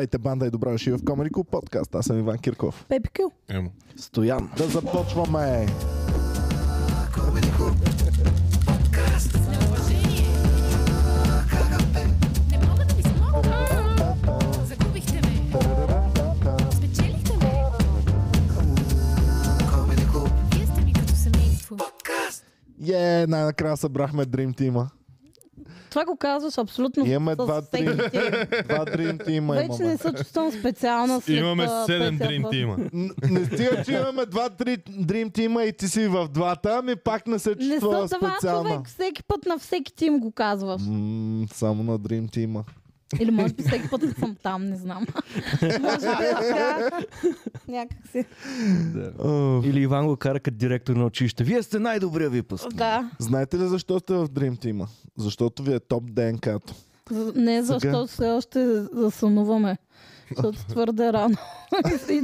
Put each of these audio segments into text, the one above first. Здравейте, банда и добре дошли в Comedy Club подкаст. Аз съм Иван Кирков. Пепи Кю. Емо. Стоян. Да започваме! Не мога да ви смогна. Загубихте ме. Спечелихте ме. Вие сте ми като семейство. Е, най-накрая събрахме Dream Team-а. Това го казваш абсолютно Имаме с два, три. всеки ти. Два Dream Team-а Вече не имаме. се чувствам специална след Имаме а, 7 петия Dream път. Team. Н- Не стига, че имаме два три Dream Team-а и ти си в двата, ми пак не се Не чувства са това специална. човек, всеки път на всеки тим го казваш. М, Само на Dream Team-а. Или може би всеки път като съм там, не знам. може би е така. Някак си. Или Иван го кара като директор на училище. Вие сте най-добрия випуск. Да. Знаете ли защо сте в Dream Team-а? Защото ви е топ ДНК-то. За- Не Сега. защото все още засънуваме. Защото твърде рано. И-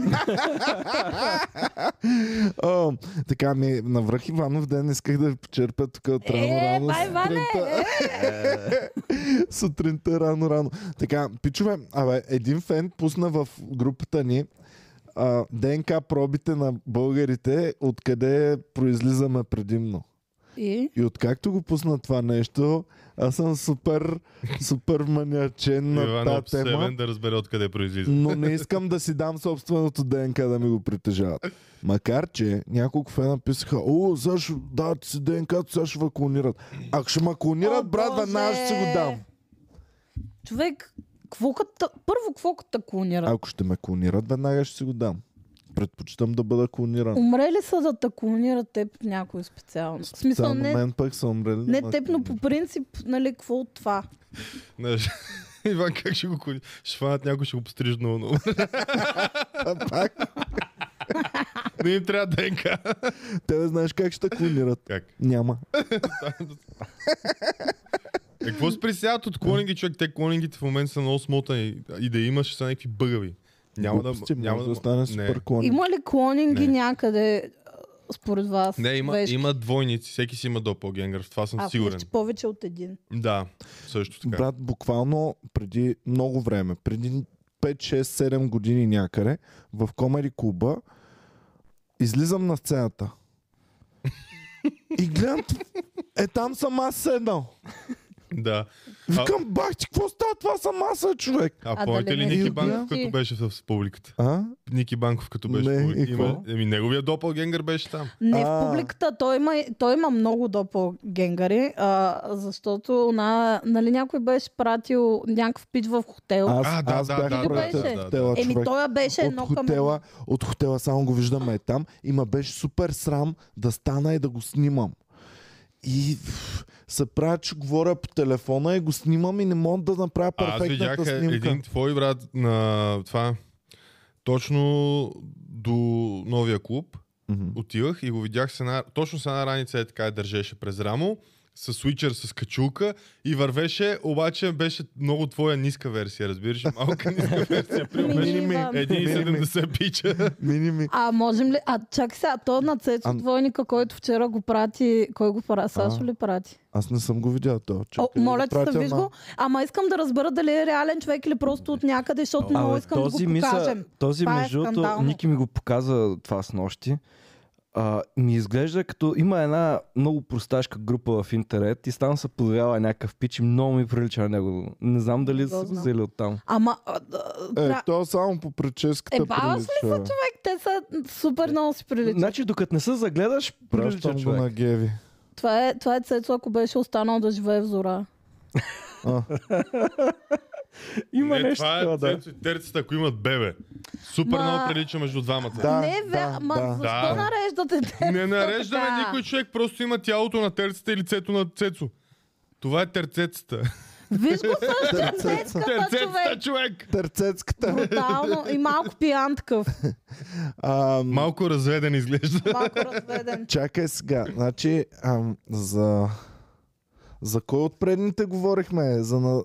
О, така ми, навръх Иванов ден исках да ви почерпя тук от рано е, рано. бай, Ване! Е! сутринта. сутринта рано рано. Така, пичове, абе, един фен пусна в групата ни а, ДНК пробите на българите, откъде произлизаме предимно. И? И откакто го пусна това нещо, аз съм супер, супер маниачен на Иван е тази тема. обсебен да разбере откъде произлиза. Но не искам да си дам собственото ДНК да ми го притежават. Макар, че няколко фена написаха, о, Саш, да, ти си ДНК, сега ще ва клонират. Ако ще ма О, клонират, брат, Боже! веднага ще си го дам. Човек, какво като... Първо, какво като клонира? Ако ще ме клонират, веднага ще си го дам. Предпочитам да бъда клониран. Умрели са да те клонира теб някой специално. В смисъл, Само не, мен пък са умрели. Не ма- теб, но по принцип, нали, какво от това? Знаеш, Иван как ще го коли? Ще фанат някой, ще го постриж много. много. А, пак, Не им трябва ДНК. те не знаеш как ще те клонират. Как? Няма. Е, Какво се присяват от клонинги, човек? Те клонингите в момента са много смотани и да имаш ще са някакви бъгави. Няма да... Глупости, няма може да стане супер клонен. Има ли клонинги Не. някъде а, според вас? Не, има, Вещ- има двойници. Всеки си има допългенгър. В това съм а, сигурен. виж, повече от един. Да, също така. Брат, буквално преди много време, преди 5, 6, 7 години някъде, в Комери клуба, излизам на сцената. И гледам, е там съм аз седнал. Да. А, Викам, бах ти, какво става? Това съм аз, бе, човек. а, А, помните дали ли не Ники си Банков, ти? като беше в с публиката? А? Ники Банков, като беше Не, в и публиката. Има- какво? Еми, неговия допългенгър беше там. Не А. в публиката, той има, той има много допългенгари, а, защото на, нали, някой беше пратил някакъв пич в хотел. Аз, А, да, аз да, бях да, да, пред да, да, да. хотела, Еми, човек. той беше От едно към едно. хотела, от хотела само го виждаме е там и ме беше супер срам да стана и да го снимам. И пф, се правя, че говоря по телефона и го снимам и не мога да направя А, Аз видях е, перфектната снимка. един твой брат на това. Точно до новия клуб Мгм. отивах и го видях с една, точно с една раница е така я държеше през рамо, с свичер, с качулка и вървеше, обаче беше много твоя ниска версия, разбираш? ли? Малка ниска версия. Примерно Мини беше Иван. 1,70 пича. Мини ми. А, можем ли? А, чакай сега, той на Цецо А- двойника, който вчера го прати, кой го прати? Сашо ли прати? Аз не съм го видял то. О, моля ти се, виж го. Ама искам да разбера дали е реален човек или просто от някъде, защото много Абе, искам да го покажем. този Това е между другото, скандално. Ники ми го показа това с нощи. А, ми изглежда като има една много просташка група в интернет и там се появява някакъв пич и много ми прилича на него. Не знам дали са го знам. взели оттам. Ама, а, а, Е, да, то само по прическата Е, баваш ли се, прилича. човек, те са супер много си приличат. Значи, докато не се загледаш, прилича Пращам го на човек. Геви. Това е, това е Цецо, ако беше останал да живее в зора. А, Има Не, нещо това е такова, да. Цецо и терцата, ако имат бебе. Супер Ма- много прилича между двамата. Да, не, ве, да, ма да. защо Да. нареждате те? Не нареждаме така. никой човек, просто има тялото на терцата и лицето на Цецо. Това е терцецата. Виж го същия Цецо. Цецката, човек. човек! Търцецката. Брутално и малко пиян такъв. Ам, Малко разведен изглежда. Малко разведен. Чакай сега. Значи, ам, за... За кой от предните говорихме? За на...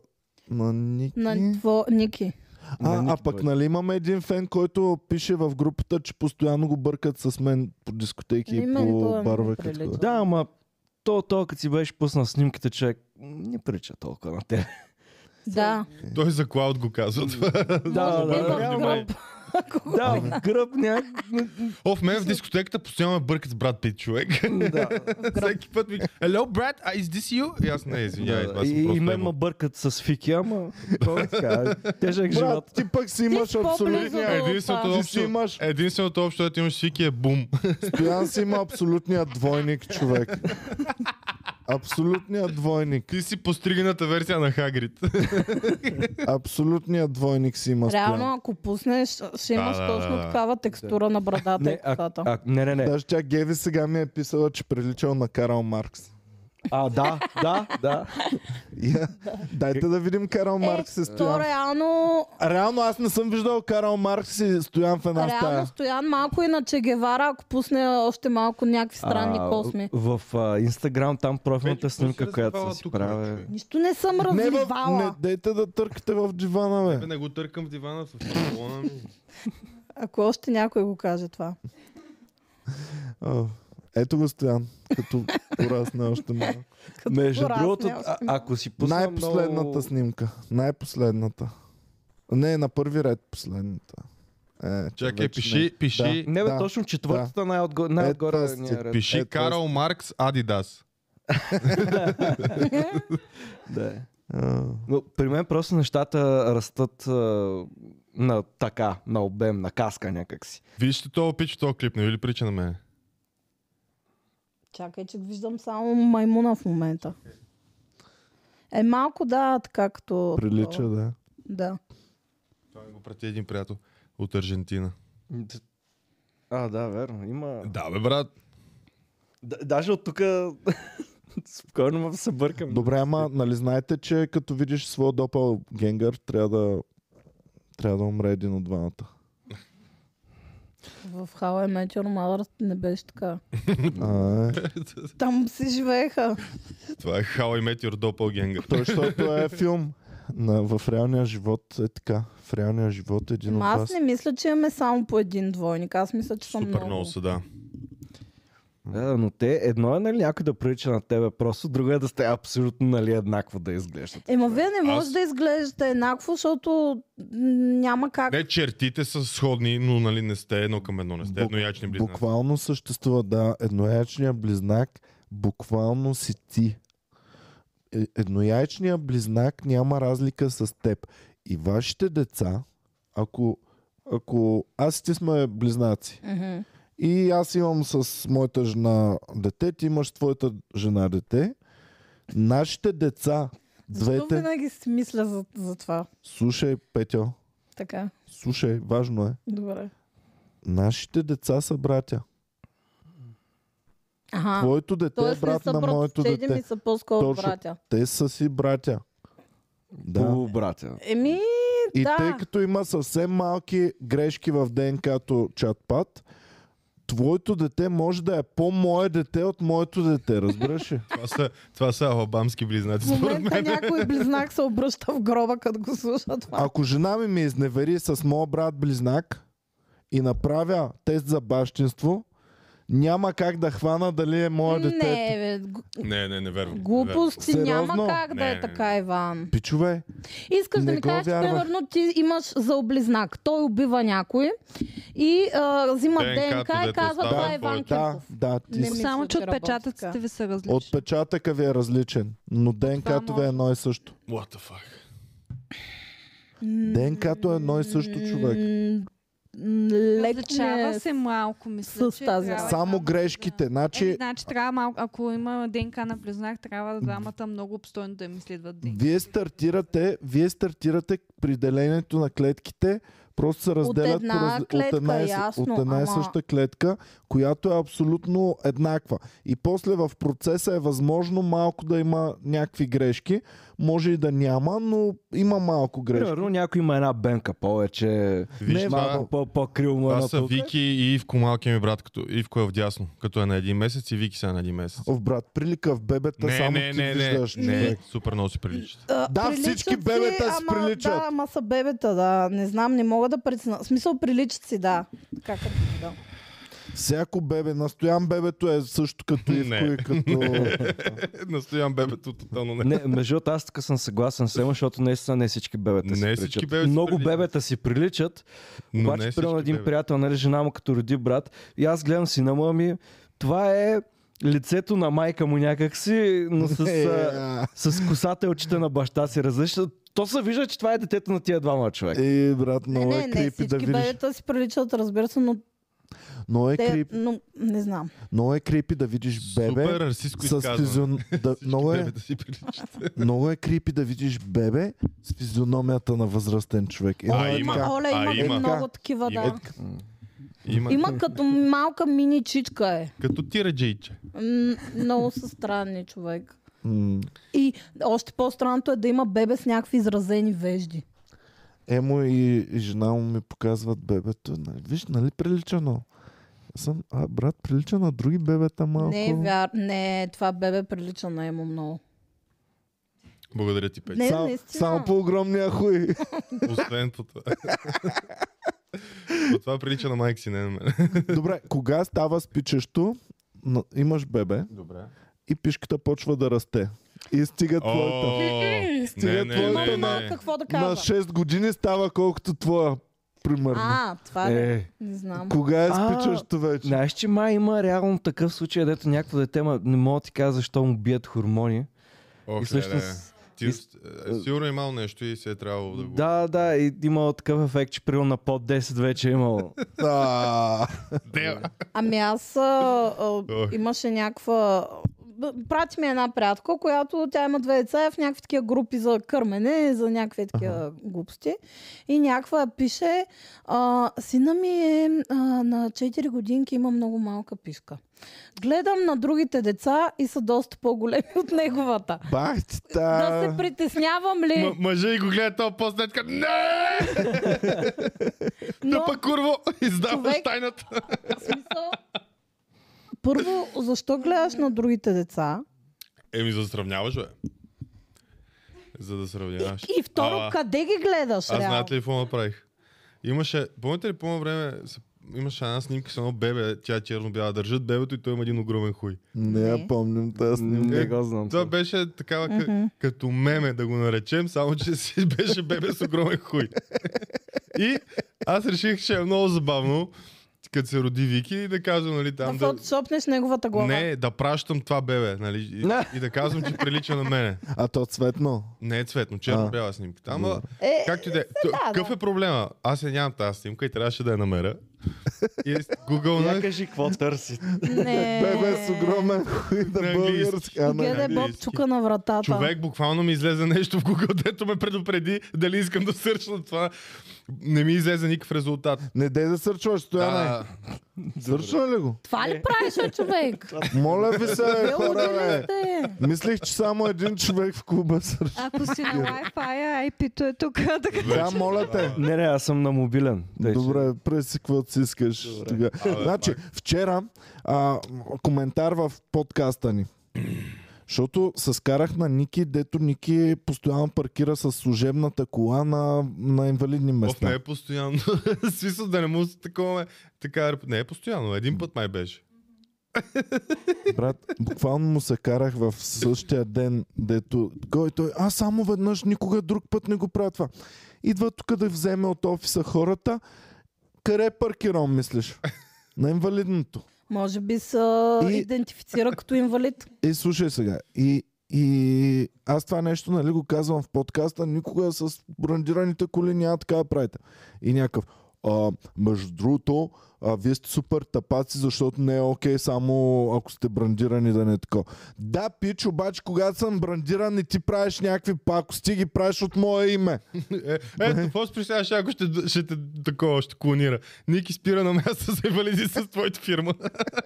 На Ники? На тво, Ники. А, На а Ники пък Бойко. нали имаме един фен, който пише в групата, че постоянно го бъркат с мен по дискотеки и Ами, мен той е по много барове. приличен. като- Да, ама то, то, като си беше пуснал снимките, човек, не прилича толкова на те. Да. Той за Клауд го казва това. Да, Може би да, в да. внимание. гроб. Ако го- Да, в гръб някак... О, в мен в дискотеката постоянно ме бъркат с брат Пит човек. Да. Всеки път ми... Hello, брат, is this you? И аз не, извинявай, Да, това и, съм просто и мен емо. ме бъркат с Фики, ама той е така, тежък живот. Брат, ти пък си имаш си по-близо абсолютния... до- Единственото Ти си общо, имаш- единственото общо, което имаш всеки е бум. Стоян си има абсолютния двойник, човек. Абсолютният двойник. Ти си постриганата версия на Хагрид. Абсолютният двойник си има Реално, Стоян. ако пуснеш, ще имаш да, точно да, да. такава текстура на брадата и Не, а, косата. а, не, не, не. Даже тя Геви сега ми е писала, че приличал на Карл Маркс. А, да, да, да. Я- Дайте да видим Карл Маркс и е, то Стоян. реално, Реално аз не съм виждал Карл Маркс и Стоян в една реално стая. Стоян малко и на Че Гевара, ако пусне още малко някакви странни А, косми. В а, Инстаграм там профилната Петко, снимка, си която развивала съм си тук, правил. бе, човек. Нищо не съм Не, в, развивала. не, дайте да търкате в дивана, Бе, бе. не го търкам в дивана в салона ми. Ако още някой го каже това. А, Ето го Стоян, като порасне още малко. Като Между порасне другото, още а, малко. ако си пусна Най-последната много... снимка. Най-последната. Не, на първи ред последната. Е, Чакай, вече пиши, пиши, Не, бе, Да, точно четвъртата най-отго... Е, най-отгоре тази ни е ред. пиши Е, това е- Карл Маркс Адидас. Да. е. не. А, Но при мен просто нещата растат а, на така, на обем, на каска някакси. Вижте този пич в този клип, не ви ли прича на мен? Чакай, че виждам само маймуна в момента. Е, малко да, така като... прилича, да. Да. Това ми го прати един приятел от Аржентина. А, да, верно. Има... Да, бе, брат. Д- даже от тук спокойно ме се бъркам. Добре, ама нали знаете, че като видиш своя допъл генгър, трябва да трябва да умре един от двамата. В How I Met Your Mother не беше така. А, е. Там си живееха. Това е How I Met Your Doppelganger. Той, защото е филм. На, в реалния живот е така. В реалния живот един Ма от аз вас. не мисля, че имаме само по един двойник. Аз мисля, че съм Супер много. много са, да. Да, но те, едно е нали някой да прилича на тебе просто, друго е да сте абсолютно нали еднакво да изглеждат. Ема вие не може Аз- да изглеждате еднакво, защото м, няма как. Не, чертите са сходни, но нали не сте едно към едно, не сте Бук- едноячни близнаци. Буквално съществува, да, едноячният близнак, буквално си ти. Е- Едноячният близнак няма разлика с теб. И вашите деца, ако, ако аз и ти сме близнаци, Мгм. и аз имам с моята жена дете, ти имаш с твоята жена дете, нашите деца, Защо двете, винаги си мисля за, за това? слушай, Петьо, Така, слушай, важно е, добре. нашите деца са братя. Ага. Твоето дете е Тоест не брат са на моето братовчеди дете. ми са по-скоро Точно. братя. Те са си братя. Да. Хубаво, братя. Еми, И Е, да. тъй като има съвсем малки грешки в ДНК-то чатпад, твоето дете може да е по-мое дете от моето дете, разбираш ли? Това са, това са алабамски близнаци. В според момента мен. някой близнак се обръща в гроба, като го слуша това. Ако жена ми ме изневери с моят брат-близнак и направя тест за бащинство, няма как да хвана дали е мое не, дете. бе, г- Не, не, не вярвам. глупости Сериозно? няма как да Не, е не, така, Иван. Пичове, Искаш да Не ми го кажеш, че вярвах. примерно ти имаш заоблизнак. Той убива някой и а, взима ДНК-то, ДНК, и дето казва, остава това е в Иван твоето. да, Кирков. да, ти Не си. ми- Само, че че работи така. отпечатъците ви са различни. Отпечатъка ви е различен, но ДНК-то ви е може. едно и също. What the fuck? ДНК-то е едно и също човек. М, е м, Лек Отличава не... се малко, мисля, с че тази трябва разлика. Само само грешките. Е, Значи, значи трябва малко, ако има ДНК на близнак, трябва двамата много обстойно да им следват ДНК. вие стартирате, вие стартирате при делението на клетките, просто се разделят една по раз- клетка, от една, и с- ясно, от една и ама- съща клетка, която е абсолютно еднаква. И после в процеса е възможно малко да има някакви грешки. Може и да няма, но има малко грешки. Примерно някой има една бенка повече, Виж, Не, това, малко по- по-крил му е това на са тук. Вики и Ивко, малкият ми брат, като Ивко е вдясно, като е на един месец и Вики са на един месец. О, брат, прилика в бебета Не, само не, ти не, не, виждаш. не, човек. супер много си приличат. А, Да, приличат всички бебета си ама, приличат. Да, ама са бебета, е, да. Не знам, не мога да преценя. В смисъл, приличат си, да. Така като да. Всяко бебе, настоян бебето е също като Не. Ивко и като... Настоявам бебето тотално не. Не, между другото, аз тук съм съгласен с Ема, защото наистина не всички бебета Не си всички приличат. бебета си Много приличат. бебета си приличат, Но обаче, не примерно всички един бебета. приятел, нали, жена му като роди брат, и аз гледам сина му, ами, това е лицето на майка му някакси, но с, а, Е, с косата и очите на баща си различна. То се вижда, че това е детето на тия двама човека. Е, брат, Не, много не, е не, крипи всички да видиш. бебета си приличат, разбира се, но, Много е те, крипи. но не знам. Много е крипи да видиш Супер бебе расистско с изказване. физион... Да, Всички много, е, бебета си приличат. много е крипи да видиш бебе с физиономията на възрастен човек. Едно А, е има. така. Оле, а, има, има. много такива, Има да. Има, Има като малка миничичка е. Като тираджейче. М, Много са странни човек. М, И още по-странното е да има бебе с някакви изразени вежди. Емо и, и жена му ми показват бебето. Нали, виж, нали прилича много? Аз съм, а брат, прилича на други бебета малко. Не е вяр... Не, това бебе прилича на Емо много. Благодаря ти, Петя. Не, Сам- наистина. само по огромния хуй. Освен по това. От това прилича на майка си, не на мен. Добре, кога става спичещо, но имаш бебе Добре. и пишката почва да расте. И стига твоята. Не, не, Стига Има твоята Е, не, мама не. какво да На казва. 6 години става колкото твоя, примерно. А, това е. Е. Не знам. Кога е А, спичащо вече? Знаеш, че май има реално такъв случай, дето някакво дете, ма, не мога да ти кажа защо му бият хормони. Ох, и всъщност... леле. Ти, е, сигурно е имал нещо и се е трябвало да го... Да, да, и имало такъв ефект, че примерно на под 10 вече е имало. А, Дева. Ами аз а, а, Ох. имаше някаква... Б- Прати ми е една приятелка, която тя има две деца и е в някакви такива групи за кърмене, за някакви такива глупости. И някаква пише, а, сина ми е а, на 4 годинки, има много малка пишка. Гледам на другите деца и са доста по-големи от неговата. бах ти Да та. се притеснявам ли? М- мъжа и го гледа този пост, след като... Не! Но- Тъпа курво! Издаваш Човек- тайната! В смисъл, първо, защо гледаш на другите деца? Еми, за да сравняваш, бе. За да сравняваш. И второ, Ала. къде ги гледаш? Аз реално? знаете ли какво направих? Имаше, помните ли по едно време, с- имаше една снимка с едно бебе, тя е черно-бяла, държат бебето и той има един огромен хуй. Не я Не. помним тази снимка. Не го знам. Това беше такава mm-hmm. като меме, да го наречем, само че си беше бебе с огромен хуй. И аз реших, че е много забавно, като се роди Вики, да казвам, нали, Да там да... фотошопнеш неговата глава. Не, да пращам това бебе, нали, и, и да казвам, че прилича на мене. А то цветно. Не е цветно, черно-бяла снимката. Ама, Е, Както и да е. да, Какъв да. е проблема? Аз я нямам тази снимка и трябваше да я намеря. И е Я Google кажи какво търси. не. Бебе с огромен хуй на На български. английски. А, на... Геде Боб английски. чука на вратата. Човек буквално ми излезе нещо в Google, дето ме предупреди дали искам да сърчна това. Не ми излезе никакъв резултат. Не дей да сърчваш, стояне. е А, Сърчва ли го? Това ли правиш, бе, човек? Моля ви се, бе, хора, Белудили бе. сте. Мислих, че само един човек в клуба сърчва. Ако си на Wi-Fi, IP-то е тук. Така. Да, моля те. Не, не, аз съм на мобилен. Тъй, че- Добре, преси каквото си искаш. Тога. Абе, значи, вчера а, м- коментар в подкаста ни. Защото се скарах на Ники, дето Ники постоянно паркира с служебната кола на, на инвалидни Оф, не места. е постоянно. В Смисъл да не му се такова. Така, не е постоянно. Един път май беше. Брат, буквално му се карах в същия ден, дето кой той, а само веднъж, никога друг път не го правя това. Идва тук да вземе от офиса хората. Къде паркирам, мислиш? На инвалидното. Може би се И- идентифицира като инвалид. И Е, слушай сега. И, и аз това нещо, нали, го казвам в подкаста, никога с брандираните коли няма така да правите. И някакъв. А, между другото, а, вие сте супер тапаци, защото не е окей само ако сте брандирани да не е така. Да, пич, обаче когато съм брандиран и ти правиш някакви пакости, ги правиш от мое име. Е, ето, какво си представяш, ако ще, ще те такова, ще клонира. Ники спира на място за инвалиди с твоята фирма.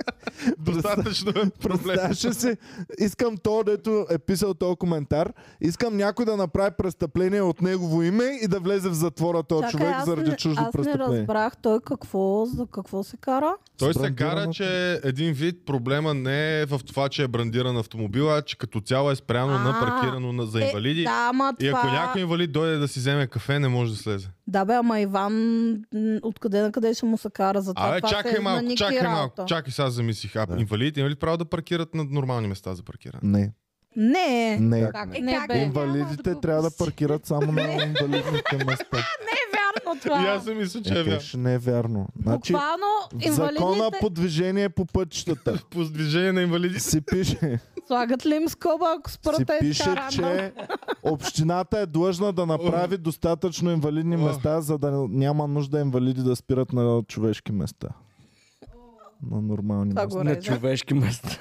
Достатъчно е проблем. Представяш ли си, искам то, дето е писал този коментар, искам някой да направи престъпление от негово име и да влезе в затвора този човек аз заради не, чуждо аз не престъпление. разбрах той какво, за какво се кара. Той С се брандиран кара, автомобил. че един вид проблема не е в това, че е брандиран автомобил, а че като цяло е спряно на А, паркирано на, за Е, инвалиди. да, ама И ако това... някой инвалид дойде да си вземе кафе, не може да слезе. Да бе, ама Иван м, откъде на къде ще му се кара за това? Абе, това се е чакай на малко, Ники чакай малко. работа. Чакай, сега замислих. А, Да. инвалидите има ли право да паркират на нормални места за паркиране? Не, Не, не, не. как не. не, как бе. Не е? Инвалидите Няма да трябва да го- паркират само на инвалидните места. е вярно И това. аз си мисля, че е Е, вярно. Кеш, не е вярно. Значи, Буквално в закона инвалидите по движение по пътищата По движение на инвалиди. си пише, слагат ли им скоба, ако си спрат е пише, така рано? че общината е длъжна да направи достатъчно инвалидни Ох. места, за да няма нужда инвалиди да спират на човешки места. На нормални Това места. го е на режа. човешки места.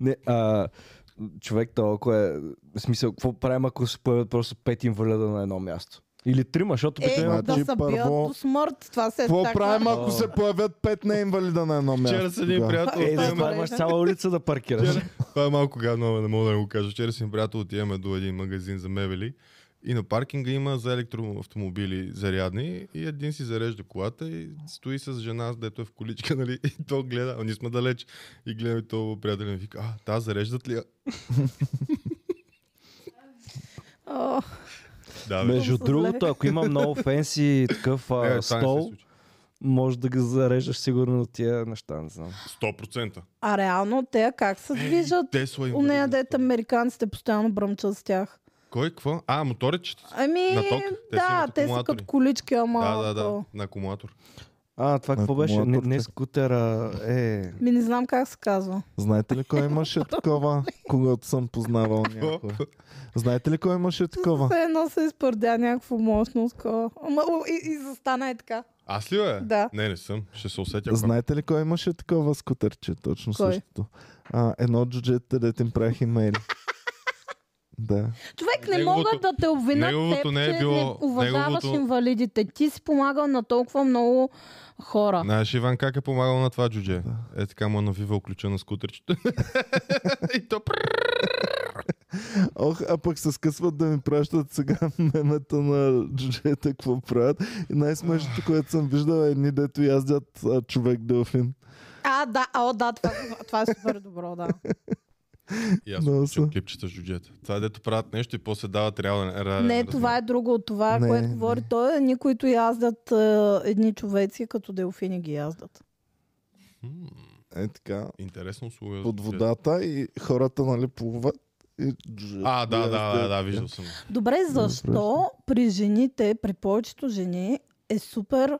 не, а, човек толкова е... В смисъл, какво правим, ако се появят просто пет инвалида на едно място? Или трима, защото Е, обикновено- да Значи, се бият първо- до смърт. Това се е Какво така. правим, ако О. се появят пет на инвалида на едно място? Вчера с един тогава? приятел Е, да, отиваме. това Добре. имаш цяла улица да паркираш. Вчера- Това е малко гадно, ама не мога да не го кажа. Вчера си ми приятел отиваме до един магазин за мебели и на паркинга има за електроавтомобили зарядни и един си зарежда колата и стои с жена, дето е в количка, нали? И то гледа, а ние сме далеч. И гледам и то приятел ми вика, а, та зареждат ли? я?» О, Да, бе. Между Съм другото, ако има много фенси такъв Е, това а, не се стол, случи. може да ги зареждаш сигурно на тия неща, не знам. 100%. а реално те как се движат? Е, Тесла У нея инвалидна. дете американците постоянно бръмчат с тях. Кой, какво? А, моторичета. Ами, На ток? Те си да, имат те са акумулатори. като колички, ама... Да, да, да, то- на акумулатор. А, това какво беше? Не, не Акумулаторите. скутера. Е, Ми не знам как се казва. Знаете ли кой имаше такова, когато съм познавал някой? Знаете ли кой имаше такова? Все едно се изпърдя някакво мощно такова. Ама, о, и, и застана е така. Аз ли бе? Да. Не, не съм. Ще се усетя. когато- Знаете ли кой имаше такова скутърче? Точно Кой? същото. А, едно от джуджетите, дете им правих имейли. да. Човек не Неговото- могат да те обвинят неговото теб, не е че било- не уважаваш неговото- инвалидите. Ти си помагал на толкова много хора. Знаеш, Иван, как е помагал на това джудже? Е така му е навивал ключа на скутерчето. и то прррр. Ох, а пък се скъсват да ми пращат сега мемета на джуджета, какво правят. И най-смешното, което съм виждал е едни, дето яздят а, човек делфин. А, да, а, да, това, това е супер добро, да. И аз Да, включил са. клипчета с джуджета. Това е дето правят нещо и после дават реален. реален Не, това е друго. Това, Не, което не. говори той, е едни, които яздат е, едни човеци, като делфини ги яздат. Е така. Интересно услуга. Под водата и хората, нали, плуват. И джуджета А, да, да, да, яздят. да, виждал съм. Добре, защо при жените, при повечето жени е супер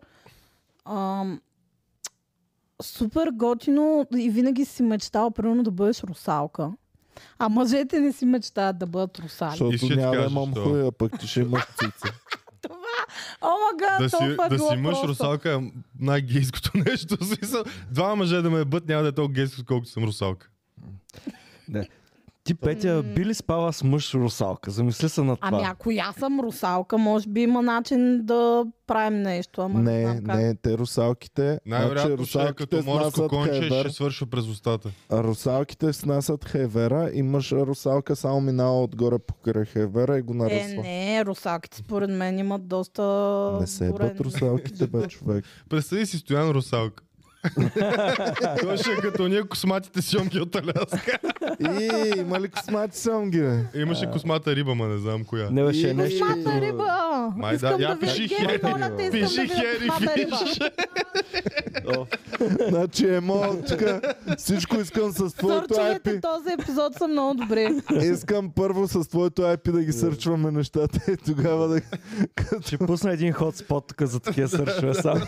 ам, супер готино и винаги си мечтал, примерно, да бъдеш русалка. А мъжете не си мечтаят да бъдат русали. И ще Защото ти няма да кажа имам защо. хуя, пък ти ще имаш цица. О, мага, Да си, толкова е да било си мъж просто. русалка е най-гейското нещо. В смисъл, Два мъже да ме бъд няма да е толкова гейско, колкото съм русалка. ти, Петя, би ли спала с мъж русалка? Замисли се на Ами това. ако и аз съм русалка, може би има начин да правим нещо, ама не, Не, знам как. не, те русалките. Значи, Най-вероятно ще е като русалките е морско снасят конче и ще хайвер. свършва през устата. А Русалките снасят хайвера и мъж русалка само минава отгоре покрай хайвера и го Е, нарусва. не, русалките според мен имат доста... не се бурен- ебат русалките, бе, човек. Представи си Стоян русалка. Той ще е като ние косматите сьомги от Аляска. И, има ли космати съм ги, бе? Имаше космата риба, ма не знам коя. Не беше И- нещо Мата като... Космата Ами, риба! Май искам да, я да видя пиши Гери, Хери. моля те, искам Пиши да видя Хери, космата риба. О, Значи, емо, тук всичко искам с твоето Сърчовете IP. този епизод са много добри. Искам първо с твоето IP да ги сърчваме нещата и тогава да... Ще пусна един хотспот тук за такива сършове само.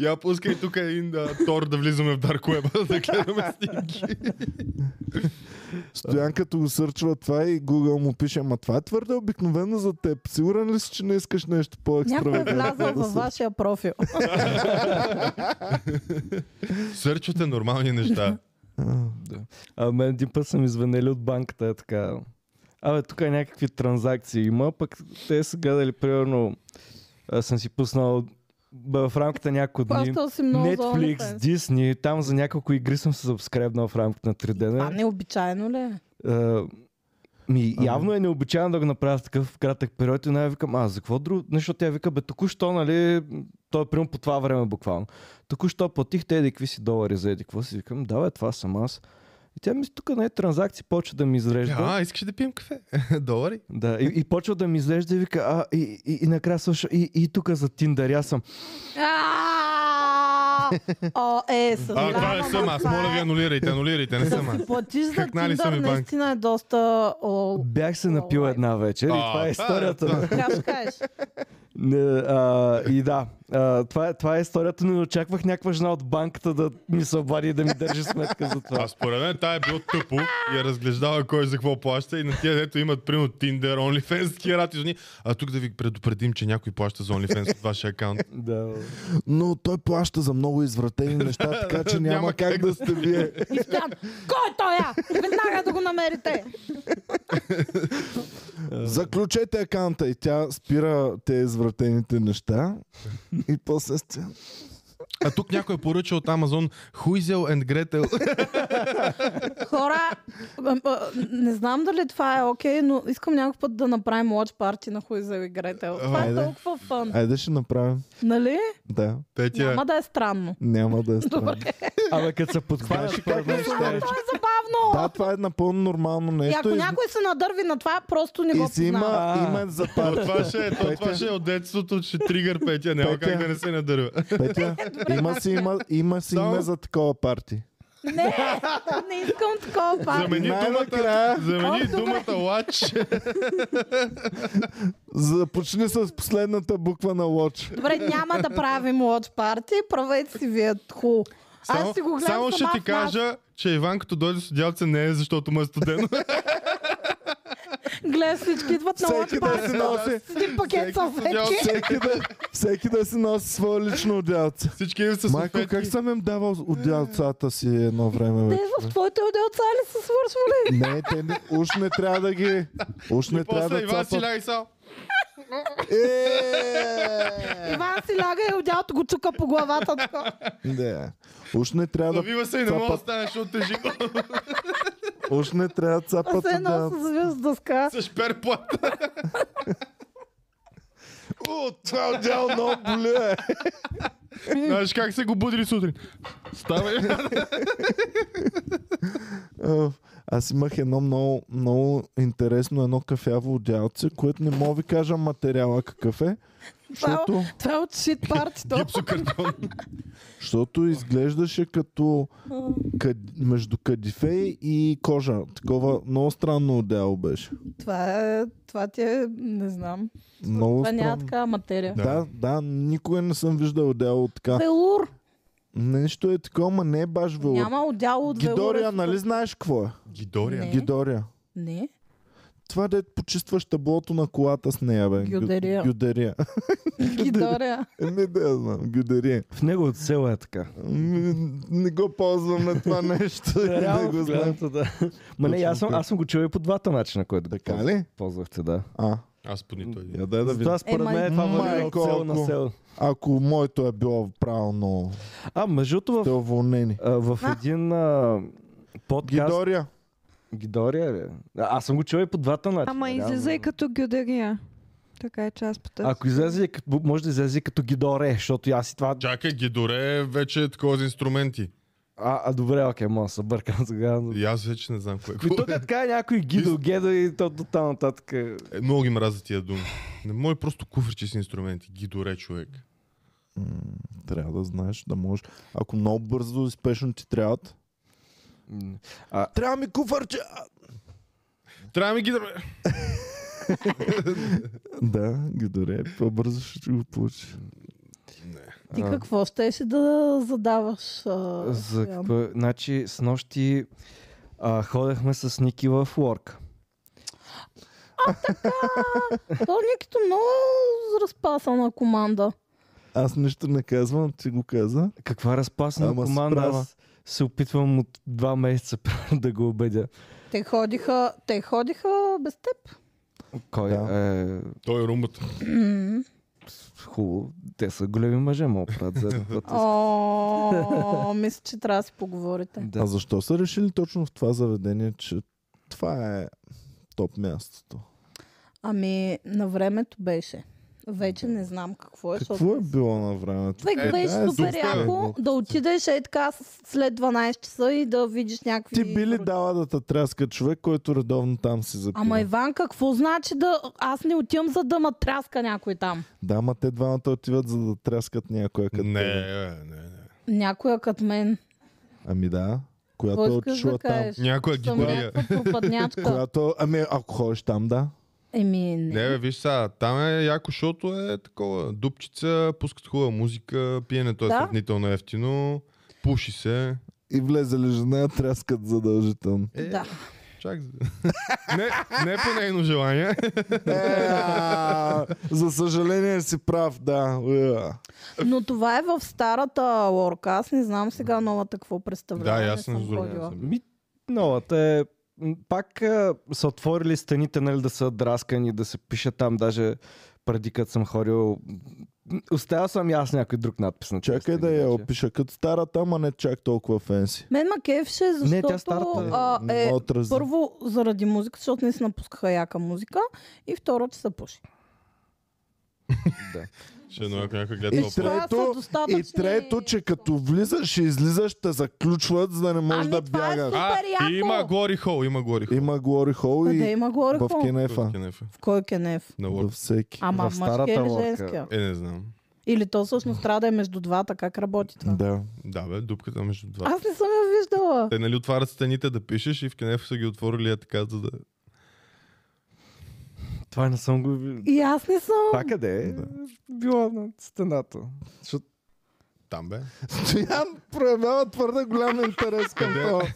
Я пускай тук един да, Тор да влизаме в Dark Web, да гледаме снимки. Стоян като го сърчва това и Google му пише, ама това е твърде обикновено за теб. Сигурен ли си, че не искаш нещо Някой е по-екстравагантно? влязъл да във се- вашия профил. Ами, Сърчвате нормални неща. А мен един път съм извънели от банката е така. Абе, тук е някакви транзакции има, пък те са гледали, примерно, а, съм си пуснал бе, в рамките няколко дни. Плащал си много за Netflix, OnlyFans. Disney, там за няколко игри съм се сабскребнал в рамките на 3 А дена. необичайно ли? е? А, Ми, явно е необичайно да го направя в такъв кратък период и най викам, а за какво друго? Нещо тя вика, бе, току-що, нали, той е примерно по това време буквално. Току-що платих те еди какви си долари за еди какво си. Викам, да, бе, това съм аз. И тя ми тук на е транзакции почва да ми изрежда. А, искаш да пием кафе? Долари? Да, и, и почва да ми изглежда и вика, а, и, и, и накрая слуша, и, и тук за Тиндър, и аз съм. А! О, е, А, съжалявам. това не съм ама аз. това Моля ви, е- анулирайте, анулирайте, не съм аз. Да си платиш за Хакнали са ми Tinder, банк. наистина е доста... О, Бях се напил Олай. една вечер и А, това е да, историята. да. на- как ще кажеш? Не, а, и да, а, това, е, това е историята, но не очаквах някаква жена от банката да ми се обади и да ми държи сметка за това. А според мен тая е бил тъпо и е разглеждава кой за какво плаща и на тия дето имат примерно Tinder, OnlyFans, такива рати жени. А тук да ви предупредим, че някой плаща за OnlyFans от вашия акаунт. Да. Но той плаща за много извратени неща, така че няма, Няма как как да сте вие. Стоян, кой е тоя? Веднага да го намерите. Заключете акаунта и тя спира те извратените неща. И после сте... А тук някой е поръчал от Amazon Хуизел and Gretel. Хора, м- м- не знам дали това е окей, но искам някой път да направим лоч парти на Хуизел и Гретел. Това е Айде. толкова фън. Айде ще направим. Нали? Да, Тетя, Няма да е странно. няма да е странно. Абе, като се подхванеш, според мен ще е. Това е забавно. Да, това е напълно нормално И нещо. ако и- някой се надърви на това, просто не И го си познава. има А. име за то парти. това ще е, то това ще е от детството, ще тригър Петя, няма Петя. как да не се надърва. Петя, има си, има, има си Само- име за такова парти. Не, не искам такова парти. Замени думата, Най-накрая. замени О, добре. думата лач. Започни с последната буква на лоч. Добре, няма да правим лоч парти. Правете си вие ху. Аз си го гледам само ще сама ти в нас. кажа, че Иван като дойде с одялце не е защото му е студено. Гледа всички идват на лоч Всеки да парти. си носи, С един пакет всеки с одялце. салфетки. всеки да, всеки да си носи свое лично отделце. Всички им са Майко, салфетки. как съм им давал отделцата си едно време? Те Бе? в твоите отделца ли са свършвали? Не, те не, уж не трябва да ги... Уж не И трябва после да Иван си цапат. ляга и само. Е, Иван си ляга и отделото го чука по главата. така. Да. Уж не трябва да... Завива се и не мога да цапат- стане, защото тежи го Уж не трябва да А цапат се едно се отделце. завива с дъска. е с шперплата. О, това отдел много боли, бе. Знаеш как се го будили сутрин? Ставай. А, Е, Аз имах едно много, много интересно, едно кафяво отделце, което не мога ви кажа материала какъв е, Това е- защото, Това е от шит партито. Гипсокартон. защото изглеждаше като кад, между кадифе и кожа. Такова много странно отдело беше. Това е... Това ти е... Не знам. Много Това няма странно. такава материя. Да. Да, да, никога не съм виждал отдело така. Велур. Нещо е такова, ма не е баш велур. Няма отдяло от велур. Гидория, нали знаеш какво е? Гидория. Не. Гидория. Не. Това да е почистваш таблото на колата с нея, бе. Гю- Гюдерия. Гюдерия. Гидория. Еми да я знам, гюдерия. В него от село е така. М, Не го ползваме това нещо. и не го знаем. гледам, да. Ма не, аз съм, аз съм го чул и по двата начина, който го Така ползвах- ли? ползвахте, да. А, Аз по нито един. я дай да видя. Затова според Ема, мен е това върви от майко, село на ако- село. Ако моето е било правилно, А, между другото, те в, уволнени. а, в един а, подкаст... Гидория. Гидория ли? А, Аз съм го чул и по двата начина. Ама реално. излиза и като гюдерия. Така е, че аз потърсих. Ако излезе, и като- може да излезе и като Гидоре, защото аз и това... Чакай, Гидоре вече е такова за инструменти. А, а добре, окей, мога да се бъркам сега. Но... И аз вече не знам кое. е Ми кое. тук е така е някой Гидо, Гедо и то до там нататък. е. Е, Много ги мразя тия думи. Не може просто куфърче с инструменти. Гидоре човек. Трябва да знаеш, да можеш. Ако много бързо и спешно ти трябват. М. Трябва ми куфарче! А, Трябва ми гидоре. Да, Гидория. По-бързо ще го получиш. Ти А. какво щеше да задаваш? а, За Стоян? какво? Значи, с нощи а, ходехме с Ники в Лорка. То Никито много разпасана команда. Аз нищо не казвам, ти го каза. Каква разпасна Ама команда, справа. аз се опитвам от два месеца да го убедя. Те ходиха, те ходиха без теб. Кой Да. е Той е румбата. М. хубаво. Те са големи мъже, могат да правят за един път. О, мисля, че трябва да си поговорите. А Да. защо са решили точно в това заведение, че това е топ мястото. Ами, на времето беше. Вече не знам какво е. защото- Какво е било на времето? Човек Е, беше да, е, супер супер яко е. да отидеш е така с- след 12 часа и да видиш някакви... Ти би ли други- дала да те тряска човек, който редовно там си запива? Ама Иван, какво значи да... Аз не отивам за да ма тряска някой там. Да, ма те двамата отиват за да тряскат някоя като Не, тебе. е, не, не. Някоя като мен. Ами да, която Какво е искаш да отишла там. кажеш? Някоя Съм гибария. някаква пропаднячка. Която, ами ако ходиш там, да. Еми, не. Не, бе, виж сега, там е яко, защото е такова. Дупчица, пускат хубава музика, пиенето е Да. сравнително ефтино, пуши се. И влезе ли жена, я тряскат задължително. Е, Да. Чак. за- не, не по нейно желание. Еа, Е, За съжаление си прав, да. Уя. Но това е в старата лорка. Аз не знам сега новата какво представлява. да, и Не аз съм съм с друга. ходила. не съм бил. Нали? Ми, новата е... м, Пак а, са отворили стените, нали, да са драскани, да се пише там, даже преди като съм ходил. м, Оставил съм и аз някой друг надпис на тези Чакай да стени, значи. я вече. опиша като старата, ама не чак толкова фенси. Мен ма кефше, защото Не, тя старата е. а, Не е, ме отрази. първо заради музиката, защото не си напускаха яка музика и второ, че са пуши. Да. Ще едно ако някой гледа И това. Е, това са трето, достатъчни- и трето, че като влизаш и излизаш, те заключват, за да не можеш Ами, да това е бягаш. супер. А, яко! има гори хол, има гори хол. Има Глори Хол Къде и има горе в хол? Кенефа. Кенефа. В кой кенеф? На Във лорд. всеки. Ама В мъжкия старата или лодка. женския? Е, не знам. Или то всъщност трябва да е между двата, как работи това? Да. Да, бе, дупката между два. Аз не съм я виждала. Те нали отварят стените да пишеш и в Кенефа са ги отворили е така, за да... Това не съм го виждал. И аз не съм. Това къде е? Да. Било на стената. Защото Там бе. Стоян проявява твърде голям интерес към Къде? това.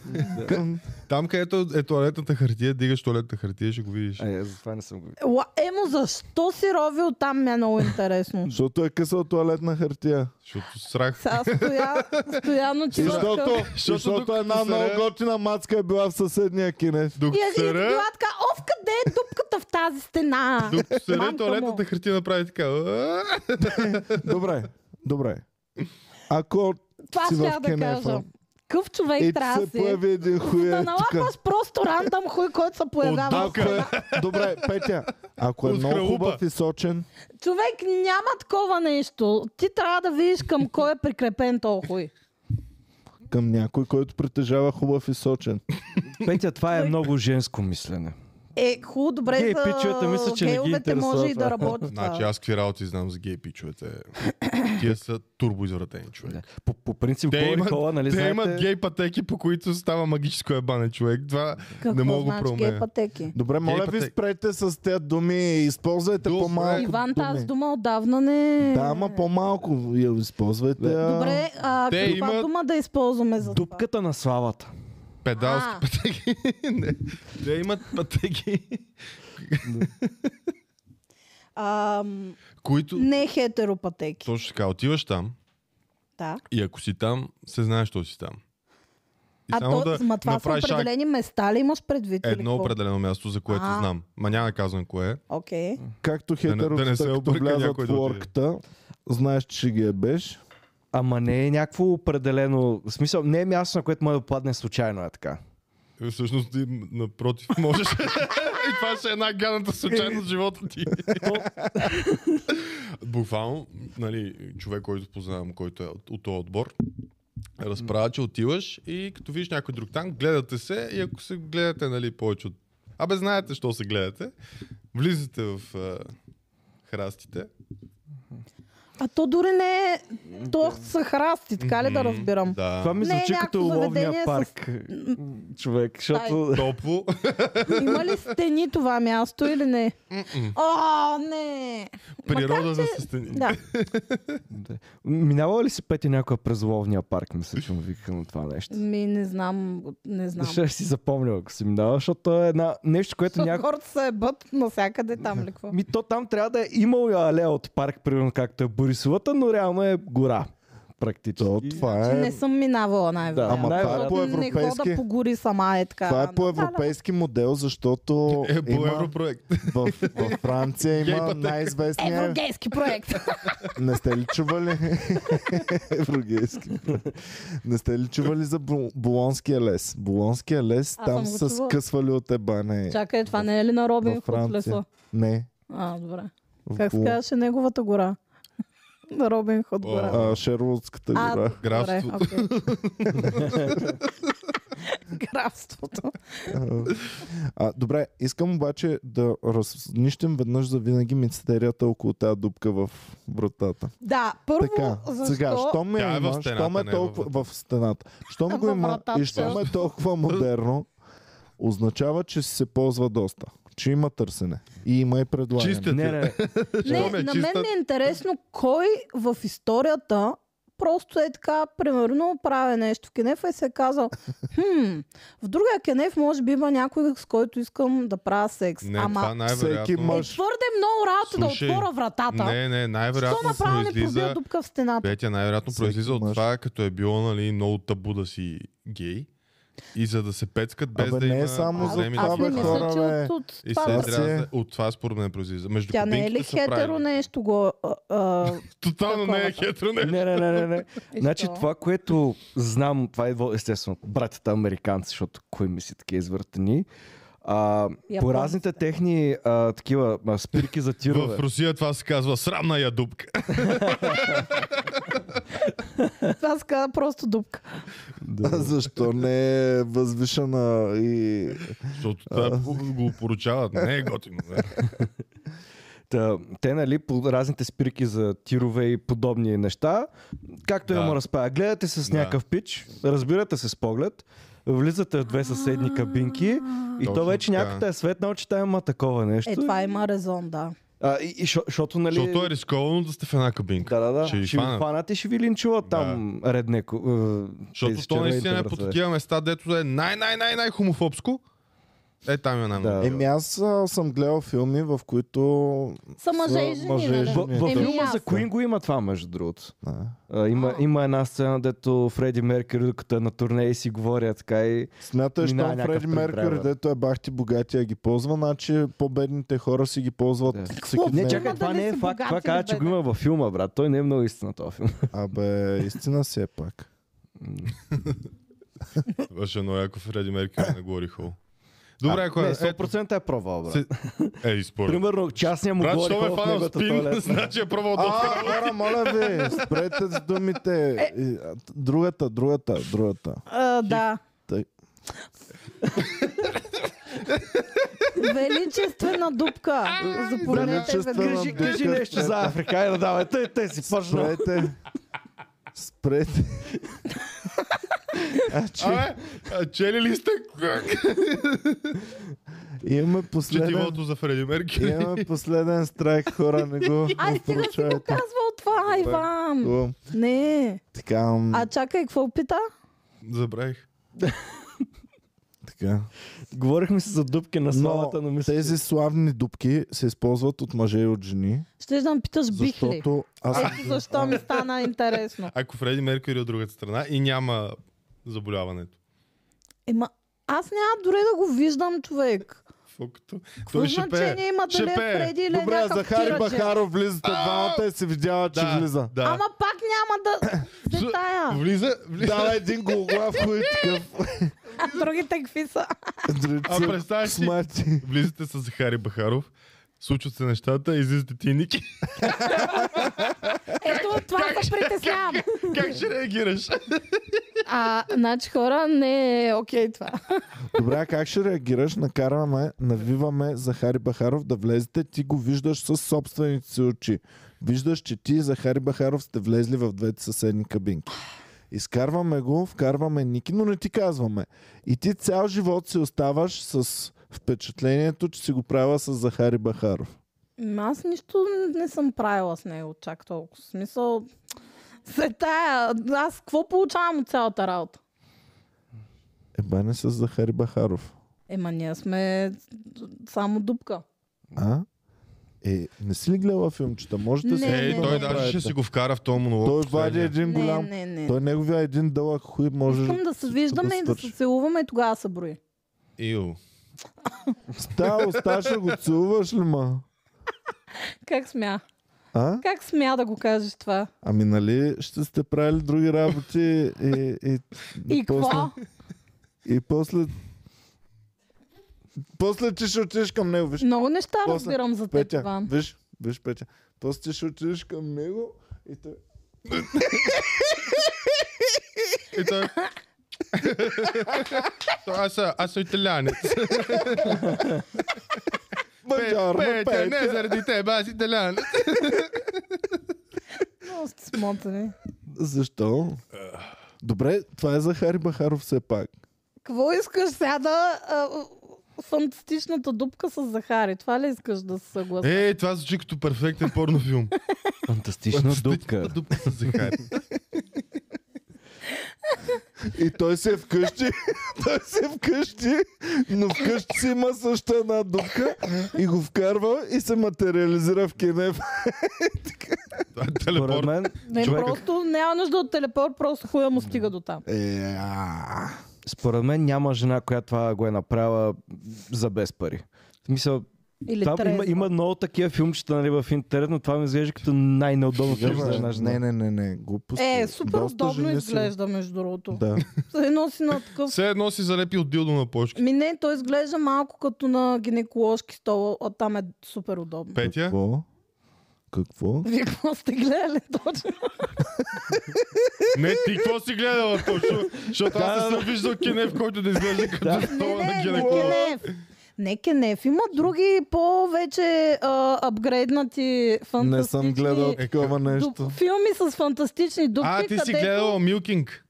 Към- Там където е туалетната хартия, дигаш туалетната хартия, ще го видиш. А, е, затова не съм го видял. Ла, Емо, защо си ровил там ми е много интересно. Защото е късал туалетна хартия. Защото срах. Сега стоя, стояно И ти Защото, Защото защото докато една се много ре- готина мацка е била в съседния кинес. И, Докато и, и се ре, била така, о, в къде е дупката в тази стена? докато се ре, Мамка му. туалетната хартия направи така. «А!» Добре, добре. Ако Това си ще в я да Кенефа кажа. Къв човек и ти трябва да се си. е? появи един хуй Да е тук. налапаш просто рандъм хуй, който се появява. Отдавка. Ако е... Добре, Петя, ако е От много хралупа. хубав и сочен, Човек няма такова нещо. Ти трябва да видиш към кой е прикрепен този хуй. към някой, който притежава хубав и сочен. Петя, това е много женско мислене. Е, хубаво, добре Гей за пичовете, мисля, че не ги гейловете интересува може и да това. работи Значи това. аз какви работи знам за гей пичовете. Тия са турбоизвратени човек. Да. По, по принцип, Те Гори имат- Кола, нали Те знаете? имат гей пътеки, по които става магическо ебане човек. Това не Какво мога да значи гей проумея. пътеки? Добре, моля ви, пътек. спрете с тези думи и използвайте Добре. по-малко Иван, тази думи. дума е- отдавна не... Да, ама по-малко я използвайте. а- Добре, а Те каква имат- дума да използваме за това? Дупката на славата. Педалски А. пътеки. Не. Те имат пътеки, Ам, които... не хетеропатеки. Точно така, отиваш там Да. и ако си там, се знаеш, що си там. И А само то, да ма това са направиш акт- определени места ли имаш предвид? или едно какво? определено място, за което А. знам. Ма няма да казвам кое е. Окей. Както не- да не хетеротата, се като обърка влязат някой в да отиде. лорката, знаеш, че ще ги е беш. Ама не е някакво определено... В смисъл, не е място, на което може да падне случайно, е така. Е, Всъщност ти м- напротив можеш. и това ще е една гадната случайност в живота ти. Буквално, нали, човек, който познавам, който е от, от този отбор, разправя, че отиваш и като видиш някой друг там, гледате се и ако се гледате, нали, повече от... Абе, знаете, що се гледате. Влизате в е, храстите. А то дори не е... То са храсти, така ли да М, разбирам? Да. Това ми Не е звучи някакво като уловния заведение с- парк, човек, защото... Топло. Има ли стени това място или не? О, не! Природа на че- състени. Да. Да. Минавала ли си пети някоя през ловния парк, мисля, че му вика на това нещо? Ми, не знам, не знам. Ще си запомня, ако си минавал, защото е една... нещо, което Защото някой... хората се ебат навсякъде там ли какво? Ми то там трябва да е имал алея от парк, примерно както е Борисовата, но реално е гора. практически. То, това Че е... Значи не съм минавала най-вероятно. Ама най- това е вероятно. по Не хода европейски... по гори сама е така. Това е по европейски модел, защото Е, по има, европроект. в, в Франция има Гейпътека. най-известния... Еврогейски проект. Не сте ли чували? Еврогейски. Не сте ли чували за Бу- Булонския лес? Булонския лес, Аз там съм го са чувала. скъсвали от ебане. Чакай, това не е ли на Робин във Худ Франция. леса? Не. А, добре. в Как се Бу- казваше неговата гора? На Робин Худ О, гора. а, Шерлотската А, гора. добре, Графството. окей. Графството. А, добре, искам обаче да разнищим веднъж за винаги мистерията около тази дупка в вратата. Да, първо, така, защо... сега, щом Тя я е в има, стената, щом е не е във толкова в стената, щом го Във има вратата. и щом е толкова модерно, означава, че се ползва доста. Че има търсене. И има и предлагане. Чистят. Не, не, Не, Щом е на мен чиста- ми е интересно кой в историята просто е така, примерно, правя нещо в Кенефа и се е казал, хм, в другия Кенеф може би има някой, с който искам да правя секс. Не, това Ама всеки най-вероятно. е мъж- твърде много работа да Слушай, отворя вратата. Не, не, Що най-вероятно направо не пробия произлиза... дупка в стената? Петя най-вероятно Всеки произлиза от мъж. това, като е било нали, много табу да си гей. И за да се пецкат без Абе, да не е има само за проблеми това, да Аз бе, не влизат. хора, мисля, че бе. от, от И това... се да трябва се- да... От това според мен произлиза. Между Тя не е кубинките ли са правили. хетеро нещо го... А, а, Тотално не е Такова. хетеро нещо. не, не, не, не, не. и Значи що? това, което знам, това идва естествено от братята американци, защото кой мисли такива извъртени. А, по Японците. разните техни а, такива а, спирки за тирове. В Русия това се казва срамна ядубка. Това се казва просто дупка. А Защо не е възвишена и... Защото това е го поручават. Не е готино. бе. Та, те, нали, по разните спирки за тирове и подобни неща, както да. Да. има разпая. Гледате се с Да. някакъв пич, разбирате се с поглед, влизате в две съседни кабинки и то Точно вече така. някакъв е светнал, че там има такова нещо. Е, това има резон, да. А, и, и, шо- шото, нали... Защото е рисковано да сте в една кабинка. Да, да, да. Ще ви Ще, ви хванат. хванат и ще ви линчуват там реднеко. е, тези Защото с то червените наистина е по вратове. такива места, дето е най-най-най-най хомофобско. Е, там е най-много. Да. Еми аз а, съм гледал филми, в които... Са мъже и Са жени, мъже и нали? жени. В, в Еми, филма за ясно. Queen го има това, между другото. Да. А, има, има една сцена, дето Фреди Меркюри, докато е на турне и си говоря така и... Смятай, че Минава някакъв Фреди Меркюри, предбрава. дето е бахти богатия ги ползва, значи по-бедните хора си ги ползват Да. всеки Не, ден. чакай, това дали не е си факт. богат Това или каза, че го беден. има във филма, брат. Той не е много истина този филм. Абе, истина си е пак. Беше едно яко Фреди Меркюри на Гори Хол. Добре, ако не, е... 100% е провал, брат. се- Е, и според. Примерно, частния му Брат, говори що ме в фанал в неговата спин, туалет. значи е пробвал А, да... хора, моля ви, спрете с думите. Е. И, а, т- Другата, другата, другата. А, да. Тъй. Величествена дупка. Заповядайте величествена веднага. Кажи, кажи нещо за Африка. Айде, давай. Тъй, тъй си почна. Спрете. Спрете. Значи, Абе, а чели ли сте? имаме последен... Четивото за Фреди Меркюри. Имаме последен страйк, хора, не го Ай, стига си го поручавайте. казвал това, Иван. Хубаво. Не. Така, м, А чакай, какво пита? Забравих. така. Говорихме си за дупки на славата, но Но мисля, тези славни дупки се използват от мъже и от жени, Ще да ме питаш бих ли? Е, защото аз съм Ето защо ми стана интересно. Ако Фреди Меркюри е от другата страна и няма заболяването. Ема, аз няма дори да го виждам, човек. Фокато. Какво Той ще пее. значение има Ще дали е пее. Фреди или е Добре, някакъв Захари тираджия? Бахаров влизате двамата и се видява, че Да, влиза. Да. Ама пак няма да... Зу- Се тая. Влиза, влиза. Дава един гологлав хуй такъв. А другите какви са? А Дрици, представяш си, смати. влизате с Захари Бахаров, случват се нещата, излизате ти Ники. Ето от това се притеснявам. Как ще реагираш? А, значи хора, не е окей това. Добре, а как ще реагираш? Накараме, навиваме Захари Бахаров да влезете. Ти го виждаш със собствените си очи. Виждаш, че ти и Захари Бахаров сте влезли в двете съседни кабинки. Изкарваме го, вкарваме Ники, но не ти казваме. И ти цял живот си оставаш с впечатлението, че си го правила с Захари Бахаров. М, Аз нищо не съм правила с него чак толкова. В смисъл, се тая, аз какво получавам от цялата работа? Еба не Е, с Захари Бахаров. Ема ние сме само дупка. А? Е, не си ли гледала филмчета? Можете да си Не, го Е, не, той не. даже ще направите. си го вкара в този монолог. Той вади последния. един голям... Не, не, не. Той неговия един дълъг хуй може... Искам да се виждаме и да се свърши. целуваме и тогава се брои. Ио. Та, осташ го целуваш ли ма? Как смя? А? Как смя да го кажеш това? Ами нали ще сте правили други работи и... И, И после, какво? и после... После ти ще отидеш към него, виж. Много неща После- разбирам за теб, Петя, Иван. виж, виж, Петя. После ти ще отидеш към него и той... И той... Той, аз, съм- аз съм италянец. Бонжорно, Пе- Петя, не Петя. заради теб, аз италянец. Много сте смотани. Защо? Добре, това е за Хари Бахаров все пак. Какво искаш сега да... а, Фантастичната дупка с Захари. Това ли искаш да се съгласи? Е, това звучи като перфектен порнофилм. Фантастична дупка. Дупка с Захари. И той се е вкъщи. той се е вкъщи, но вкъщи си има също една дупка и го вкарва и се материализира в Кенев. Това е Според телепорт. мен, Не, човек- просто няма нужда от телепорт, просто хуя му стига до там. Е, а. според мен няма жена, която това го е направила за без пари. В смисъл, Или това, има, трезва. има много такива филмчета нали, в интернет, но това ми изглежда като най-неудобно филм за една жена. Не, не, не, не, глупости. Е, супер Доста удобно жени си- изглежда, между другото. Да. Все едно си на такъв... Все едно си залепи от дилдо на почки. Ми не, той изглежда малко като на гинеколожки стол, а там е супер удобно. Петя? Какво? Какво? Вие какво сте гледали точно? Не, ти какво си гледала точно? Защото аз не съм виждал кинев, който да изглежда като е Не, стола на не, не гинеколог. Кенев. Не Кенев, има други по-вече а, апгрейднати фантастични... Не съм гледал такова дуп- нещо. Филми с фантастични дупки, А, ти си където- гледала Милкинг.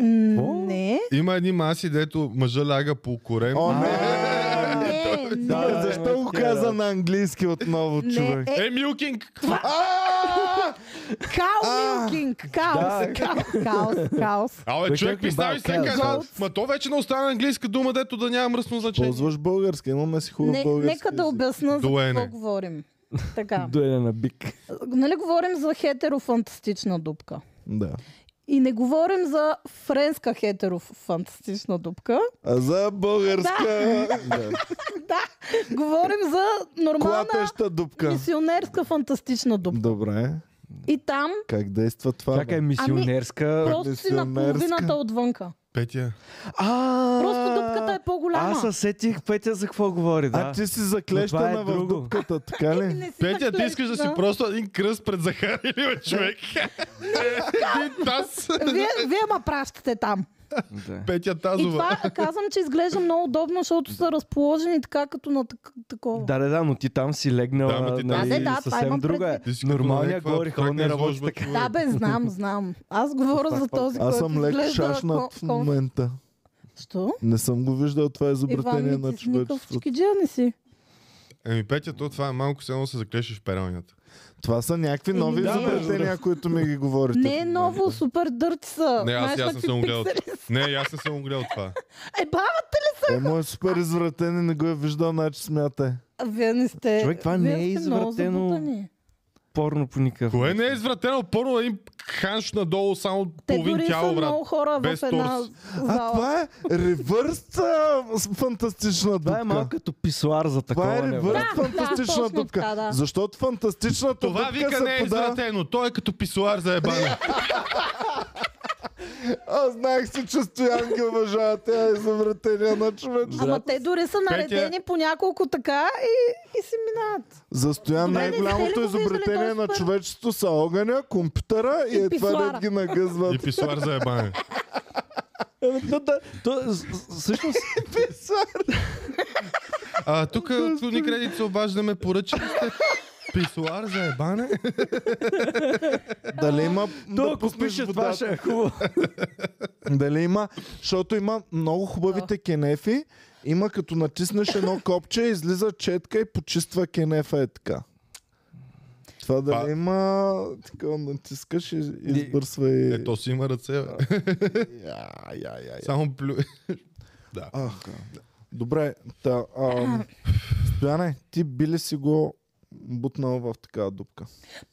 М, Не, Има едни маси, дето мъжа ляга по корем. О, не! не, не. Да, да, Защо го такива, каза да. на английски отново, Не, човек? е, Е, Милкинг! Као Милкинг! Каос, Да. каос, каос, каос. Абе, Бе, човек как ми ми стави бал, сега каза. казва, Голд. ма то вече не остана английска дума, дето да няма мръсно значение. Ползваш български, имаме си хубав Не, български. нека да език. обясна за Доене. какво говорим. Така, Дойде на бик. Ами, нали говорим за хетерофантастична дупка? Да. И не говорим за френска хетерофантастична дупка. А за българска... Да. Да, говорим за нормална Клатеща дупка. мисионерска фантастична дупка. Добре. И там Как действа това? Чакай, е бе? мисионерска. просто си на половината мисионерска. отвънка. Петя, А, Просто дупката е по-голяма. Аз се сетих Петя за какво говори, да. А ти си Но това е заклещана в друго. дупката, така ли? Е, Не си Петя, ти наклещна. искаш да си просто един кръст пред Захари ли, бе, човек? Един таз. Вие, Е, вие ма пращате там. Да. Петя И Тазова. това казвам, че изглежда много удобно, защото са разположени така като на так- такова. Да, да, да, но ти там си легнал. Да, ма ти там нали, си- Да, да, това съвсем имам друга е. Ти си като Нормалният някаква гори хора не абстрактна работи изложба, така. Да, човек. бе, знам, знам. Аз говоря за този, Аз който съм лек изглежда шашнат ко- в ко- момента. Що? Не съм го виждал това е изобретение Иван, на не ти си никакъв човечеството. чикиджия не си. Еми, Петя, то това е малко, все едно се заклешиш в пералнята. Това са някакви Еми, нови да, изобретения, които ми ги говорите. Не е ново, супер дърти са. Не, аз- Знаеш аз не какви съм гледал. пиксели са. Не, аз не съм го гледал това. Е, бабата Емо е супер извратен и не го е виждал, значи смятай. ли? Вие не сте... Човек, това вие не е сте много извратено. забутани. Порно по никакъв. Кое начин. не е извратено? Първо един ханш надолу, само Те половин дори са тяло, брат. много хора без в една торс. А зала. това е ревърс а, с фантастична дупка. Това е малко като писуар за Това е такова. не, ревърс брат. да, фантастична точно дупка. така, да. Защото фантастичната Това дупка вика се не е подава... извратено. Той е като писуар за ебана. Аз знаех си, че Стоян ги уважава тя извратения на човечеството. Ама те дори са наредени по няколко така и, и си минават. За Стоян Добре, не сте най-голямото ли го виждали изобретение този на път? човечеството са огъня, компютъра и, И е това писоара. да ги И нагъзват. писуар за ебана. Ами, да, да. То, с- с- всъщност, А, тук от Unicredit се обаждаме, поръчали сте писуар за ебане. Дали има то, да ако пуснеш пише, това ще водата? е хубаво. Дали има, защото има много хубавите кенефи. Има като натиснеш едно копче, излиза четка и почиства кенефа е така. Това дали Па- има така натискаш и избърсва и... Ето Е, си има ръце. бе. Я, я, я, я. Само плю... Ах, добре, та, ам, Стояне, ти би ли си го бутнал в такава дупка.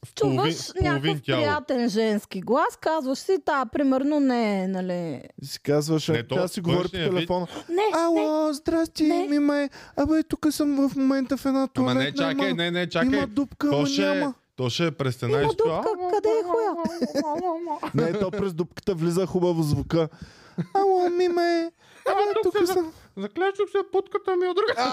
В Чуваш някакъв приятен женски глас, казваш си, та, примерно не е, нали... И си казваш, Не, не, то тя си говори по външния вид- телефона. Не, не, Ало, здрасти, Не. ми май. Абе, тук съм в момента в една Ама туалетна. не, чакай, има, не, не, чакай. Има дупка, То ама ще, няма. то ще е през стена и има ще... дупка, къде е хуя? Не, то през дупката влиза хубаво звука. Ало, ми ме. Абе, тук съм. Заклечух се, путката ми е от друга.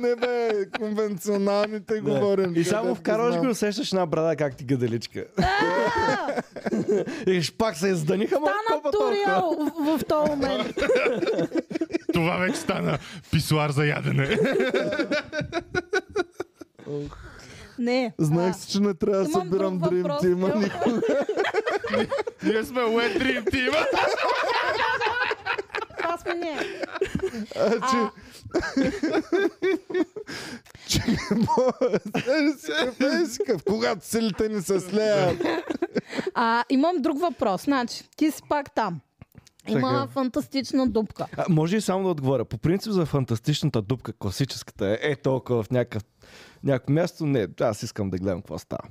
Не бе, конвенционалните Да. говорим. И само където вкарваш знам. го и усещаш една брада, как ти гаделичка. И ще пак се изданиха, ма Стана копа толкова. туриал в, в този момент. Това вече стана писуар за ядене. Не. Знаех си, че не трябва да Имам събирам друг Dream въпрос, Team. Йо. никога. Ние сме Wet Dream Team. а, Това сме ние. А, че... Че какво когато силите ни се слеят. А, имам друг въпрос. Значи, ти си пак там. Има Чакай. фантастична дупка. А, може и само да отговоря. По принцип за фантастичната дупка, класическата е, е толкова в някакъв, някакво място. Не, аз искам да гледам какво става.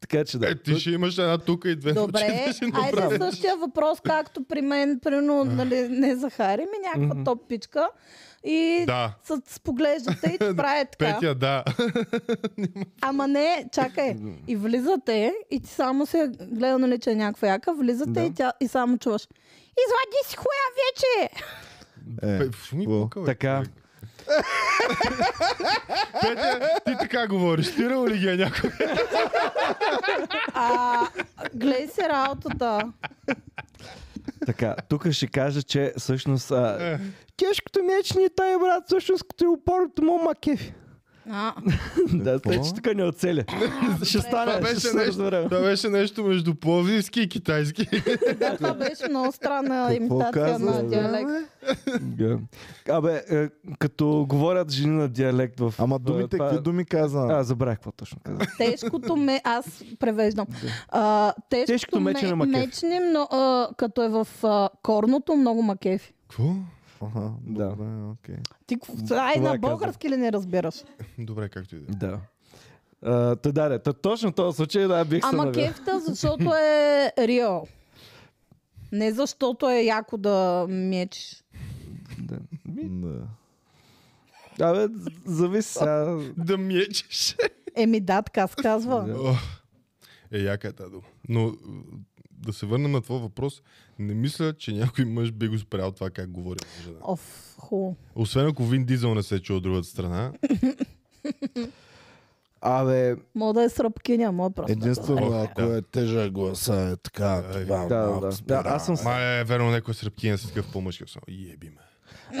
Така че да. Е, ти ще имаш една тука и две Добре, Е, значи ще айде направиш. същия въпрос, както при мен, прино, нали, не Захари, ми някаква Мгм. топ пичка. И Да. се споглеждате и ти прави така. Петя, да. Ама не, чакай. И влизате и ти само се гледа, нали, че е някаква яка, влизате Да. и, тя, и само чуваш. Извади си хуя вече! Е, Пе- фу, ми какво? пука, бе. Така. Петя, ти така говориш. Тирал ли ги е някой? А, гледай се работата. Така, тук ще кажа, че всъщност Е, а, тежкото е, мечни тай, брат, всъщност като е упорното му макефи. А, да, Какво? те, че тук не оцеля. ще Това стане, ще беше се разберем. нещо, това беше нещо между пловдивски и китайски. да, това беше много странна Какво имитация каза? на диалект. Да. Абе, е, като говорят жени на диалект в... Ама в- думите, това- какви думи каза? А, забравих какво точно казах. Тежкото ме, аз превеждам. А, тежкото, Тежкото мече на макефи. мечни, но, а, като е в а, корното, много макефи. Какво? Аха, Да. добре, окей. Ти, кво- ай, Това е на казах. български ли не разбираш? Добре, както и да е. Да. А, Та да, да, та точно в този случай да бих се Ама нали? навел. кефта, защото е реал. Не защото е яко да мечеш. Да. Ми, Да. Абе, з- зависи сега. Да мечеш. Еми да, така се казва. Да. Ох, Е, яка е тази дума. Но м, да се върнем на твой въпрос, не мисля, че някой мъж би го спрял това как говори на жена. Оф, хубаво. Освен ако Вин Дизел не се чу от другата страна. Абе, Мога да е сръбкиня, мога просто. Единствено, Ох, ако да. е тежък гласа, е така, Ай, това да, малко да. спира. Да, аз съм с- Ма е, верно, някой сръбкин с такъв по-мъжки основа. Еби ме.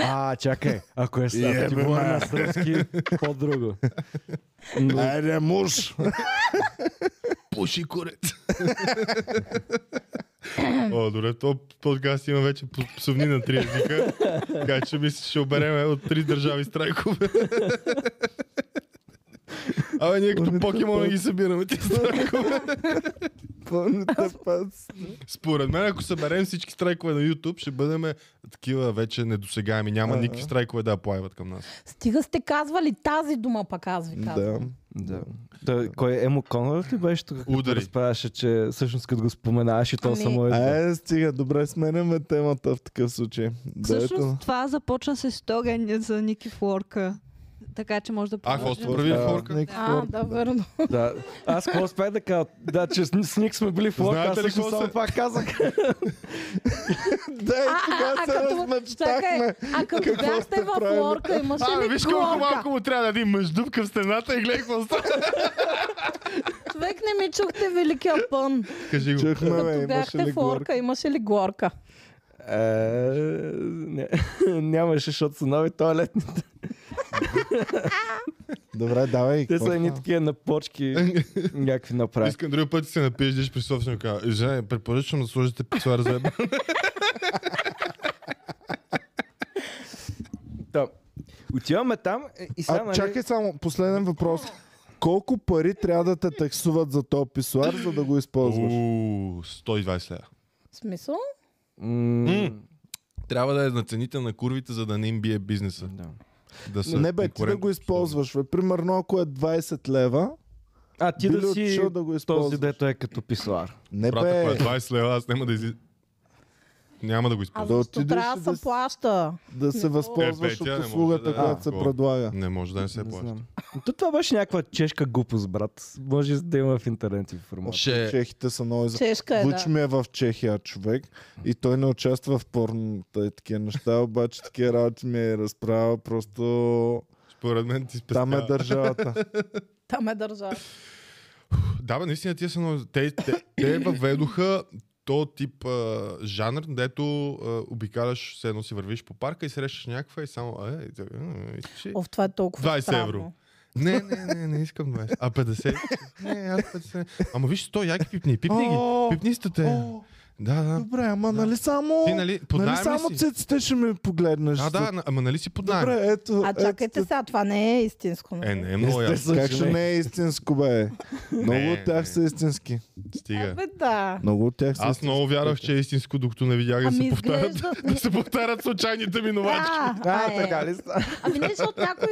а, чакай, ако е сега, ти Ебе, говоря ме. на сръбски, по-друго. Но, Айде, Е, муж! Пуши корец. О, добре, в този подкаст има вече п- псовни на три езика. Така че мисля, ще оберем от три държави страйкове. Абе, ние като покемон ги събираме тези страйкове. Пълните пас. Според мен, ако съберем всички страйкове на YouTube, ще бъдем такива вече недосегаеми. Няма никакви страйкове да плават към нас. Стига сте казвали тази дума, пак аз ви казвам. Да. да. Той, кой е Емо Конър ли беше тук? като Удари. Разправяше, че всъщност като го споменаваш и то Ами- само е... Е, стига, добре, сменяме темата в такъв случай. Да, ето. Всъщност това започна с история ни- за Ники Флорка. Така че може да А, какво продължим. сте прави Да, хорка? Ник А, Форд. да, верно. Да. Аз какво успях да кажа? Да, че с, с Ник сме били в лодка, Знаете аз ли всъщност какво само се- пак казах. Да, и тогава Е, се чакай, размечтахме. а като Какво бяхте сте в правили? лорка, имаше Абе, ли виж колко малко клорка? му трябва да един мъж дупка в стената и гледай какво става. Човек не ми чухте великия пън. Кажи го. Чухме, бе, Като имаше бяхте ли в лорка, горка? имаше ли горка? Е, не, нямаше, защото са нови туалетните. Добре, давай. Те са какво едни става? такива на почки, някакви направи. Искам други път се напиеш, диш при собственика. Жене, препоръчвам да сложите писуар за еба. Да. Отиваме там е, и сега, А, нали... чакай само, последен въпрос. Колко пари трябва да те таксуват за този писуар, за да го използваш? Уу, 120 лева. В смисъл? М, Трябва да е на цените на курвите, за да не им бие бизнеса. да. Да са Не бе, ти да го конкурентоспособни. използваш. Бе. Примерно, ако е 20 лева, А ти били да си отишъл да го този използваш. дето е като писуар. Не Брат, ако е бе, 20 лева, аз няма да излизам. Няма да го Да А използвам. защо отидеш трябва и да да се си- плаща? да се възползваш Е, бе, тя не от може услугата, да- която А, се какво? предлага. Не може да не се Не плаща. знам. То това беше някаква чешка глупост, брат. Може да има в интернет информация. Ще... Чехите са много за... Чешка е, Вуч да. ми е в Чехия човек и той не участва в порната и такива неща, обаче такива работи ми е разправя, просто Според мен ти спестява. там е държавата. Там е държава. Да, бе, наистина тия са много... Те, те, те въведоха то тип а, жанр, дето а, обикаляш, все едно си вървиш по парка и срещаш някаква и само... А, е, тя- а, искаш ли? Оф, това е толкова 20 странно. евро. Не, не, не, не искам 20. А 50? Не, аз 50. Ама виж 100 яки пипни. Пипни ги. О, Пипни сте те. о, Да, да. Добре, ама нали само... Ти, нали, под Нали найем ли само си? циците ще ми погледнеш. А, да, на- ама нали си под найем? Добре, ето. А ето чакайте сега, това не е истинско. нали? Е, не е много ясно. Как ще не е истинско, бе? Много от тях не. са истински. Стига. Абе, да. Много от тях са Аз много вярвах, че е истинско, докато не видях да Ами се повтарят, изглежда- да се повтарят случайните минувачки. Да, А, е. така ли ста? Ами не, защото някой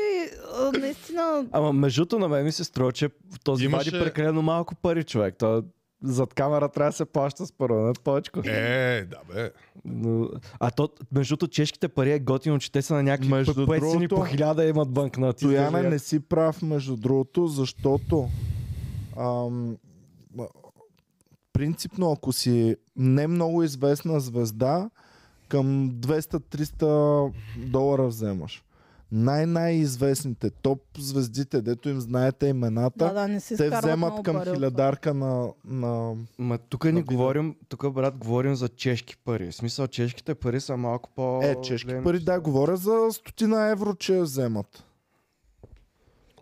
а, наистина... Ама между другото, на мен ми се струва, че в този Имаше- Имаше... вади прекалено малко пари човек. То зад камера трябва да се плаща с първа точка. Е, да бе. Но... А то, между другото, чешките пари е готино, че те са на някакви Между по 5 сини по другото, хиляда имат банкноти. Стояне, Даже не си прав, между другото, защото ам, а, принципно, ако си не много известна звезда, към 200-300 долара вземаш. Най-най-известните топ звездите, дето им знаете имената, Да, да, не си те скарват вземат много към пари от хилядарка на, на... Ма тук ни Например. говорим, тук брат говорим за чешки пари. В смисъл, чешките пари са малко по... Е, чешки големи. пари, да, говоря за стотина евро, че я вземат.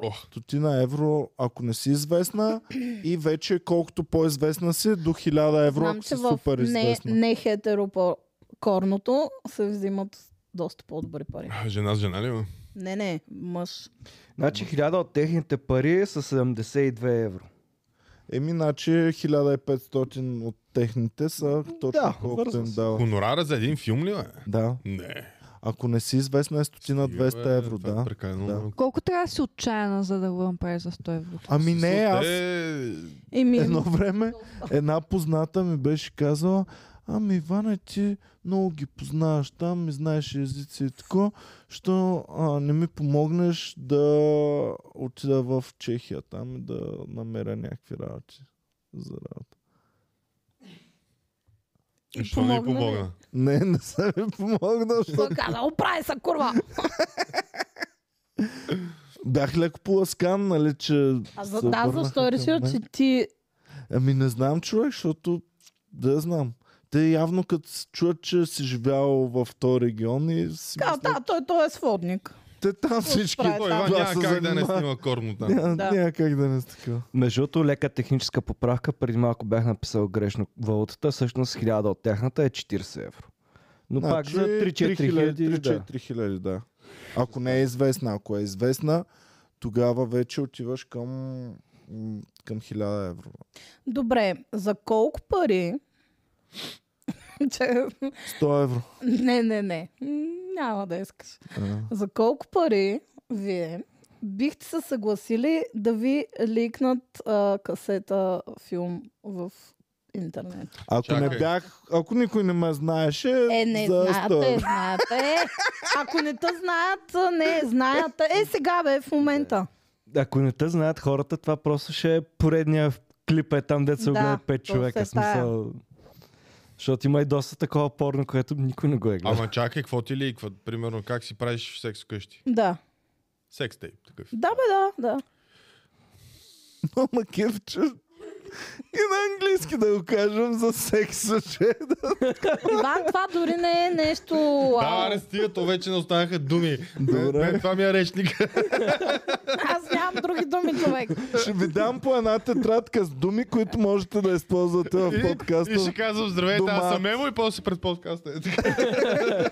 Ох, Стотина евро, ако не си известна и вече колкото по-известна си, до 1000 евро, Знам, ако че си в супер не, известна. не хетеропорното се взимат доста по-добри пари. жена с жена ли? бе? Не, не, мъж. Значи хиляда от техните пари са 72 евро. Еми, значи 1500 от техните са точно Да, колкото върза им се. дава. Хонорара за един филм ли? Бе? Да. Не. Ако не си известна е стотина 200 евро, това е да. Прекалено. Да. малко. Колко трябва да си отчаяна, за да го направиш за 100 евро? Ами не, Смисъл, аз те- Еми, едно време една позната ми беше казала Ами, Ивана, ти много ги познаваш там, ми знаеш езици и тако, що а, не ми помогнеш да отида в Чехия там и да намеря някакви работи за работа. Защо не й помогна ли? помогна? Не, не съм ми помогнал, защото Той каза, оправи се, курва! бях леко поласкан, нали, че... А за, се да, обърнаха защо е към решил, мен. че ти... Ами не знам, човек, защото да я знам. Те явно като се чуят, че си живял в този регион и си Ка, мислят, да, той, той е сводник. те там всички. прави Той там? Иван Това няма се как да не занимава. снима корно там. Няма, Да. няма как да не стъка. Между другото, лека техническа поправка, преди малко бях написал грешно. Валутата всъщност 1000 от тяхната е 40 евро. Но пак за 3-4 хиляди. Да. 3-4 Значи, хиляди, да. Ако не е известна, ако е известна, тогава вече отиваш към, м, към 1000 евро. Добре, за колко пари... че... 100 евро. Не, не, не. М, Няма да искаш. А. За колко пари вие бихте се съгласили да ви ликнат а, касета филм в интернет? Ако не Чакай. бях, ако никой не ме знаеше, Е, не за 100 знаете, евро. знаете. Е, ако не те знаят, не знаят. Е, сега бе, в момента. Ако не те знаят хората, това просто ще е поредния клип е там, деца Да, да, гледат 5 то човека. се тая. Смисъл. Защото има и доста такова порно, което никой не го е гледал. Ама чакай, какво ти ликват? Примерно, как си правиш секс вкъщи? Да. Секс тейп, такъв. Да, бе, да, да. Мама кефче. И на английски да го кажем за секса, че Иван, това дори не е нещо... Да, вау. не стига, то вече не останаха думи. Добре. Мен това ми е речник. Аз нямам други думи, човек. ще ви дам по една тетрадка с думи, които можете да използвате в И ще подкаста. казвам, здравейте, аз Дома. съм Ево и после пред подкаста. Е, така.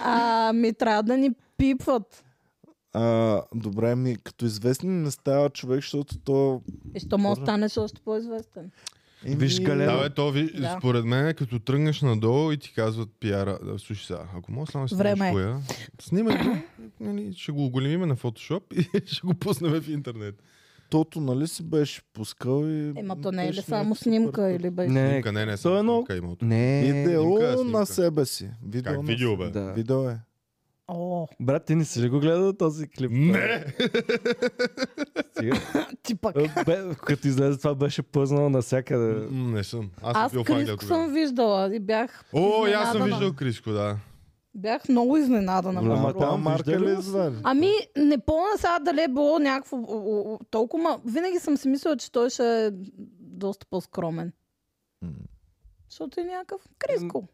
А, ми трябва да ни пипват. А, добре, ми като известни не става човек, защото то... И що може да станеш още по-известен. Виж, Еми, Галена. Да, бе, то ви, Да. да. според мен, е като тръгнеш надолу и ти казват пиара, да, слушай сега, ако мога само да си Време снимаш е. коя, снимай го, нали, ще го оголемиме на фотошоп и ще го пуснем в интернет. Тото, нали си беше пускал и... Ема то не е ли беше само някакъв снимка е супер. или беше? Не, Снимка, не, не, то е само едно- снимка имало. Не. Видео снимка е снимка. на себе си. Видео Как на видео, бе? Да. Видео е. О, Брат, ти не си ли го гледал този клип? е Не! Стига. ти Е, пък. Бе, Като излезе това беше пъзнал навсякъде. М, Не съм. Аз, Аз съм бил в Англия Криско тогава. съм виждала и бях О, и аз съм изненадана. виждал Криско, да. Бях много изненадана. Ама между Ама Голяма другото. там там марка виждали ли ли е звали? Ами, не помня сега дали е било някакво о, о, о, толкова, ма винаги съм си мислила, че той ще е доста по-скромен. М. Защото е някакъв криско. Уху.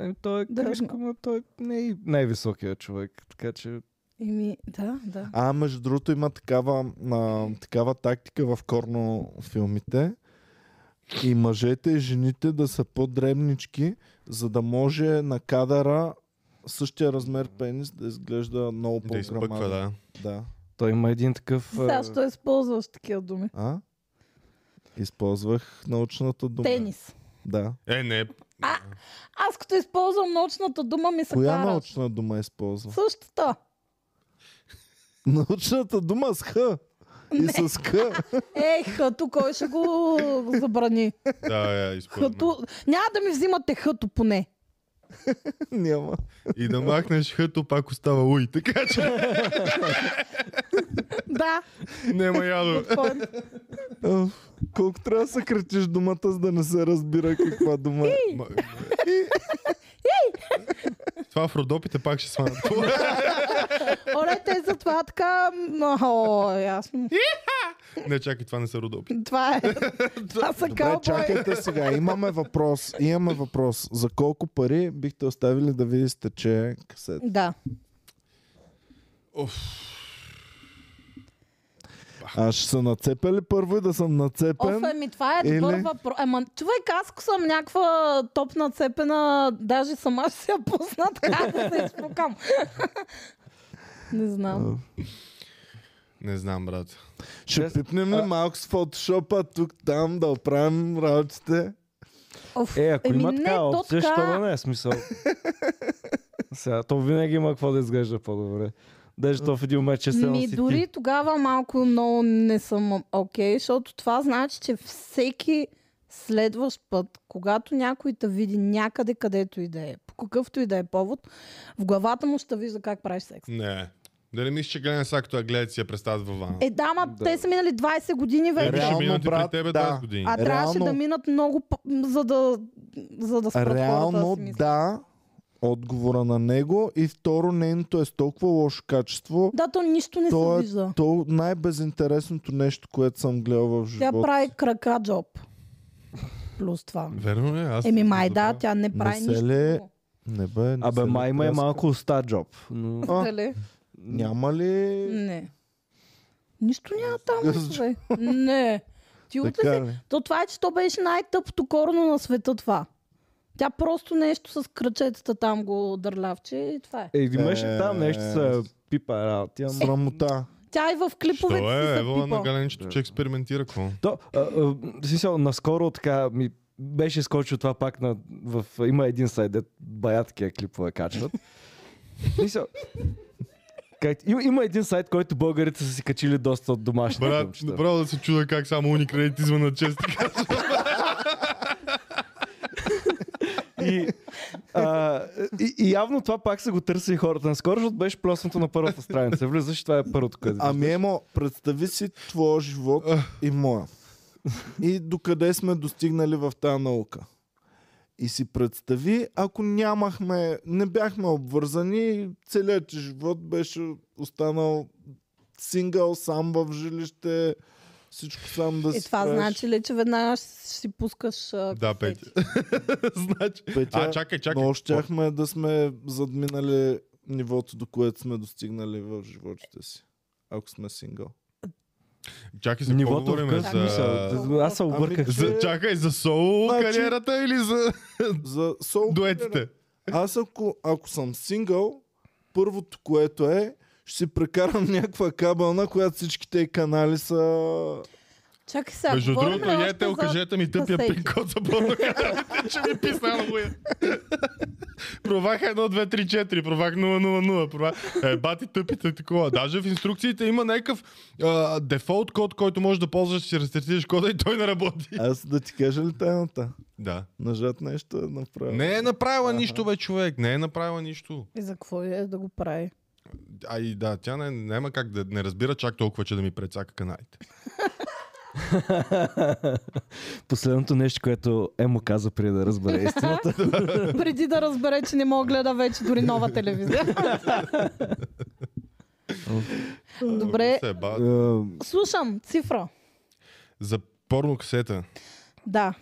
Е, Той е Дръзна. кришко, но той не е и най-високия човек. Така че Еми, да, да. Е. А, между другото има такава, а, такава тактика в корно филмите. И мъжете и жените да са по-дребнички, за да може на кадъра същия размер пенис да изглежда много Да изпъква, по-грамаден. да. да. той има един такъв... Сега а, ще използваш такива думи. А? Използвах научната дума. Тенис. Да. Е, не, Аз като използвам научната дума ми се Коя кара. научна дума използвам? Същата. Научната дума с Х. И с К. Ей, хъто, кой ще го забрани? да, я изпъква. Хъто. Няма да ми взимате хъто поне. Няма. И да махнеш хъто, пак остава уй, така че Да, няма ядо. кой Оф. Колко трябва да съкратиш думата, за да не се разбира каква дума е? Ма- Това в родопите пак ще сванат. Оле, те за това така... м, О, ясно. Не, чакай, това не са родопи. Това е. Това са Добре, каубой. чакайте сега. Имаме въпрос. Имаме въпрос. За колко пари бихте оставили да ви изтече касета? Да. Аз ще се нацепя ли първо и да съм Оф, нацепен? еми, това е добър Или- въпрос. Ема, човек, аз ако съм някаква топ нацепена, даже сама ще се я пусна така да се изпукам. Не знам. Не знам, брат. Ще пипнем ли малко с фотошопа тук, там, да оправим работите? Оф, Е, ако има така то опция, така- що да не е смисъл. Сега, то винаги има какво да изглежда по-добре. Даже то в един момент, че се Ми носи Ами, дори ти. тогава малко много не съм окей, okay, защото това значи, че всеки следващ път, когато някой те види някъде, където и да е, по какъвто и да е повод, в главата му ще вижда как правиш секс. Не. Да не мислиш, че гледам сега, като я гледат си я представят във вана. Е, да, ма Да. те са минали 20 години Е, вече. реално, ще минат и брат, при тебе да. 20 години. а трябваше реално- да минат много, п- за да, за да спрат хората да Реално си мислят. да, отговора на него. И второ, нейното е с толкова лошо качество. Да, то нищо не То се е вижда. то най-безинтересното нещо, което съм гледал в Тя живота. прави крака джоб. Плюс това. Верно ли? е? Аз Еми съм май да, забравил. тя не прави се нищо. ли- е? друго. Не бе, не Абе, се май има е лепляска. малко уста джоб. Но... А. Дали? Няма ли... Не. Нищо няма там. Гъзджо. бе. Не. Ти утре Така се... ли? То това е, че то беше най-тъпото корно на света това. Тя просто нещо с кръчетата там го дърлявче и това е. Е, имаше Е, там нещо с пипа работи. ама- Срамота. Тя и в клиповете Що е, си се Евала на пипа. галенчето, че експериментира какво? То, а, а, в смисъл, наскоро така ми беше скочил това пак на... В, има един сайт, де бая такива клипове качват. В смисъл, как, има, има един сайт, който българите са си качили доста от домашните Брат, домчета. направо да се чуда как само Уникредит извън чест. И, а, и, и, явно това пак са го търсили хората наскоро, защото беше плоснато на първата страница. Влизаш, и това е първото, което Ами Емо, представи си твоя живот и моя. И докъде сме достигнали в тази наука. И си представи, ако нямахме, не бяхме обвързани, целият ти живот беше останал сингъл, сам в жилище, всичко сам да си И това правиш. значи ли, че веднага ще си пускаш а, Да, касети? Петя. Значи... Петя, А, чакай, чакай. Но щяхме да сме задминали нивото, до което сме достигнали в животите си. Ако сме сингъл. Чакай, за какво Нивото в говорим? къс За... смисъл. Аз се обърках. Ами, за... Чакай, за соло Значи- кариерата или за За сол дуетите? Аз ако, ако съм сингъл, първото, което е, ще си прекарам някаква кабелна, която всичките й канали са... Чакай сега, Между говорим другото, ли още ядете, за- окажете ми тъпия касети? пин код за пълнокарта, че ми писна на боя. Провах 1, 2, 3, 4, провах 0, 0, 0, провах... Е, бати тъпите такова. Даже в инструкциите има някакъв а, дефолт код, който можеш да ползваш, си рестартираш кода и той не работи. Аз да ти кажа ли тайната? Да. Нажат нещо е направил. Не е направила нищо, бе, човек. Не е направила нищо. И за какво е да го прави? А и да, тя не, няма как да не разбира чак толкова, че да ми прецака каналите. Последното нещо, което Емо каза преди да разбере истината. Преди да разбере, че не мога гледа вече дори нова телевизия. Добре, Се е ба. А, слушам цифра. За порно касета. Да.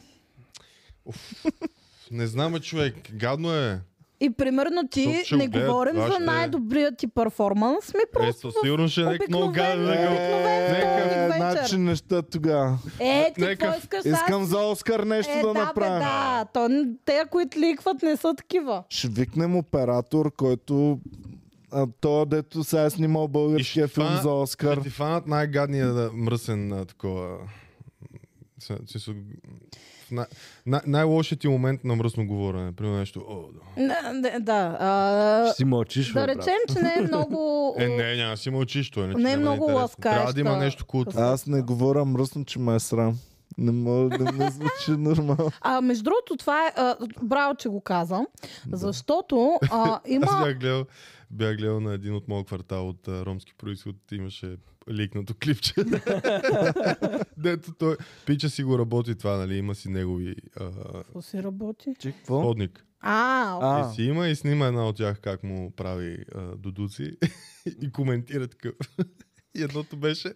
Не знам, бе, човек. Гадно е. И примерно ти Тук ще не го гледат говорим за вашите- най-добрият ти перформанс, ми Е, просто със сигурност ще е някак много гаден. обикновено. някак- Обикновен Е, вечер. значи неща тогава. Е, ти Нека- какво искаш сега? Искам за Оскар нещо е, да да, бе, направя. да. То, н- те, които ликват, не са такива. Ще викнем оператор, който а, той, дето сега е снимал българския И ще филм фана- за Оскар. Ще ти фанат най-гадния да, мръсен а, такова. С- с- с- в най- най- най-лошият ти момент на мръсно говорене. Примерно нещо. О, да. Не, не, да. А, Ще си мълчиш, да бе, брат. речем, че не е много... Е, не, няма да си мълчиш, той не, Не е много ласкаеща. Трябва да има нещо култ. Аз не говоря мръсно, че ме е срам. Не мога да ме звучи нормално. А, между другото, това е... А, браво, че го казвам. Защото а, Аз има... бях гледал, бях гледал на един от моят квартал от а, ромски происход, имаше ликнато клипче. Дето той, пича си го работи това, нали, има си негови а, Какво си работи? Че, какво? подник. А, а, А, И си има и снима една от тях как му прави а, дудуци и коментира такъв. И едното беше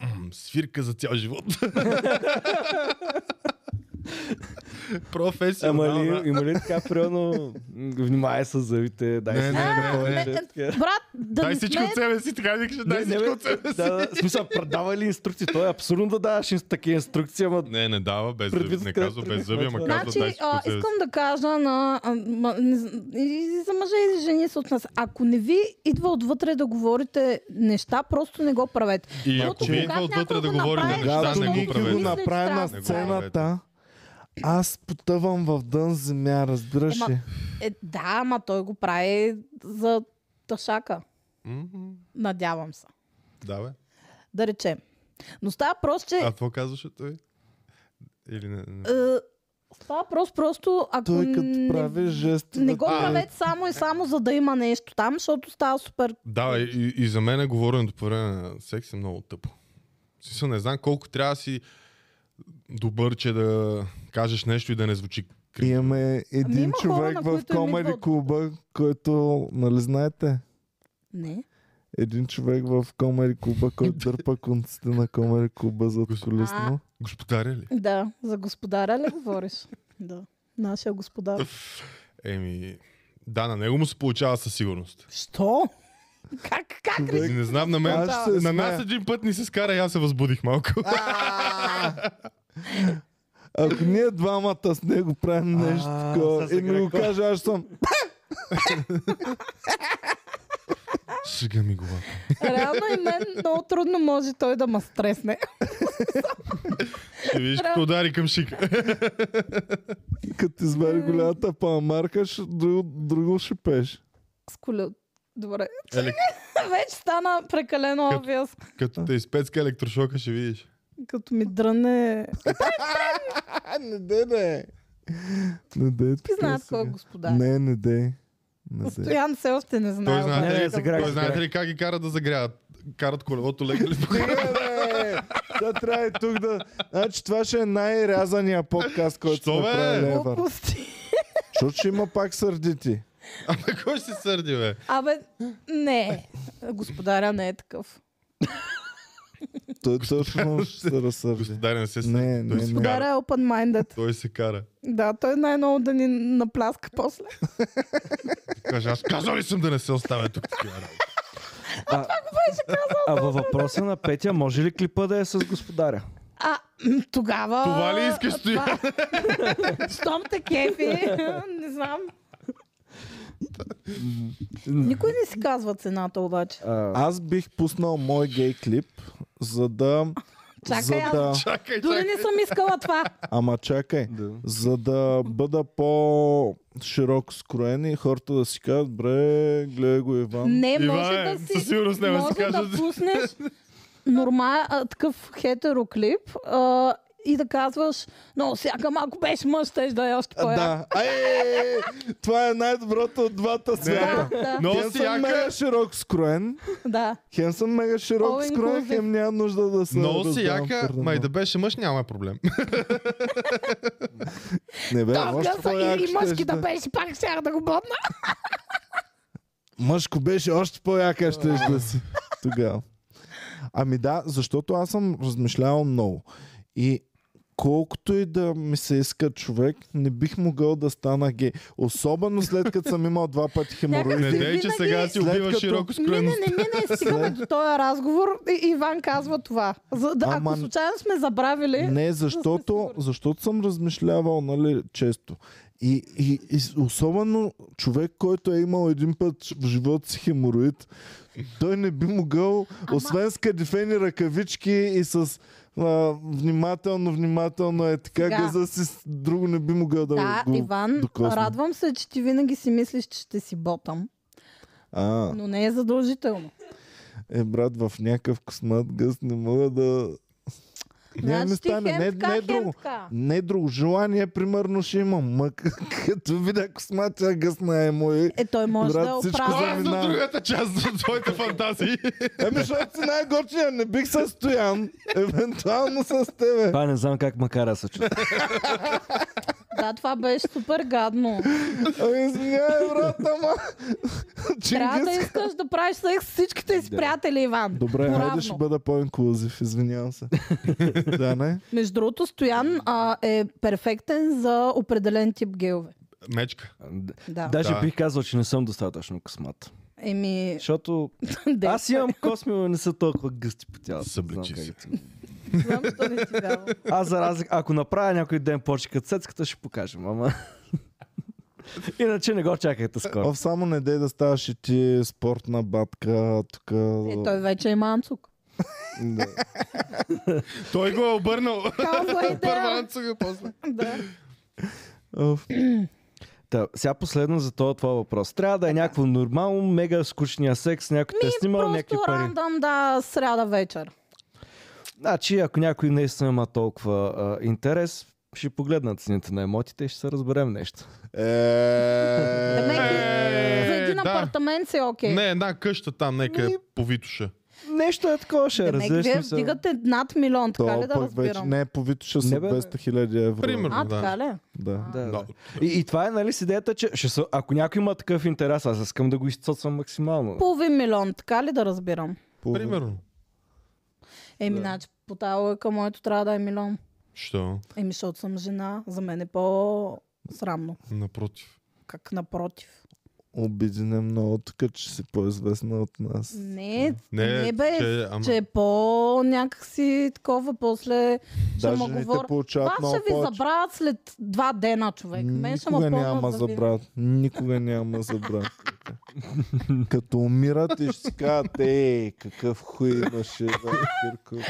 «М, свирка за цял живот. Ама ли, Професионална. има ли така, примерно, м, внимай с зъбите, дай Не, си. не, не, повече, не. така. брат, да е, Дай не е всичко сме... от себе си, така викаш, дай Не, не, всичко бе, от себе си. да, да, в смисъл, предава ли инструкции? То е абсурдно да даваш инс- такива инструкции, ама Не, не дава без Предвид зъби. Не къде казва без тръгна зъби, ама това. казва дай Значи, всичко а, от себе си. искам да кажа на... А, ма, не зн- и за мъже и за жени се отнася. Ако не ви идва отвътре да говорите неща, просто не го правете. И Защото ако ви идва когато отвътре някой да го говори на направи, неща, Когато не го Ники го правете. направи на Не го сцената, аз потъвам в дън земя, разбираш Ема- ли? Е, да, ама той го прави за тъшака. Мгм. Надявам се. Да, бе. Да речем. Но става просто, че... А какво казваше той? Или не? не. Е, става просто, просто ако Той като не, прави жест. не го А. правете само и само, за да има нещо там, защото става супер... Да, и, и- и за мен е говоренето по време на секс е много тъпо. В Смисъл, не знам колко трябва да си добър, че да кажеш нещо и да не звучи криво. Имаме един Ами има хора, човек на в които им идва комеди от- клуба, който, нали знаете? Не. Един човек в комери клуба, който Ами, дърпа конците на комери клуба зад колесно. Господаря ли? Да, за господаря ли говориш? да. Нашия господар. Еми, да, на него му се получава със сигурност. Що? Как, как ли? Човек, Не знам, на мен. Аз ще се На нас смея. един път ни се скара и аз се възбудих малко. Ако ние двамата с него правим нещо А, такова сега и ми го какво? каже, аз съм Сега ми глава. Реално и мен много трудно може той да ме стресне. Ще видиш, като удари към шика. като извади голямата паламарка, ще- друго, друго ще пеш. С коля... Добре. Еле, Вече стана прекалено Като- обвяз, като те изпецка електрошока, ще видиш. като ми дръне. А, не дей, не. Не дей. Ти така знаят кой е сега. господар. Не, не дей. Не дей. Стоян все още не знае. Той Не, знаете не, ли, загрях, той знаете загрях. ли как ги карат да загряват? Карат колелото лека ли по Е, Сега трябва и тук да... Значи това ще е най-рязания подкаст, който Що, сме бе? правили ever. Глупости. Защото ще има пак сърдити. Абе, кой ще се сърди, бе? Абе, не. Господаря не е такъв. Той точно ще се разсърди. Господаря не се сърди. Не, той не, се не. Господаря кара. е open-minded. Той се кара. Да, той най-ново да ни напласка после. Каже, аз казал ли съм да не се оставя тук такива работи? А, а във въпроса на Петя, може ли клипа да е с господаря? А, м, тогава... Това ли искаш, Стоян? Това- Щом те кефи, не знам. Никой не си казва цената обаче. А, Аз бих пуснал мой гей клип, за да за Чакай, аз да... Чакай, дори чакай. не съм искала това. Ама чакай. Да. За да бъда по-широко скроен и хората да си кажат, бре, гледай го Иван. Не, Иван, може е, да си... със сигурност няма да си може да кажат. пуснеш норма, а, такъв хетероклип а, и да казваш, но всяка малко беше мъж, теж да е още А, по да. Ай, ай, ай, ай, това е най-доброто от двата свята. да, Много Хем си съм яка, мега широк скроен. да. Хем съм мега широк All скроен. inclusive. Хем няма нужда да се много си раздавам яка, порно. ма и да беше мъж няма проблем. Не бе, е Да, още да, по-яко или мъжки ще да да... беше, пак ще да го бодна. Мъжко беше още по-яка ще да си. Тогава. Ами да, защото аз съм размишлявал много. И колкото и да ми се иска човек, не бих могъл да стана гей. Особено след като съм имал два пъти Не хемороиди. дей, че винаги- сега си След убиваш като- широко Не, не, скроеност. не, мине, стигаме до този разговор и Иван казва това. За, да, Ама- ако случайно сме забравили, Не, защото, защото съм размишлявал, нали, често. И, и, и с- особено човек, който е имал един път в живота си хемороид, той не би могъл, Ама... освен с кадифени ръкавички и с а, внимателно, внимателно е така, Сега. газа си с друго не би могъл да, да, го Иван, докосне. радвам се, че ти винаги си мислиш, че ще си ботам, А, но не е задължително. е брат, в някакъв късмат гъс не мога да... Няма ми Значи ти стане, хем не, така, не е хем друго. така. Не друго желание, примерно ще имам мък. Като видя косматия гъсна е мой. Е, той може Брат, да всичко Това е оправи. за Заминавам. другата част за твоите фантазии. Еми, Ами, защото си най-горчия, не бих се стоян. Евентуално с тебе. Това не знам как макара да се чувства. Да, това беше супер гадно. Ами, извинявай, брат, ама... Трябва да е Чингис. искаш да правиш секс с всичките си приятели, Иван. Добре, хайде Поравно. ще бъда по-инклюзив, извинявам се. да, не? Между другото, Стоян а, е перфектен за определен тип геове. Мечка. Д- Да. Даже Да. бих казал, че не съм достатъчно късмат. Еми, Защото де, аз имам косми, но не са толкова гъсти по тялото. Събличи Знам се. как да ти- знам, що не ти вярвам. Аз за разлика, ако направя някой ден повече като цецката, ще покажем, ама... Иначе не го чакайте скоро. Ов, само не дей да ставаш и ти спортна батка, тук... Е, той вече е манцук. Да. Той го е обърнал. Каунго е идея. Първанца го после. Да. Оф. Та, сега последно за това, това въпрос. Трябва да е някакво нормално, мега скучния секс, някой те е снимал някакви Просто пари. рандъм, да, сряда вечер. Значи, ако някой наистина има толкова а, интерес, ще погледнат цените на емотите и ще се разберем нещо. Е, Е, За един да. апартамент си е окей. Не, една къща там, нека е по Витуша. Нещо е такова, ще е Демек, вие различно. вдигате над милион, така То ли да пък вече разбирам? не е повитоша с Не, бе, 200 хиляди евро. Примерно. А, Да. така ли? Да. Да, да. Да. И, и това е нали с идеята, че ще са, ако някой има такъв интерес, аз искам да го изцоцвам максимално. Половин милион, така ли да разбирам? Половин- Примерно. Еми, значи, по тази логика моето трябва да е милион. Що? Еми, защото съм жена, за мен е по-срамно. Напротив. Как напротив. Обиден е много тук, че си по-известна от нас. Не, Не, не, бе, че, че, ама, че е по-някакси такова, после ще Даже му жените говоря. получават Вас много ще ви повече. забравят след два дена, човек. Мен ще му Никога няма помнят за винаги. забрат. Никога няма забрат. Като умират и ще си кажат, ей, какъв хуй имаше. бе, Кирко.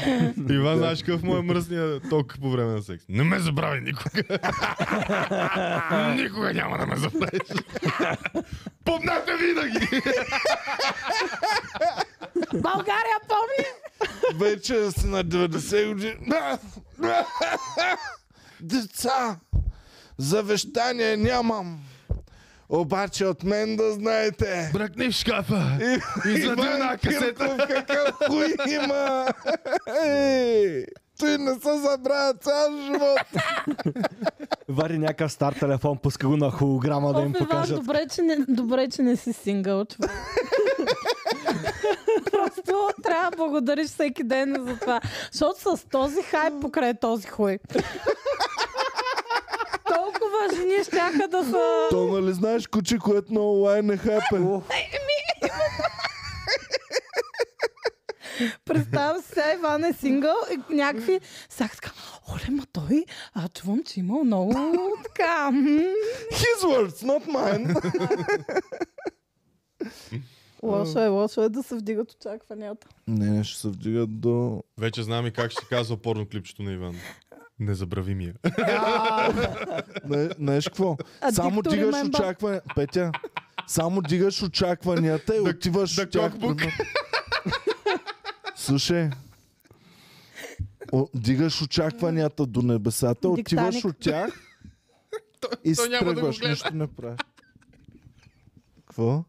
Иван, знаеш какъв му е мръсния ток по време на секс? Не ме забрави никога. никога няма да ме забравиш. Помнете винаги! България помни! Вече си на 90 години. Деца, завещание нямам. Обаче от мен да знаете. Бръкни в шкафа! Иван Извади една касета! Кирков, какъв хуй има! Ей, Той не се забравя цял живот! Вари някакъв стар телефон, пуска го на холограма да им Оф, Иван, покажат. добре, че не, добре, че не си сингъл, човек. Просто трябва да благодариш всеки ден за това. Защото с този хайп покрай този хуй. Толкова жени щяха да са... То нали знаеш куче, което на онлайн е хапен? Представям си, сега Иван е сингъл и някакви... Сега така, оле, ма той, а чувам, че имал много така... м, His words, not mine! Лошо е, лошо е да се вдигат очакванията. Не, не, ще се вдигат до... Вече знам и как ще се казва порно клипчето на Иван. Незабравимия. Не, знаеш какво? А Само диктори дигаш мен ба- очаквания... Петя, само дигаш очакванията и отиваш да в тях. кокбук. Слушай, о, дигаш очакванията до небесата, отиваш Диктаник. от тях и той си няма да го тръгваш. гледа. Нищо не правиш. Какво?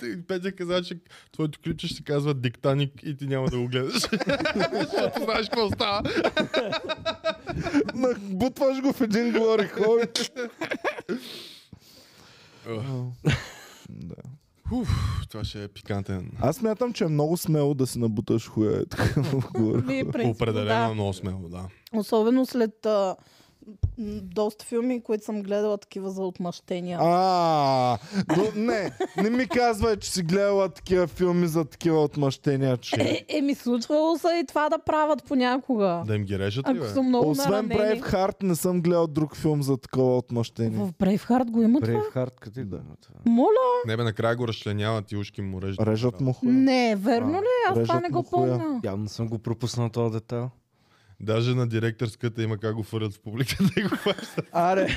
Ти- Петя каза, че твоето клипче ще се казва Диктаник и ти няма да го гледаш. Защото знаеш какво става. Бутваш го в един говори хой. Да. Уф, това ще е пикантен. Аз мятам, че е много смело да си набуташ хуя е така в говори. Ми, принципно, Определено Ами, да. много смело, да. Особено след а, м, доста филми, които съм гледала такива за отмъщения. А, но не, не ми казвай, че си гледала такива филми за такива отмъщения, че... Е, е, ми случвало се и това да правят понякога. Да е. им ги режат ли, Ако бе? са много Освен наранени. Braveheart не съм гледал друг филм за такова отмъщение. В Брейвхард го има това? Брейвхарт, къде да? Моля? Не бе, накрая го разчленяват и ушки му режат. Режат му хуя. Не, верно А, ли? е? Аз това режат не му го хуя. помня. Явно съм го пропуснал този детайл. Даже на директорската има как го фърят в публиката и го хващат. Аре,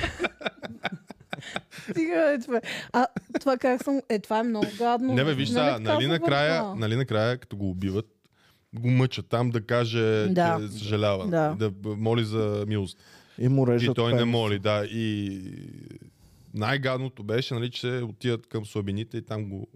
Стига е това. А това как съм... Е, това е много гадно. Не бе, виж сега, така нали се накрая, вършва? нали накрая, като го убиват, го мъчат там да каже, Да. че съжалява, Да. да б- моли за милост. И му И режат той не пенис. моли, да. И най-гадното беше, нали, че отиват към слабините и там го...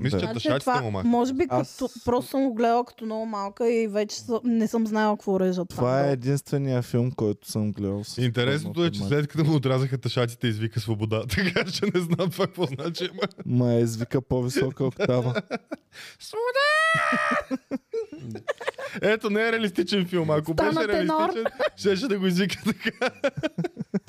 Мисля, Да. че Значи, тъшаците му това, махат. може би Аз- като, просто съм го гледала като много малка и вече съ- не съм знаела какво режат. Това е там. единствения филм, който съм гледал. с Интересното е, че формата. след като му отрязаха тъшаците, извика свобода. Така че не знам това какво значи. ама- Ма е извика по-висока октава. Свобода! Ето, не е реалистичен филм. Ако Стана беше тенор. реалистичен, щеше да го извика така.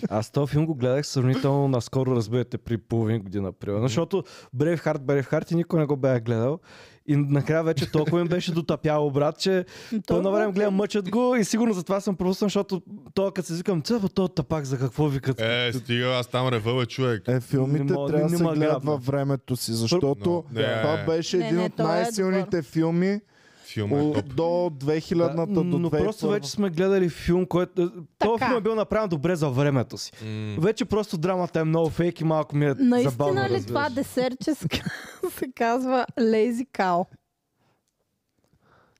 Аз този филм го гледах сравнително наскоро, разбирате, при половин година, примерно. Защото Брейвхарт, Брейвхарт и никой не го бях гледал. И накрая вече толкова им беше дотъпяло, брат, че М, по той едно го- време гледам мъчат го и сигурно затова съм пропуснал, защото то, като се викам, цъпа, то тапак за какво викат? Е, стига, аз там рева, бе, човек. Е, филмите Не мога- трябва да не се мога гледат грабна. във времето си, защото Но, не. това беше Не, един не, от той е най-силните филми Филма е о, топ. до 2000-та Да, до но 2001-та. просто вече сме гледали филм, който... Този филм е бил направен добре за времето си. М, Вече просто драмата е много фейк и малко ми е забавно. Наистина ли разбираш. това десертче се, се казва Lazy Cow?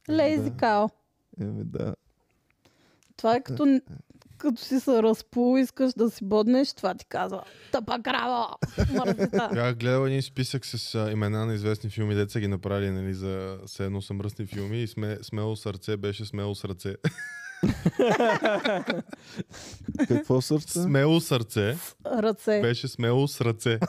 Е, Lazy Cow. Еми да. Това е като, като си се разпул, искаш да си боднеш, това ти казва. Тъпа крава! Мързита! Бях гледал един списък с а, имена на известни филми, деца са ги направили, нали, за все едно са мръсни филми и сме, смело сърце беше смело сърце. Какво сърце? смело сърце Ръце. беше смело с ръце.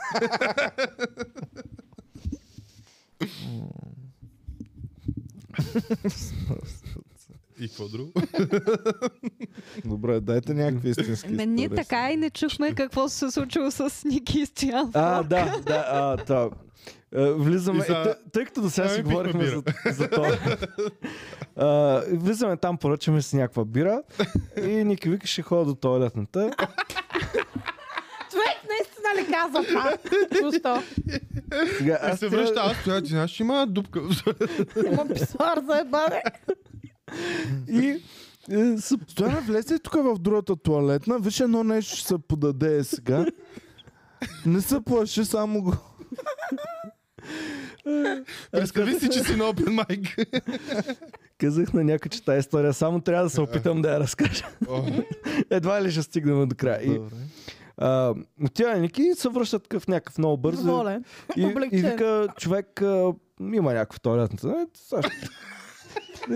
и какво друго? Добре, дайте някакви истински Ме, Ами, ние истории. така и не чухме какво се е случило с Ники и Стоян. А, да, да, а, това. Е, Влизаме. И за- Е, тъй- тъй като до сега Ами, си пихме говорихме бира. за, за това. А, влизаме там, поръчаме си някаква бира и Ники вика, ще ходя до туалетната. Е, Човек, наистина ли каза това? Защо? Сега, Аз аз се трябва- връща, аз стоя, ти знаеш, че има дупка. Има писуар за ебане. И е, се Стояна, влезе тук в другата туалетна, виж едно нещо ще се подаде е сега. Не се плаши, само го. Представи си, че си на Open Mic. казах на някой, че тази история само трябва да се опитам да я разкажа. О, Едва ли ще стигнем до края. И, Добре. а, отива Ники и се връщат къв някакъв много бързо. Волен. И, и Облегчен. вика, човек а, има някаква туалетната. Е, сега ще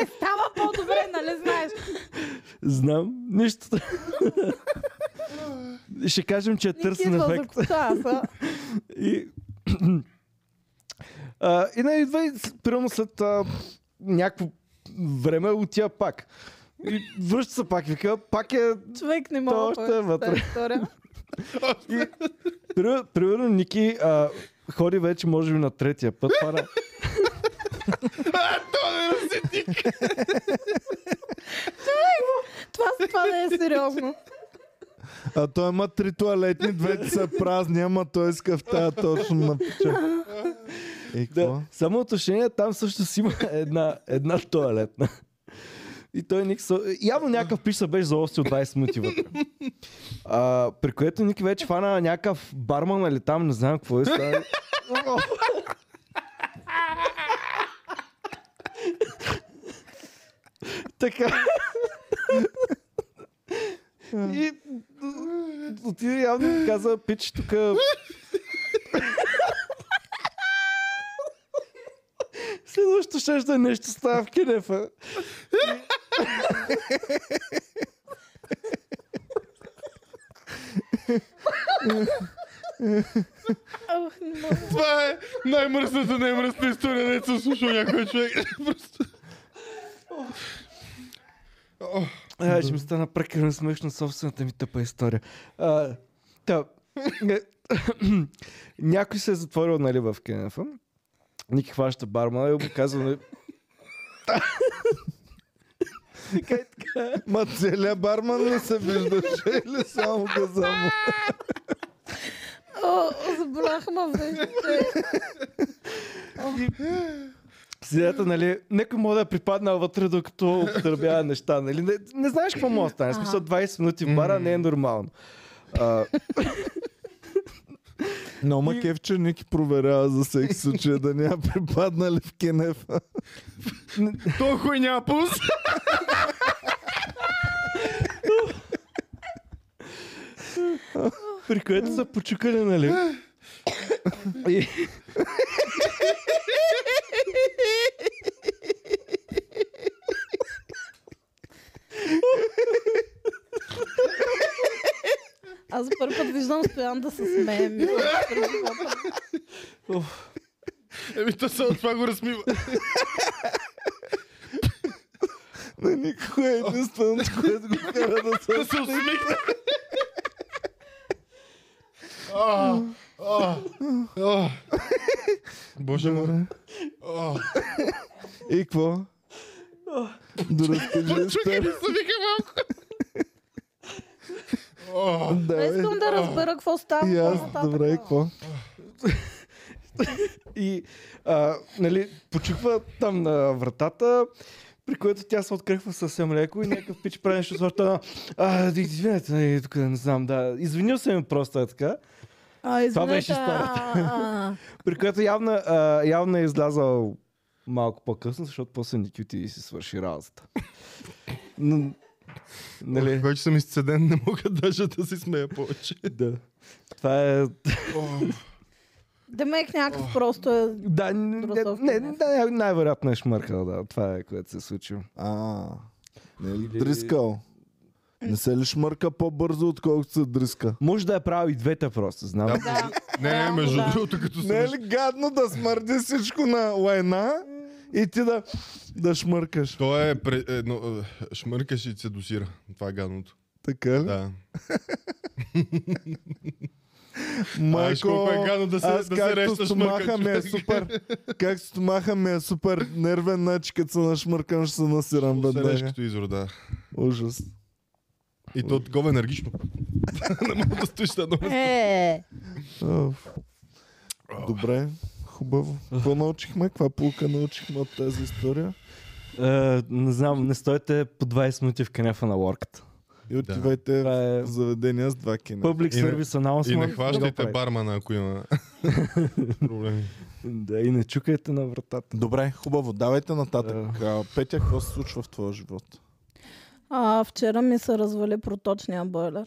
Не става по-добре, нали знаеш? Знам, нищо. Ще кажем, че е Ники търсен идва за ефект. косата. И, а, и не идва и с- примерно след а, някакво време отива пак. И връща се пак, и вика, пак е... Човек не мога То повече още е с тази вътре. история. Примерно, примерно Ники а, ходи вече, може би, на третия път. Пара. Това, това не е сериозно. А той има три туалетни, двете са празни, ама той иска в тая точно на пича. И какво? Да, само отношение, там също си има една, една туалетна. И той Ник... са- Явно някакъв пич се беше заости от 20 минути вътре. А, при което Ник вече фана някакъв барман или там, не знам какво е става. така. И отиде явно и каза, пич, тук следващото ще ще е нещо става в кенефа. Ох, не мога. Това е най-мръсната, най-мръсна история, не съм слушал някой човек. Просто... О, А, Е, ще ми стана прекалено смешно собствената ми тъпа история. А, та, е, някой се е затворил нали, в кенефа. Ники хваща бармана и му казва... нали, така и така. Ма целият барман не се виждаше или само газа му? О, забравих ма вече. Сидята, нали, някой може да е припаднал вътре, докато употребява неща, нали? Не, не знаеш какво може да стане. В Смисъл, 20 минути в бара не е нормално. А, Но ма кеф, че Ники проверява за всеки случай да няма припаднали в кенефа. Той хуй няма пулс. При което са почукали, нали? И... Аз за първи път виждам Стоян да се смее. мило. Еми, то само това го размива. На никога е единственото, което го кара да се... Да се усмихне. А, а, а. Боже мой. А. И какво? Доразкажи Чукай ли се вика малко? А, Да, Искам да разбера какво става. И аз, какво става добре, и такова. какво? И, а, нали, почуква там на вратата, при което тя се откръхва съвсем леко и някакъв пич прави нещо с върта. А, да извинете, нали, тук не знам, да. Извинил се ми просто е така. А, извинете, беше историята. а, а, а. При което явно, а, явно е излязал малко по-късно, защото после Ники отиде и си свърши работата. Но, нали, Вече съм изцеден, не мога даже да си смея повече. да. Това е Демек някакъв просто е... Да, н- Трусовки не, не, не. да, най-вероятно е шмъркал, да. Това е което се е случило. А, не е ли Или- дрискал? Не се ли шмърка по-бързо, отколкото се дриска? Може да е правил и двете просто, знам. Да. Да. Не, Реално, между да. другото, като Не е съм... ли гадно да смърди всичко на лайна и ти да, да шмъркаш? Той е пре- едно, е, шмъркаш и се досира. Това е гадното. Така ли? Да. Знаеш Майко, колко е гадно да се- аз да се както рещаш стомаха шмъркач, ми е човек. супер, както стомаха ми е супер нервен, значи като се нашмъркам ще се насирам веднага. Усережкото изрода. Ужас. И то такова енергично. Не мога да стоиш на едно място. Е, Оф. Добре, хубаво. Какво научихме? Каква полука научихме от тази история? Е, не знам, не стойте по 20 минути в кенефа на лорката. И отивайте Това е в заведения с два кина. публик И не- сервис И анонсмент. не да го хващайте правите. бармана, ако има проблеми. Да, и не чукайте на вратата. Добре, хубаво. Давайте нататък. А, Петя, какво се случва в твоя живот? а, вчера ми се развали проточния бойлер.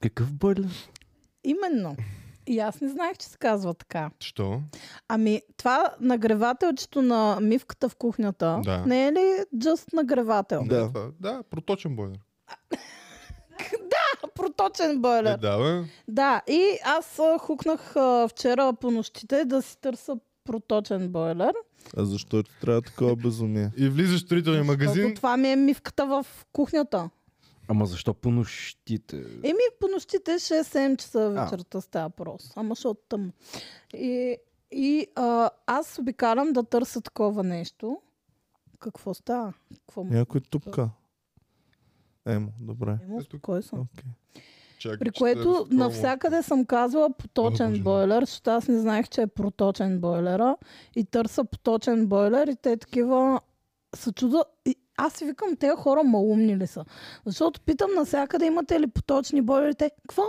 Какъв бойлер? Именно. И аз не знаех, че се казва така. Що? Ами, това нагревателчето на мивката в кухнята, Да. не е ли just нагревател? Не, Да. това- Да, проточен бойлер. Проточен бойлер. Е, да, бе. Да, и аз а, хукнах а, вчера по нощите да си търся проточен бойлер. А защо ти трябва такова безумие? И влизаш в строителния Защото магазин. това ми е мивката в кухнята. Ама защо по нощите? Еми, по нощите 6-7 часа А. вечерта става прос. Ама защото тъм. И, и а, аз обикарам да търся такова нещо. Какво става? Какво... м- Някой тупка. Емо, добре. Емо, спокой съм. Окей. Чакай, При че което ще навсякъде съм казвала Много поточен жена. бойлер, защото аз не знаех, че е проточен бойлера. И търса поточен бойлер и те такива се чуда. И аз си викам, те хора малумни ли са? Защото питам навсякъде, имате ли поточни бойлери? Те, какво?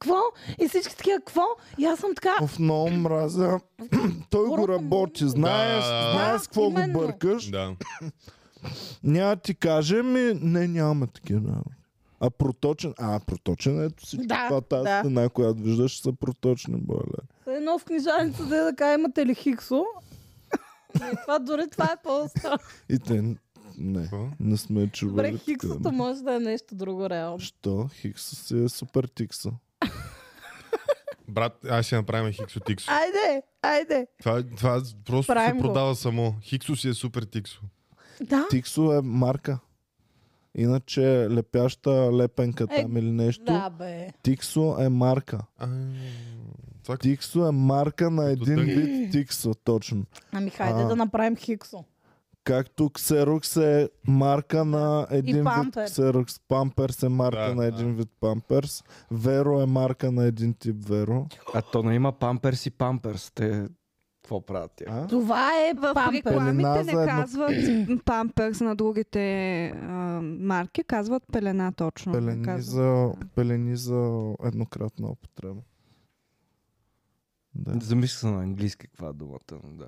Какво? И всички такива, какво? И аз съм така, Оф, много мраза. Той го Хората работи. много- Знаеш, Да, знаеш да, какво го именно. бъркаш. Да. Няма ти каже ми, не нямаме такива. работи. А проточен, а проточен е ето всичко Да, това тази да. да. стена, която виждаш, са проточни бойлери. едно в «Е, книжаница, да е така, имате ли хиксо? Не, това дори това е по-остро. И те, не, Какво? не сме чували. Добре, такива хиксото неща. може да е нещо друго реално. Що? Хикса си е супер тикса. Брат, аз ще направим хиксо тиксо. Айде, айде. Това, това просто Правим се го. продава само. Хиксо си е супер тиксо. Да. Тиксо е марка. Иначе лепяща лепенка Е, там или нещо. Да, бе. Тиксо е марка. А, това ти... Тиксо е марка на Като един дънки. вид тиксо, точно. Ами хайде А. да направим хиксо. Както Ксерокс е марка на един вид Памперс. Ксерокс, Памперс е марка Да, на един вид Памперс, Веро е марка на един тип Веро. А то не има памперс и памперс. Те какво правят тя? А? Това е В пампер. Пелена рекламите за не едно- казват памперс на другите а, марки, казват пелена точно. не Пелени казват. за, пелени за еднократна употреба. Да. Замисля се на английски каква е думата. но Да.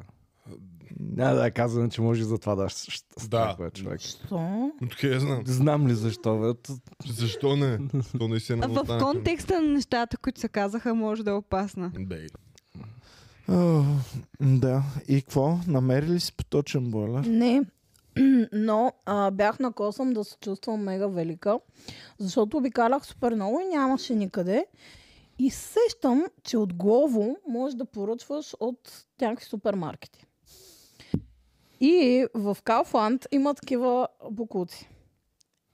Няма да я казвам, че може и за това да ще- ще Да. стъпва, човек. Що? Но тук я знам. Знам ли защо? Бе? Т- Защо не? То не се е А В контекста на нещата, които се казаха, може да е опасна. Бей. А, да. И какво? Намерили си поточен бойлер? Не. Но а, бях на косъм да се чувствам мега велика, защото обикалях супер много и нямаше никъде. И се сещам, че от Глово можеш да поръчваш от някакви супермаркети. И в Калфанд има такива букуци.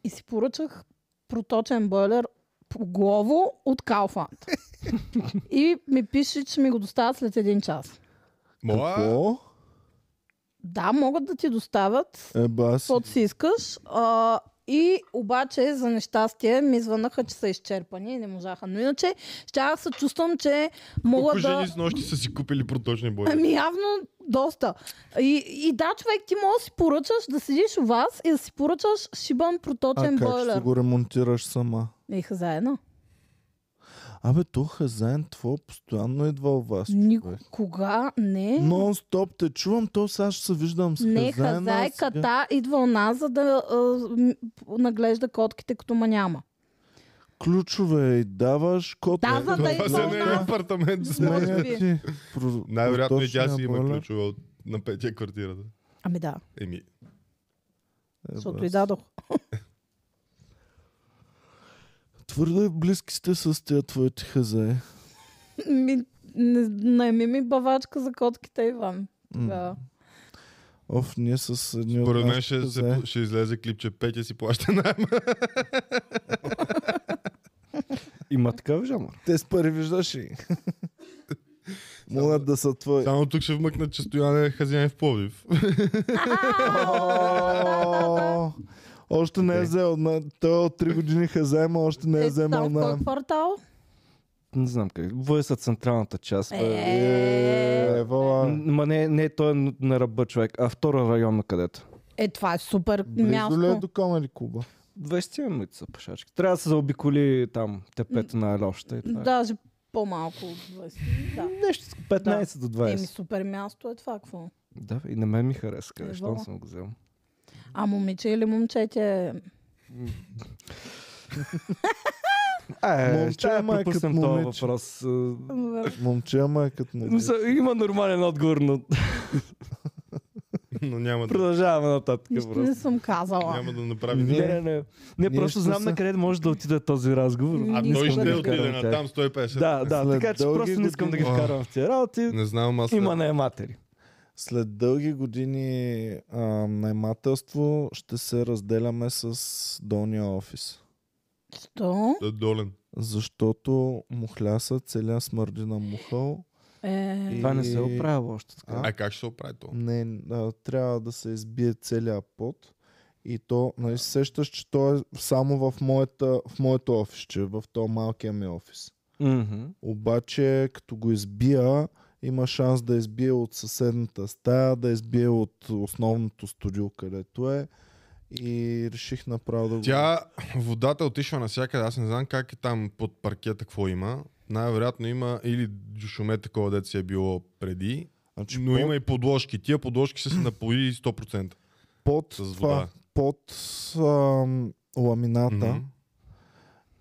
И си поръчах проточен бойлер по Глово от Калфанд. и ми пише, че ми го доставят след един час. Моя? Какво? Да, могат да ти доставят Е, баси. каквото си искаш. А, и обаче за нещастие ми звънаха, че са изчерпани и не можаха. Но иначе щях се чувствам, че мога Колко да... жени с нощи са си купили проточни бои? Ами явно доста. И, и да, човек, ти можеш да си поръчаш да седиш у вас и да си поръчаш шибан проточен А как ще бойлер. го ремонтираш сама? Еха заедно. Абе, то хазаен твой постоянно идва у вас. Никога. човек. Кога? Не. Нон-стоп те чувам, то сега ще се виждам с Не, хазаена, хазай, сега- ката идва у нас, за да а, м, наглежда котките, като ма няма. Ключове и даваш код. Да, за да Това идва се у не е нас. апартамент. Сменя Може би. ти. про- Най-вероятно и тя проточния си има бойлер. ключове от на петия квартирата. Ами да, Еми, Е, защото бас. и дадох. Твърде близки сте с тия твоите хазаи. Ми, не, найми ми бавачка за котките, Иван. Да. Оф, ние с Е, едни от според мен нашите ще, се, хазаи. ще излезе клипче Петя си плаща найма. Има такъв жанр. Те с пари виждаш ли? Могат да са твои. Само тук ще вмъкнат, че Стоян е хазяин в Пловдив. О, Още не е взел. на- Той е от 3 години хазема, още не е Е, вземал там в на... кой квартал? Не знам как. Вой са централната част. бе. Е, Ева, Н- Ма не, не, той е на ръба човек, а втора районна където. е, това е супер близо ли е място. до Комери Куба? 200 минути са пешачки. Трябва да се заобиколи там тепето на Елоща и това. е. Даже по-малко от 20. Да. Нещо с 15 до Еми, 20. супер място е това, какво? Да, и на мен ми хареса, къде, Ево. щом съм го взел. А момиче или момчете? Е, А, е, Момче, ще я ама е пропуснем като този момиче. въпрос. Е, Момче, ама е като му. Мисъл, Има нормален отговор, но Но няма да, продължаваме нататък. Нищо просто. Ами не съм казала. няма да направи Не, Не, не, не. Не, Ние просто ще знам се- на къде може да отиде този разговор. А Не той искам ще да ги отиде вкарам на тях. там 150. Да, да, След така че дълги просто не искам да ги години. вкарам в тези работи. Не знам, аз Има наематели. След дълги години а, наймателство ще се разделяме с долния офис. Що? да е долен. Защото мухляса целя смърди на мухъл. Е, Това не и- се оправя още така. А? А как ще се оправи то? Не, а, трябва да се избие целият пот И то, нали, се сещаш, че то е само в, моята, в моето офисче, в то малкия ми офис. Мгм. Обаче, като го избия, има шанс да избие от съседната стая, да избие от основното студио, където е. И реших направо да го... Тя, водата отишла навсякъде. Аз не знам как е там под паркета, какво има. Най-вероятно има или дюшуме такова, дето си е било преди, Значи, но под, има и подложки. Тия подложки са се напоили 100%. под, с вода. това, под ам, ламината Мгм.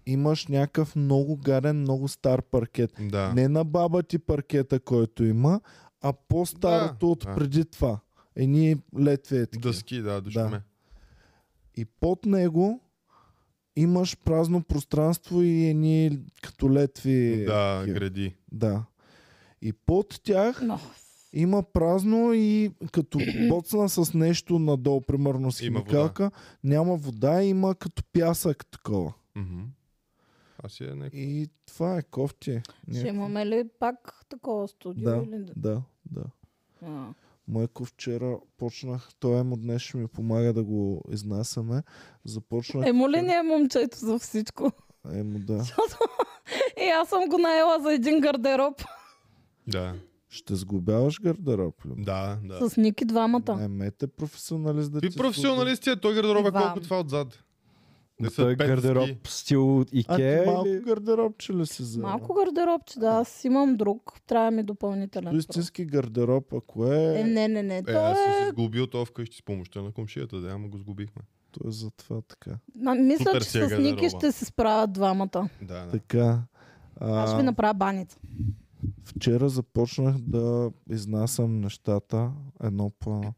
имаш някакъв много гарен, много стар паркет. Да. Не на баба ти паркета, който има, а по-старото Да, от да. преди това. Едни летве е такива. Дъски, да, дюшуме. И под него имаш празно пространство и едни като летви. Да, такива. гради. да. И под тях Но, има празно и като боцна с нещо надолу, примерно с Има вода. химикалка, няма вода, има като пясък такова. Мгм. Това си е някакво. И това е кофти. ще имаме ли пак такова студио? Да. Или... Да, да. А. Майко вчера почнах, той му днес ще ми помага да го изнасяме. Започнах... Емо ли не е момчето за всичко? Емо да. И аз съм го наела за един гардероб Да, Ще сглобяваш гардероб ли? да, да. с Ники двамата. Наймете професионалист да Ти ти професионалист е, той гардероба Иван. колко това отзад. Не са Той е пет ски. гардероб стил служи. А ти Икея малко или... гардеробче ли си за? Малко гардеробче, да, аз имам друг. Трябва ми е допълнителен. просто. Истински гардероб, ако е, Е, не, не, не. Е, Той аз съм е... се сгубил това вкъщи с помощта на комшията, да, ама го сгубихме. то е за това така. Ма, Мисля, супер че си е с Ники гардероба. ще се справят двамата. Да, да. Така. Аз ще ви А, направя баница. вчера започнах да изнасям нещата едно по едно.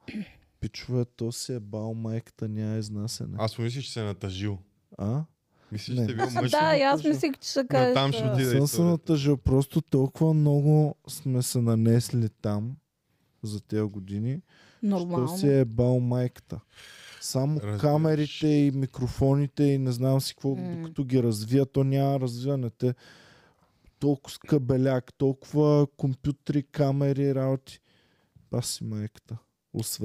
Пичове, то си е бал майката, няма изнасяне. Аз помислих, че се е натъжил. А? Мислиш, Не. че е бил мъж. Да, и аз точно. мислих, че ще Но кажеш. там ще а, отида. Ти да Съм се историята. натъжил. е Просто толкова много сме се нанесли там за тези години, Нормално. що си е бал майката. Само Разбираш. камерите и микрофоните и не знам си какво, М. докато ги развия, то няма развиване. Те толкова скъбеляк, толкова компютри, камери, работи. Аз си майката.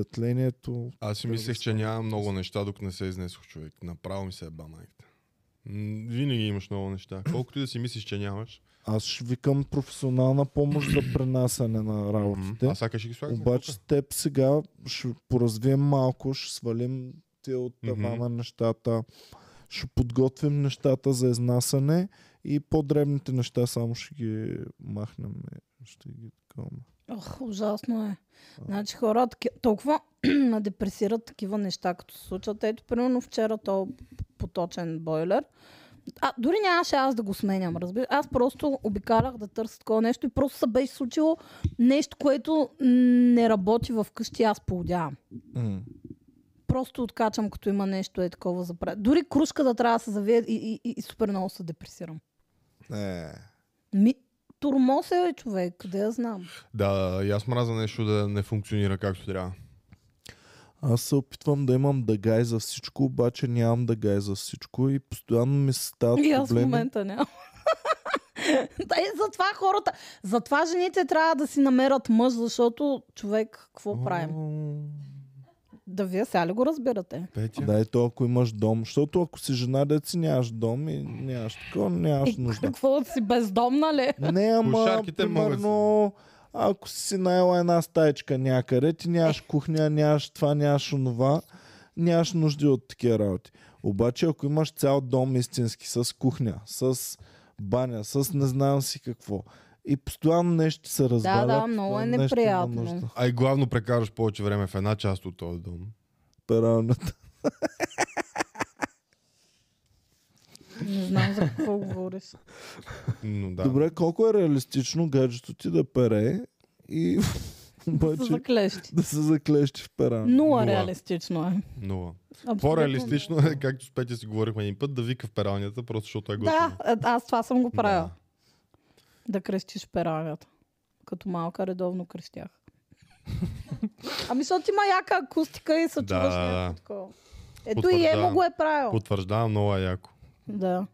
Осветлението. Аз си Да, мислех, че да. няма много неща, докато не се е изнесох човек. Направо ми се е ба майката. М, Винаги имаш много неща. Колкото и да си мислиш, че нямаш. Аз ще викам професионална помощ за пренасяне на работите. Аз сега ще ги слагам. Обаче с теб сега ще поразвием малко, ще свалим те от Мгм. тавана нещата, ще подготвим нещата за изнасяне и по-дребните неща само ще ги махнем. и Ще ги такаваме. Ох, ужасно е. Значи хора таки, толкова на депресират такива неща, като се случат. Ето, примерно вчера то поточен бойлер. А, дори нямаше аз да го сменям, разбира. Аз просто обикарах да търся такова нещо и просто се беше случило нещо, което не работи в къщи, аз поудявам. Просто откачам, като има нещо е такова за пра- Дори кружката трябва да се завие и, и, и, и супер много се депресирам. Е, Ми, турмоз е бе, човек, къде я знам. Да, да, да, и аз мраза нещо да не функционира както трябва. аз се опитвам да имам дъгай за всичко, обаче нямам дъгай за всичко и постоянно ми се стават И аз в проблеми. момента нямам. да, и затова хората. Затова жените трябва да си намерят мъж, защото човек, какво правим? Да вие сега ли го разбирате? Петя? Да, ето ако имаш дом. Защото ако си жена, деци нямаш дом и нямаш такова, нямаш И нужда. Е, какво си нали? бездомна ли? Не, ама, Кошарките могат. примерно, ако си наела една стаечка някъде, ти нямаш кухня, нямаш това, нямаш онова, нямаш нужди от такива работи. Обаче, ако имаш цял дом истински с кухня, с баня, с не знам си какво, и постоянно нещо се разваля. да, много е постоянно нещо има неприятно. нужда. А и главно прекараш повече време в една част от този дом. Пералната. Не знам за какво говориш. Но да. Добре, колко е реалистично гаджето ти да пере и За обаче заклещи. да се заклещи в пералната. Нула Нула. реалистично е. Нула. Абсолютно. По-реалистично е, както с Петя си говорихме един път, да вика в пералнята, просто защото е Да, готино. а- аз това съм го правила. Да. Да, крещиш пералнята. Като малка редовно крещях. ами защото има яка акустика и се Да, чуваш да, да. някакво такова. Ето и Потвърждавам. Емо го е правил. Потвърждавам, много е яко. Да.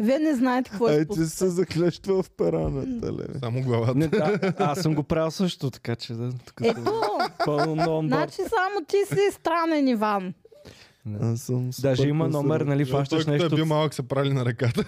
Вие не знаете какво е Ай, ти се заклещва в пералната, леве. Само главата. Не, да, аз съм го правил също, така че да. Тук съм Ето, пълно нон значи само ти си странен Иван. Да. Аз съм супер Даже има номер, консервативен. нали, Той, фащаш като е нещо. бил малък, са прали на ръката.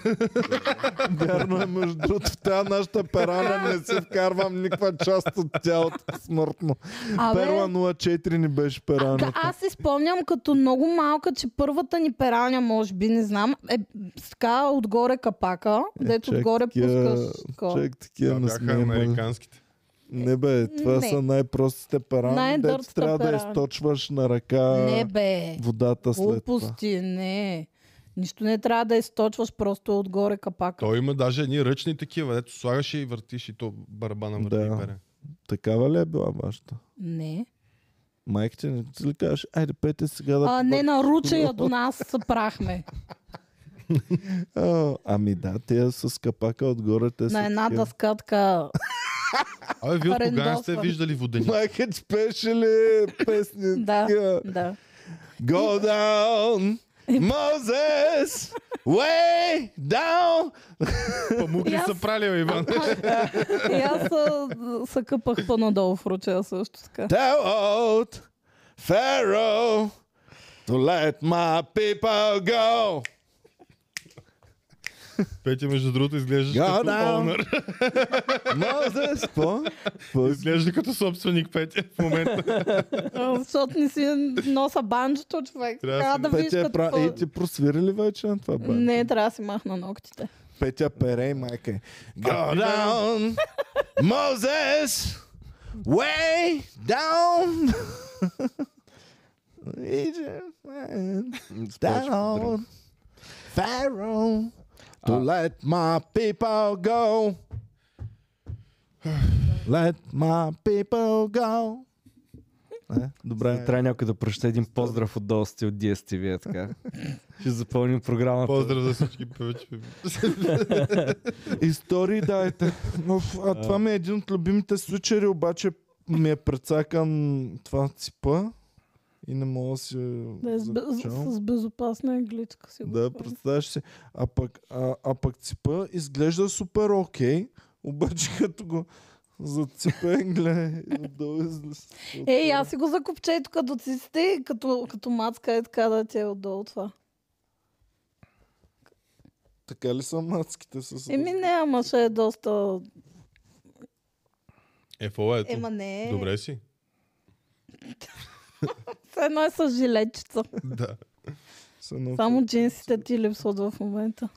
Вярно е, между другото, в тази нашата перана не си вкарвам никаква част от тялото смъртно. Абе, Перла 04 ни беше а, да, пераната. аз си спомням като много малка, че първата ни пералня, може би, не знам, е с така отгоре капака, Е, дето чак отгоре такива- пускаш. такова. Чак такива Това не бяха сме имали. американските. Не бе, това Не. са най-простите перани, дето Най-дъртата трябва да перана. източваш на ръка Не бе, водата след това. глупости, не. Нищо не трябва да източваш, просто е отгоре капака. Той има даже едни ръчни такива, дето слагаш и въртиш и то барабана върти Да. и пере. Такава ли е била вашата? Не. Майка ти не ти ли кажеш, айде пете сега да... А, не, побър- на ручея до нас съпрахме. А, ами да, тия с капака отгоре, те са на една такива. дъска така. Абе, вие от кога не сте Арендосвам. виждали водени? Майка ти пеше ли песни? Да, такива? да. Go down, Moses, way down. Памук ли И аз- са прали, бе, Иван? И аз а, се къпах по-надолу в ручея също така. Tell old Pharaoh to let my people go. Петя, между другото, изглеждаш Go като down. онър. Moses, по? по- Изглежда като собственик, Петя, в момента. А, Защото не си носа банджето, човек. Трябва Трябва си- да видиш Петя е пра... като... И ти просвири ли вече на това бе? Не, трябва да си махна ногтите. Петя пере и майка е. Go down, Moses, way down. Egypt, man. down. Pharaoh, to let my people go. Let my people go. Е, добре. Трябва някой да прочете един поздрав от Долсти от DSTV. е Така. Ще запълним програмата. Поздрав за всички повече. Истории дайте. Но, в- а това ми е един от любимите случаи, обаче ми е прецакан това ципа и не мога да си... Да е с, бе- с, закачам. с безопасна игличка си. го Да, правим. представяш си. А пък, а, а пък ципа изглежда супер окей, обаче като го заципе, гледай, отдолу излиза. Ей, е. аз си го закупчей тук до циците, като, като мацка е така да ти е отдолу това. Така ли са мацките с... Еми не, ама ще е доста... Е, фола ето. Ема не е. Добре си? Все едно е с жилетчица. Да. с едно- Само джинсите ти липсват в момента.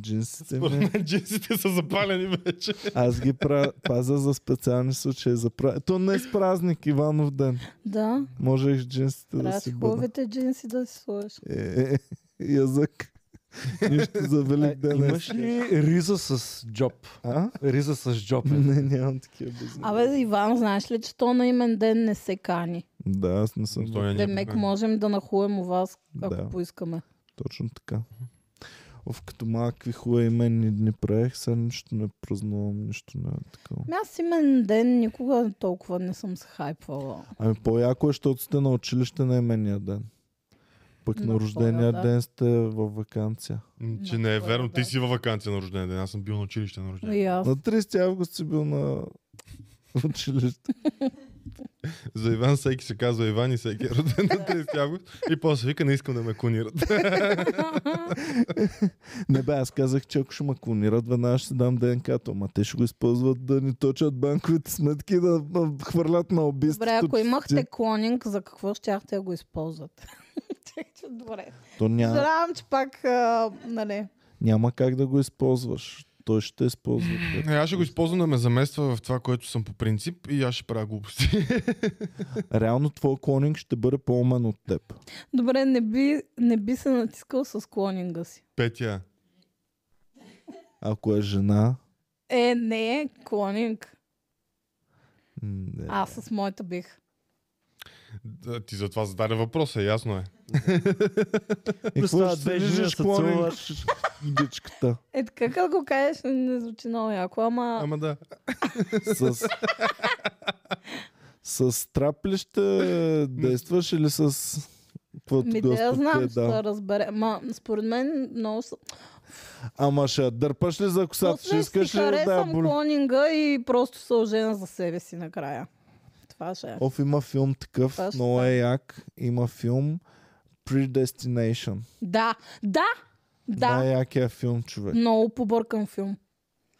Джинсите Според ми. мен джинсите са запалени вече. Аз ги пра... пазя за специални случаи. За... пра- То не е с празник, Иванов ден. Да, Можех с джинсите да трябва си си бъда. хубавите джинси да си сложиш. Е, е, язък. Нищо за велик Е, ден. Имаш ли риза с джоб? А? Риза с джоб. е. Не, нямам такива безумия. Абе, Иван, знаеш ли, че то на имен ден не се кани? Да, аз не съм. Той не е Демек проблем. можем да нахуем у вас, ако Да. поискаме. Точно така. Оф, като малки хубави именни дни правех, сега нищо не празнувам, нищо не е такова. Ами аз имен ден никога толкова не съм се хайпвала. Ами по-яко е, защото сте на училище на именния ден. Пък на На рождения поля, да. ден сте във вакансия. М, Че не е Хора, верно. Ти да. си във вакансия на рожден ден. Аз съм бил на училище на рожден ден. И аз. На 30 август си бил на училище. За Иван всеки се казва Иван и всеки е роден на 30 август. И после вика, не искам да ме клонират. Не бе, аз казах, че ако ще ме клонират, веднага ще си дам ДНК-то. Ма те ще го използват да ни точат банковите сметки, и да м, хвърлят на убийството. Добре, ако че имахте ти- клонинг, за какво щяхте да го използвате? Добре. То няма, Съжалявам, че пак, а, нали... няма как да го използваш. Той ще те използва. Е, Аз ще го използвам да ме замества в това, което съм по принцип и аз ще правя глупости. Реално твой клонинг ще бъде по-умен от теб. Добре, не би, не би се натискал с клонинга си. Петя, Ако е жена... Е, не е клонинг. м, Не. Аз с моята бих. да, ти затова зададе въпроса, ясно е. И Е, какво Представя ще две се жени да лижеш се клонинг целуват. с гичката? Е, така като го кажеш, не звучи много яко, ама... Ама да. С... С трап ли ще е, действаш или с... Каквото Ми да Господ я ти е знам, ще дал? да разбере. Ма, според мен много са... Ама ще я дърпаш ли за косата? Ще После искаш си ли да я харесвам боли? клонинга и просто се ожена за себе си накрая. Това ще е. Оф, има филм такъв, Това ще много е як. Има филм Predestination. Да, да, да. Най-якия филм, човек. Много побъркан филм.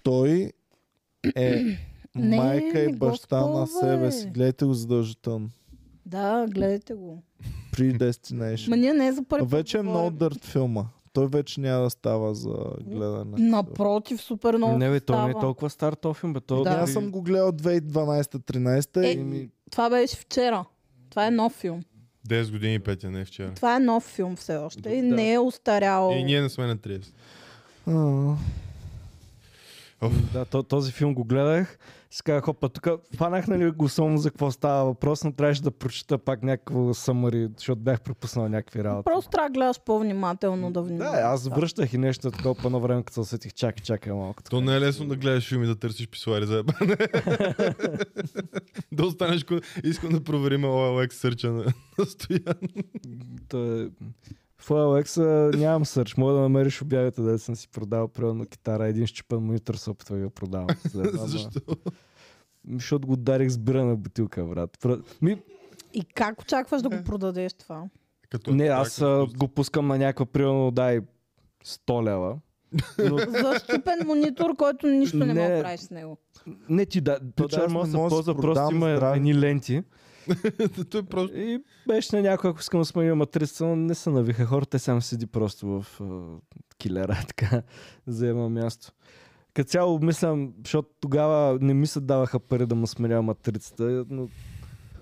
Той е Не, майка и не го баща на себе спойвай. си. Гледайте го задължително. Да, гледайте го. Ма Predestination. ние не е за първи път Вече е много говорим. дърт филма. Той вече няма да става за гледане. Напротив, супер много Не, бе, то не е става. толкова стар то филм, бе. То, Да. Аз съм го гледал 2012-13 Е, и ми... Това беше вчера. Това е нов филм. 10 години, Петя, не вчера. Това е нов филм все още и Да. не е устарял. И ние не сме на 30. А, Да, то, този филм го гледах. Си казах, хопа, тук фанах нали, го само за какво става въпрос, но трябваше да прочита пак някакво самари, защото бях пропуснал някакви работи. Просто трябва да гледаш по-внимателно да Да, внимаваш. аз връщах и нещо такова по едно време, като се усетих, чакай, чакай малко. То не е лесно да гледаш филми, да търсиш писуари за ебане. да останеш, ко- искам да проверим OLX сърча на на Стоян. То е... В OLX -а нямам сърч. Мога да намериш обявите, да съм си продал примерно китара. Един щупен монитор се опитва да го продавам. За това, ама- Защо? Защото го дарих с бира на бутилка, брат. Пра- Ми, И как очакваш да го продадеш това? Като не, е аз така, а, като- го пускам на някаква, примерно, дай 100 лева. Но За щупен монитор, който нищо не, Не. мога да правиш с него. не ти да. То Пич, даже аз не може да се мога да си ползва, продам просто има здраве. едни ленти. Е, Той просто... И беше на някой, ако искам да сменя матрица, но не се навиха хората, те само седи просто в uh, килера, така, заема място. Като цяло мислям, защото тогава не ми се даваха пари да му сменя матрицата, но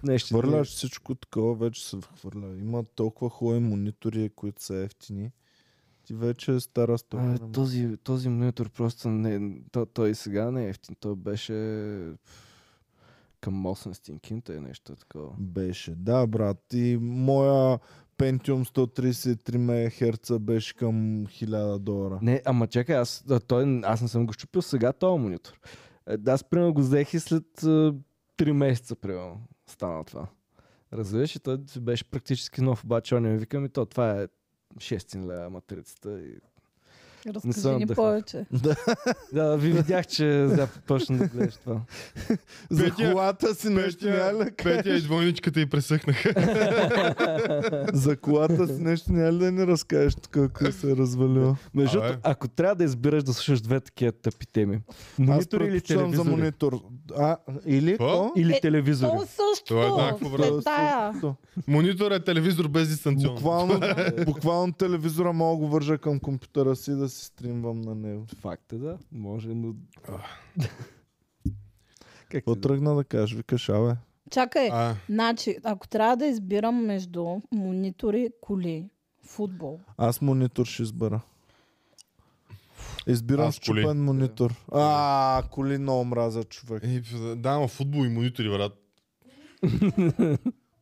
нещо. хвърляш всичко такова, вече се хвърля. Има толкова хубави монитори, които са ефтини. Ти вече е стара стока. А, не можеш. този, този монитор просто не... То, той и сега не е ефтин. Той беше към 800 кинта е нещо такова. Беше, да, брат. И моя Pentium 133 МГц беше към 1000 долара. Не, ама чакай, аз, а, той, аз не съм го щупил сега този монитор. Е, Аз примерно го взех и след а, 3 месеца, примерно, стана това. Разбираш, и той си беше практически нов, обаче он ми вика ми, то това е 6 лева матрицата. И... Разкажи съм ни отдъхнал. повече. Да, ви видях, че сега почна да гледаш това. За Петя- колата си нещо няма ли да Петя, Петя кажеш? и двойничката й пресъхнаха. За колата си нещо няма ли да ни разкажеш тук, ако се е развалило? Между Абе. другото, ако трябва да избираш да слушаш две такива тъпи теми, монитори или предпочитам телевизори? за монитор. А, или Какво? то? Или Е, телевизори? То е същото. Това е еднакво, брат. След тая. Монитор е телевизор без дистанционно. Буквално, е. буквално телевизора мога да го вържа към компютъра си да си стримвам на него. Факт е, да. Може, но... как Какво ти- тръгна да кажеш? Викаш, абе. Чакай. А, Значи, ако трябва да избирам между монитори, коли, футбол. Аз монитор ще избера. Избирам Аз коли. щупен монитор. А, коли много мраза човек. и, да, но футбол и монитори, брат.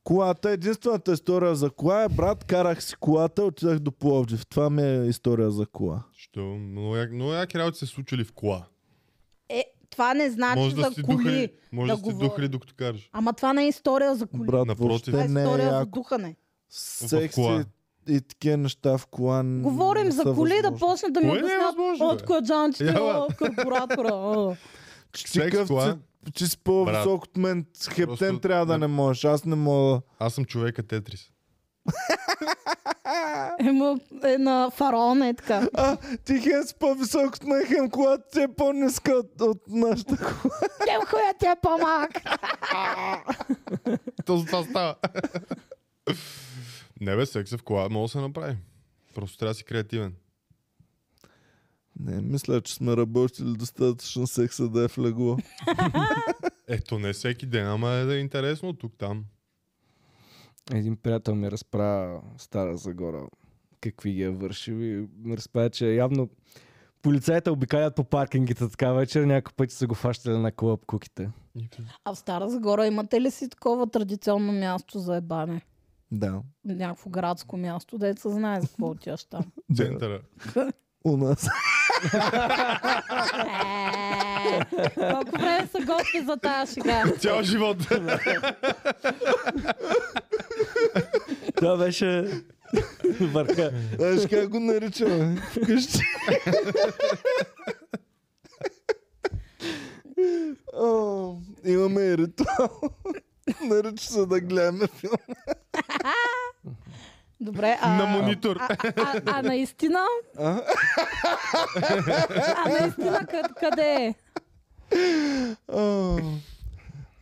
Колата, единствената история за кола е, брат, карах си колата, отидах до Пловдив. Това ми е история за кола. Що? Много, як, много яки работи се случили в кола. Е, това не значи Може за да си коли. духали, може да да си говоря. духали докато караш. Ама това не е история за коли. Брат, Напротив. това е въобще не е история за яко. духане. Секси кола. и такива неща в кола. н- Говорим не за са коли да възможни. почнат да ми Кое не е обясняват възможно, бе? от кладжанчето Ела. карбуратора. а. Че ти Секс къв кола. си- Че си по-висок от мен, с хептен Просто трябва да не- не можеш. Аз не мога. Аз съм човека Тетрис. Ема е на фараон е така. А, ти хем си по-висок от мен, хем колата ти е по-ниска от, от нашата кола. Тем хуя тя е по-малък. То за това става. Не бе, секса в кола може да се направи. Просто трябва да си креативен. Не, мисля, че сме работили достатъчно секса да е в легло. Ето не всеки ден, ама е да е интересно тук там. Един приятел ми разправя Стара Загора какви ги е вършил и ми разправя, че явно полицаите обикалят по паркингите така вечер, някой път са го фащали на клъп куките. А в Стара Загора имате ли си такова традиционно място за ебане? Да. Някакво градско място, деца знае за какво отиваш там. Центъра. У нас. Е, Колко време са готви за тази шега? Цял живот. Това беше върха. Знаеш как го наричаме? Вкъщи. О, имаме и ритуал. Нарича се да гледаме филм. Добре, а... На монитор. А, а, а, а наистина? а наистина къд, къде е? А,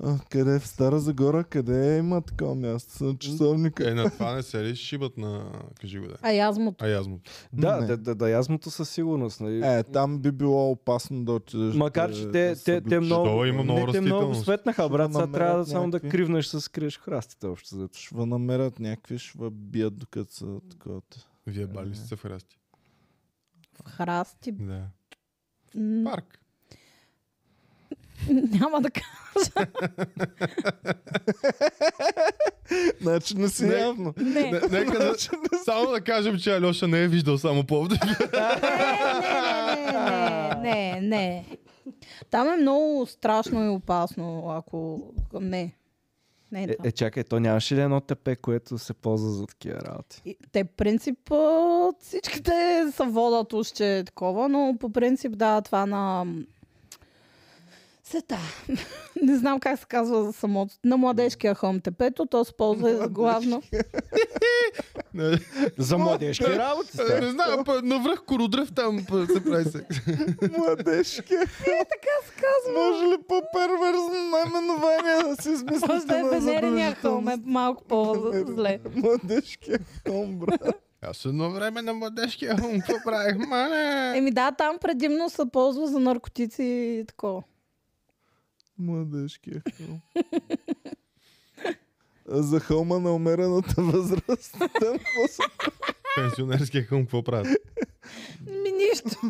а, къде е? в Стара Загора, къде е? има такова място? На часовника. Е, на това не се ли шибат на... Кажи го да. А язмото. А язмото. Да, Не. да, да, да, язмото със сигурност. Нали? Е, там би било опасно да отидеш. Макар, да- че да те, се те, те обличаш. много, Що, има много не, те много растителност. светнаха, брат. Ще Сега трябва да намерят само да някакви. кривнеш с криеш храстите общо. взето. Ще ва намерят някакви, ще ва бият докато са такова. Вие бали сте в храсти. В храсти. Е. Да. М, Парк. Няма да кажа. Значи не си Не. явно. Не. Не, нека да, само да кажем, че Алеша не е виждал само повод. не, не, не, не. Там е много страшно и опасно, ако... Не. Не е Е, това. е, чакай, то нямаше ли едно тепе, което се ползва за такива работи? И Те принцип а, всичките са водат още такова, но по принцип да, това на м, сета. Не знам как се казва за самото. На младежкия хълм тепето, то се ползва главно. не, За младежки работи. не, не знам, па, навръх кородръв там па, се прави се. Младежки. Е, така се казва. Може ли по-перверзно наименование да си Може да измислите е на венерния хълм, е задължителност? малко по-зле. Младежкия хълм, е брат. Аз едно време на младежкия хум, какво правих? Мале! Еми да, там предимно се ползва за наркотици и такова. Младежкия хълм. А е За хълма на умерената възраст. Там какво се Пенсионерския хум, какво правят? Ми нищо.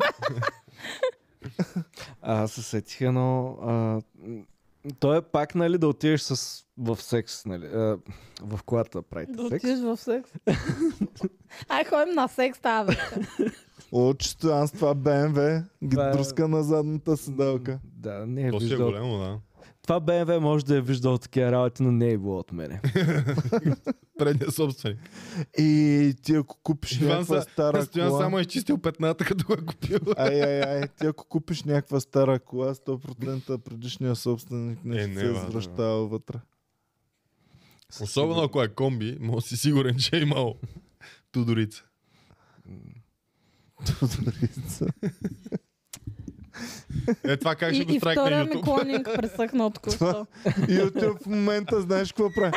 А, аз се сетих едно... А, м, то е пак, нали, да отидеш с, в секс, нали, а, в колата да правите Да секс. отидеш в секс. Ай, ходим на секс тази вечер. Очето, аз това БМВ ги Това е- друска на задната седалка. Да, не е То си е виждал. голямо, да. Това БМВ може да е виждал такива работи, но не е било от мене. Предния собственик. И ти ако купиш Иван някаква са, стара Стоян кола... само е изчистил петната, като го е купил. Ай, ай, ай, ти ако купиш някаква стара кола, 100% предишния собственик не Е, ще не, се бе, да, бе. извръщава вътре. Особено ако е комби, може да си сигурен, че е имал Тудорица. Тодорица. Е, това как ще И, го и страйкне втория ми YouTube. клонинг пресъхна от току YouTube в момента знаеш какво прави.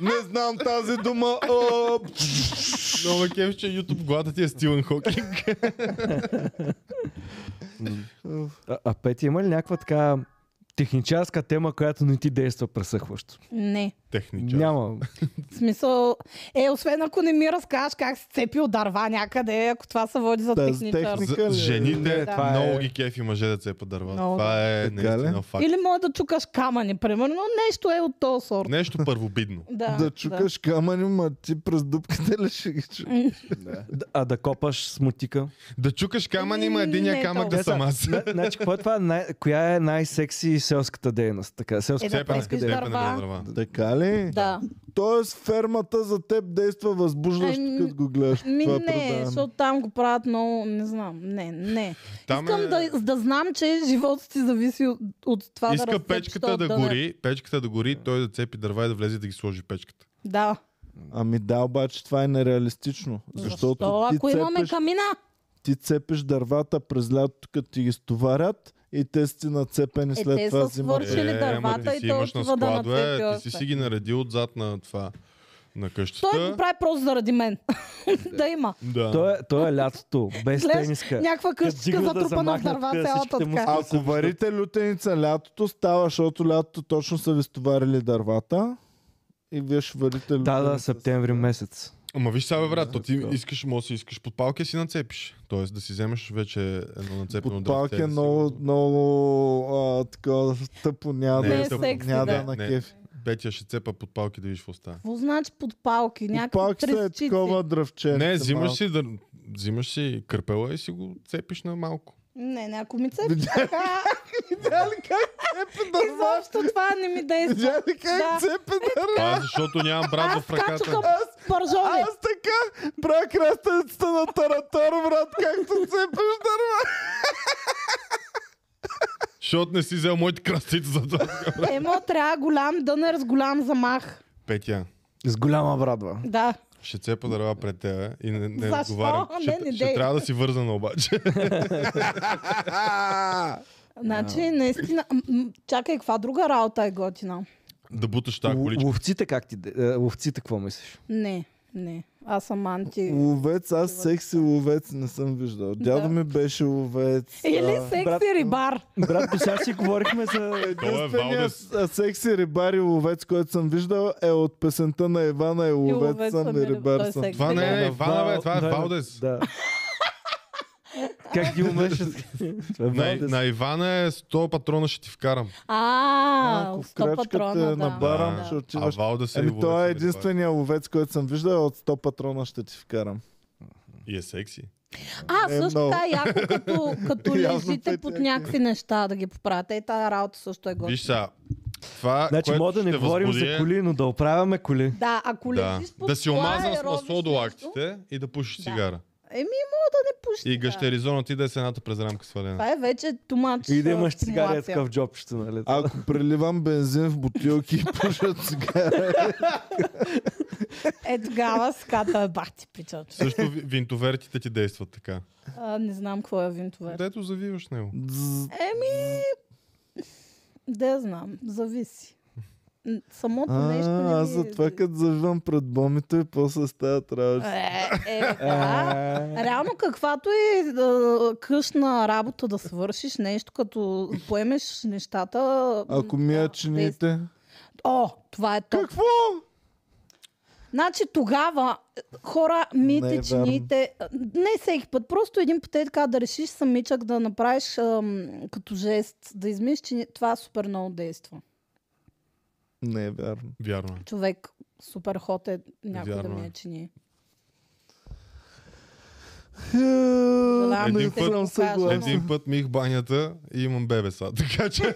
Не знам тази дума. О, Много е кеф, че YouTube главата ти е Стивен Хокинг. А, а Пети, има ли някаква така техническа тема, която не ти действа пресъхващо? Не. Технича. Няма. В смисъл, е, освен ако не ми разкажеш как си цепил дърва някъде, ако това се води за Да, за техничар. техник. За, жените Не, това много е- ги кефи мъже да цепат дърва. Много. Това е Така ли? наистина факт. Или може да чукаш камъни, примерно. Нещо е от този сорт. Нещо първобидно. Да, Да чукаш камъни, ма ти през дупката ли ще ги чукаш? Д- А да копаш с мутика? Да чукаш камъни, има единия Ами, Не, камък толкова. да съм аз. Зна- Значи, какво е това? Най- коя е най-секси селската дейност? Така, Е, да, селската Цепене, стопанска прескаш дейност. цепене на дърва. дърва. Така ли? Да. Тоест фермата за теб действа възбуждащо, Ами, като го гледаш. по Ми е това не, предаване. защото там го правят много, не знам, не, не. Там Искам е- да, да знам, че животът ти зависи от, от това да Иска разцепиш печката този да дънер. гори, печката да гори, той да цепи дърва и да влезе да ги сложи в печката. Да. Ами да, обаче това е нереалистично. Защото Защо? ти, Ако цепиш, имаме камина, ти цепиш дървата през лятото, като ти ги стоварят и те си ти нацепени Е, след те това са зимата. свършили. Ще ли Е, ама дървата ти и си той имаш на отива да складове, нацепи ти си още. си ги наредил отзад на това, на той къщата. го прави просто заради мен. да има. Да. То е, то е лятото, без Гледаш, тениска. Някаква къщичка дигнат Е, да затрупана в замахнат дърва къде цялата всичките му така. са- Ако варите лютеница лятото, става, защото лятото точно са ви стоварили дървата и вие ще варите лютеница. Да, да, септември месец. Ама виж сега, бе, брат, то ти така. искаш, може да си искаш подпалки и си нацепиш. Тоест да си вземеш вече едно нацепено Подпалки дървце е да си много, го- много а, такова тъпо, няма Не, да не е се- секси, няма да да. на Не. кеф. Петя ще цепа подпалки да видиш какво става. Какво значи подпалки? Някакви Пак се е тръсчици. такова дръвче. Не, взимаш си, дър... взимаш си кърпела и си го цепиш на малко. Не, не, ако ми цепи Видя така, ли как цепи дърва? изобщо това не ми действа. Видя ли как Да. цепи дърва? Това е защото нямам брат Аз в ръката. качуха пържоли. Аз така правя кръстеницата на таратор, брат, както цепиш дърва. Защото не си взел моите кръстици за това. Емо, трябва голям дънер с голям замах. Петя, С голяма брадва. Да. Ще цепа дърва пред тебе и не, не Защо? отговарям. Ще, Не, не ще дей. трябва да си вързана обаче. Значи, наистина, м- м- чакай, каква друга работа е готина? да буташ тази Л- количка. ловците как ти... де- е, Ловците какво мислиш? Не, не. Аз съм анти. Ловец, аз секси ловец не съм виждал. Дядо Да. ми беше ловец. Или а, секси брат, рибар. Брат, сега си говорихме за... Единственият Валдес. а, секси рибар и ловец, който съм виждал е от песента на Ивана и ловец, ловец съм съм и и риб- той рибар е съм. секси. Това не е На Ивана, бе, това е Вал- Валдес. Да. Как ги умеше? На, на Ивана е 100 патрона ще ти вкарам. А, Ако в сто крачката е патрона, на да. бара, Да. ще А отиваш. Валдес Ами, е и Еми, ловец той е и рибар. единствения ловец, който съм виждал, от 100 патрона ще ти вкарам. И е секси. А, Е, също много. така, яко като, като Явно е- те лежите под тя- някакви неща да ги поправяте. Е, тази работа също е готина. Виж сега, това, Значи което мога да не ще говорим възбуди за е- коли, но да оправяме коли. Да, ако Да. лежиш под да си кола е омазан и с робиш масло до нещо- лактите и да пушиш Да. цигара. Еми, мога да не пушиш. И цигара. гащеризона ти да е с едната през рамка свалена. Това е вече тумач. И да имаш цигари цигария така в джобчето, нали? Ако преливам бензин в бутилки и пуша цигара, Е, тогава ската е бах ти пичат. Също ви- винтовертите ти действат така. А, не знам какво е винтовер. Дето завиваш него. дз, Еми, да я знам, зависи. Н- Самото нещо не ми... е а, аз затова като завивам пред бомито и после става трябва. Е, е, да. Е, Реално каквато и е, късна работа да свършиш, нещо като поемеш нещата... Ако мия да, действ- чините... О, това е топ. Какво? Значи тогава е, хора Не е миете, вярно. чиниите. е, Не всеки път. Просто един път е така да решиш самичък да направиш ам, като жест, да измислиш, че това супер много действа. Не е вярно. Вярно е. Човек супер ход е някой да Вярно ми е. е чини. Не Един Е, път- съм съгласен. Ама- Един път мих банята и имам бебеса, така че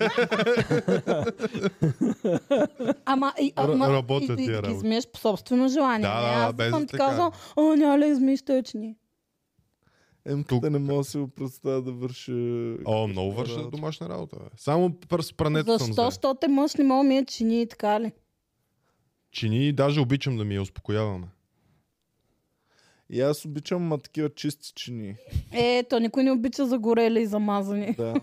Ама, и, Р- ама работят и, и, тия и, работи. измиеш по собствено желание. Да, не, да, да, аз без съм да ти така. казал, о, няма ли измислиш той е, чини? Емката не мога да си го представя да върши... О, много върша домашна работа. Бе. Само пър- с прането съм Защо? зле. Що те мъж не мога ми е чини и така ли? Чини и даже обичам да ми я успокояваме. И аз обичам ма такива чисти чини. Е, то никой не обича загорели и замазани. Да.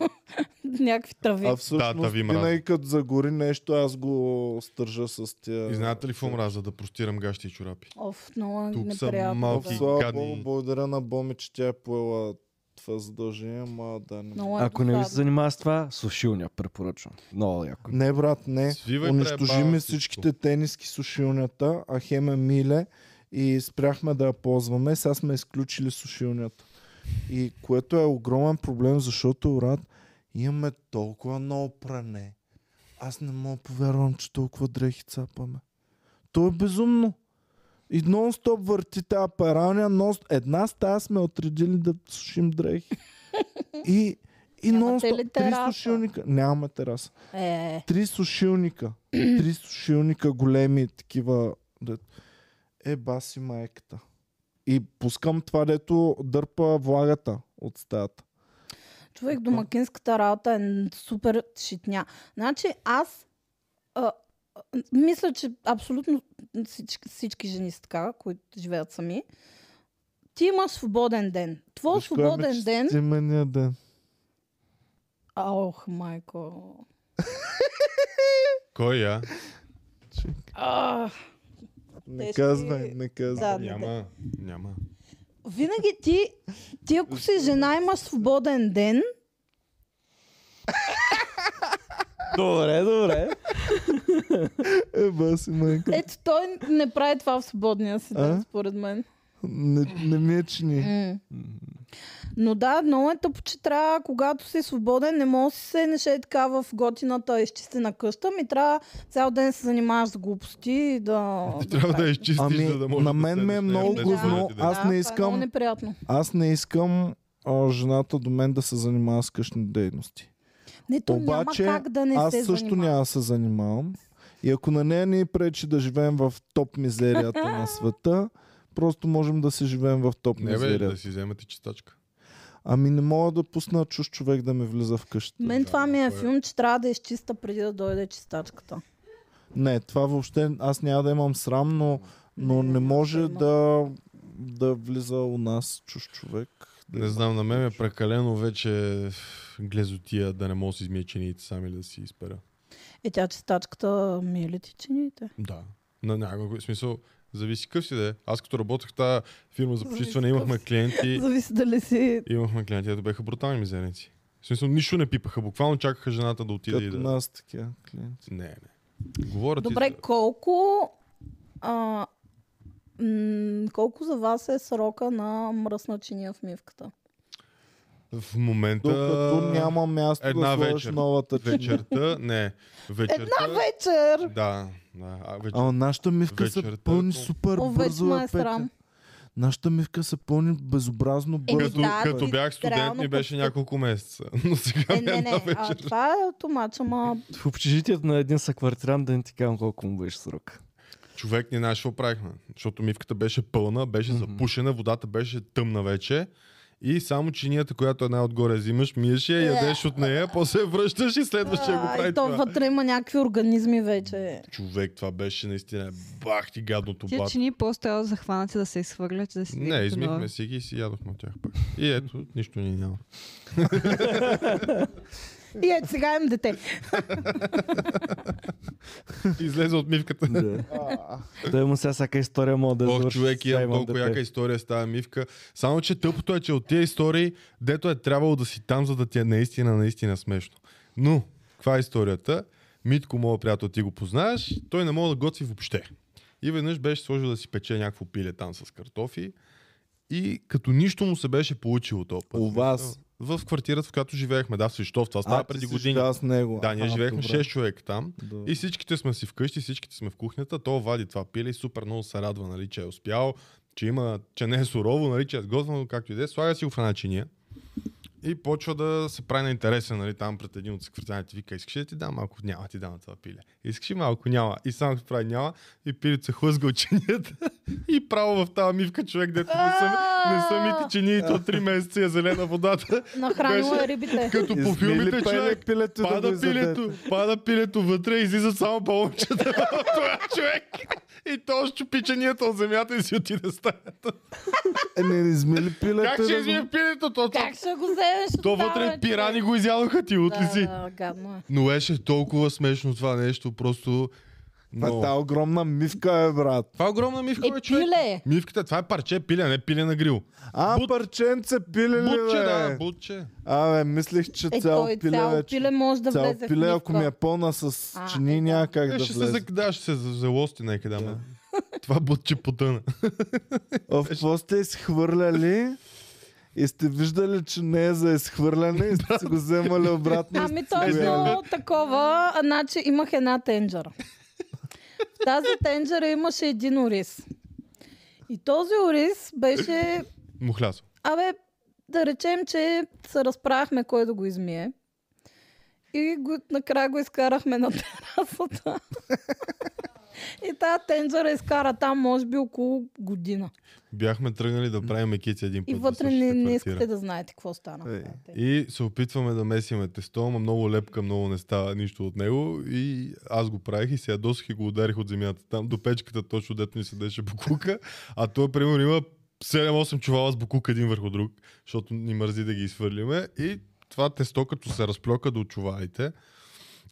Някакви тави. А Да, та всъщност ви мразя. винаги като загори нещо, аз го стържа с тия... И знаете ли какво мраза? Да простирам гащи и чорапи. Оф, много е Тук са неприятно. малки. да. Слава гадни. Богу, благодаря на Боми, че тя е поела това задължение, ма да не... Много е Ако не ви се досадно. занимава с това, сушилня препоръчвам. Много яко. Не, брат, не. Свивай Унищожи пребава ми всичко. всичките тениски сушилнята, а хеме миле и спряхме да я ползваме. Сега сме изключили сушилнята. И което е огромен проблем, защото, брат, имаме толкова много пране. Аз не мога да повярвам, че толкова дрехи цапаме. То е безумно. И нон-стоп върти тази пералня, нон- една стая сме отредили да сушим дрехи. И, и Нямате ли нон-стоп, три тераса? сушилника. Нямаме тераса Е, три сушилника. три сушилника големи, такива. де- Е, баси майката. И пускам това, дето дърпа влагата от стаята. човек, домакинската работа е н- супер шитня. Значи аз а, а, мисля, че абсолютно всички, всички жени са така, които живеят сами. Ти имаш свободен ден. Твой Виж кой е свободен ден... мечтимения ден. Ох, майко. Кой я? Ах, Не Тежки- казвай, не казвай. да, да, да. Няма. Няма. Винаги ти, ти ако си жена, имаш свободен ден, Добре, добре. Е, баси майка. ето той не прави това в свободния си ден, А? според мен. Не, не ми е чини. М. Но да, много е тъпо, че трябва, когато си свободен, не може да си седнеш е така в готината изчистена къща, ми трябва цял ден да се занимаваш с глупости и да... Ти трябва да я изчистиш, Ами, за да можеш на мен да ми е седнеш много на гузно. десет минути да- аз не това е искам- много неприятно. Аз не искам а, жената до мен да се занимава с къщни дейности. Не, то Обаче, няма как да не Аз се също занимава. няма да се занимавам. И ако на нея ни е пречи да живеем в топ мизерията на света, просто можем да се живеем в топ Не бе, мизерията. да си вземете чистачка. Ами не мога да пусна чуж човек да ми влиза в къщата. Мен това ми е Кое? филм, че трябва да изчиста преди да дойде чистачката. Не, това въобще аз няма да имам срам, но но Не, не може няма. да, да влиза у нас чуж човек. Да Не има знам, на мен е нещо. прекалено вече глезотия да не мога да си измия чиниите сами или да си изпера. Е, тя чистачката ми е ли ти чините? Да. На някакъв смисъл, зависи къв си да е. Аз като работех в тази фирма за Зависи почистване, къв имахме си. клиенти, Зависи дали си... имахме клиенти, които бяха брутални мизерници. В смисъл, нищо не пипаха, буквално чакаха жената да отиде и Като да... нас такива клиенти. Не, не. Говорят Добре, и... колко... А, м- колко за вас е срока на мръсна чиния в мивката? В момента... Докато няма място една да сложиш вечер. новата чиния. Вечерта, не. Вечерта... Вечер! Да, да. А, вечер... А нашата мивка се Вечерта, пълни то- супер О, вече бързо. ме е Петя. срам. Нашата мивка се пълни безобразно Еми, бързо. Е, като, да, като ти бях студент реално ми беше като- няколко месеца. Но сега Е, ми не, е не, една а, вечер. това е томача, ма В общежитието на един съквартиран да не ти казвам колко му беше срок. Човек не знаеше какво правихме. Защото мивката беше пълна, беше запушена, водата беше тъмна вече. И само чинията, която една отгоре взимаш, миеш я, ядеш от нея, после я връщаш и следващия го а, прави и то това. вътре има някакви организми вече. Човек, това беше наистина бах ти гадното Тия бат. чини просто трябва да захванат и да се изхвърлят. и Да си Не, дигат измихме нова. си ги и си ядохме от тях пък. И ето, нищо ни няма. И ето сега им дете. Излезе от мивката. Да. Той му сега всяка история мога да Ох, завърши човек, с това имам имам толкова дете. яка история с тази мивка. Само, че тъпото е, че от тия истории, дето е трябвало да си там, за да ти е наистина, наистина смешно. Но, каква е историята? Митко, моят приятел, ти го познаваш, той не мога да готви въобще. И веднъж беше сложил да си пече някакво пиле там с картофи. И като нищо му се беше получило то път. У вас? В квартирата, в която живеехме, да, в Свищов, това става А, преди ти си години. живял с него. Да, ние А, живеехме добре. 6 човека там. Добре. И всичките сме си вкъщи, всичките сме в кухнята. То вади това пиле и супер много се радва, нали, че е успял, че, има, че не е сурово, нали, че е сготвено, както и да е. Слага си го в една чиния и почва да се прави на интересен, нали, там пред един от съквартираните вика, искаш ли да ти дам малко? Няма ти дам това пиле. Искаш ли малко? Няма. И само се прави няма и пилица хлъзга от чинията и право в тази мивка човек, дето не съм, не съм и ти чинии, то 3 месеца е зелена водата. Нахранила Беше- е рибите. Като по Измили филмите пеле човек пилето да го Пада изядете. пилето, пада пилето вътре, излизат само паломчета на този човек. И то с чупиченията от земята и си отиде в стаята. Е, не, измили пилето. Как ще и да измие пилето? То, то, Как ще го вземеш? от то там, вътре бе, пирани човек? го изядоха ти, отли Да, си. да, гадно е. Но беше толкова смешно това нещо, просто... го- А та Но... огромна мивка е, брат. Това е огромна мивка, бе, Е, човек. пиле е. Мивката, това е парче пиле, а не пиле на грил. А, Бут- парченце Е, пиле ли, Бутче, да, бе? бутче. Абе, мислих, че Е, цяло той пиле цяло вече. пиле може да Цяло влезе в пиле, ако ми е мивка. пълна с А, е, чини, няма как Е, да ще се, влезе. зак- да, ще се за- залости някъде, ама. Това бутче потъна. А в какво сте изхвърляли? И сте виждали, че не е за изхвърляне и сте си го вземали обратно. Ами Голямо. точно такова. а, Значи имах една тенджера. В тази тенджера имаше един ориз. И този ориз беше... Мухлясо. Абе, да речем, че се разправяхме кой да го измие. И го, накрая го изкарахме на терасата. И тази тенджера изкара там, може би, около година. Бяхме тръгнали да правим мекици един път. И във вътре същата не, не квартира. искате да знаете какво стана. Ей. в тази тенджера. И се опитваме да месиме тесто, ама много лепка, много не става нищо от него. И аз го правих и се ядосах и го ударих от земята. Там до печката точно дето ни седеше букука. А той, примерно, има 7-8 чувала с букук един върху друг, защото ни мързи да ги изхвърлиме. И това тесто, като се разплока до чувалите,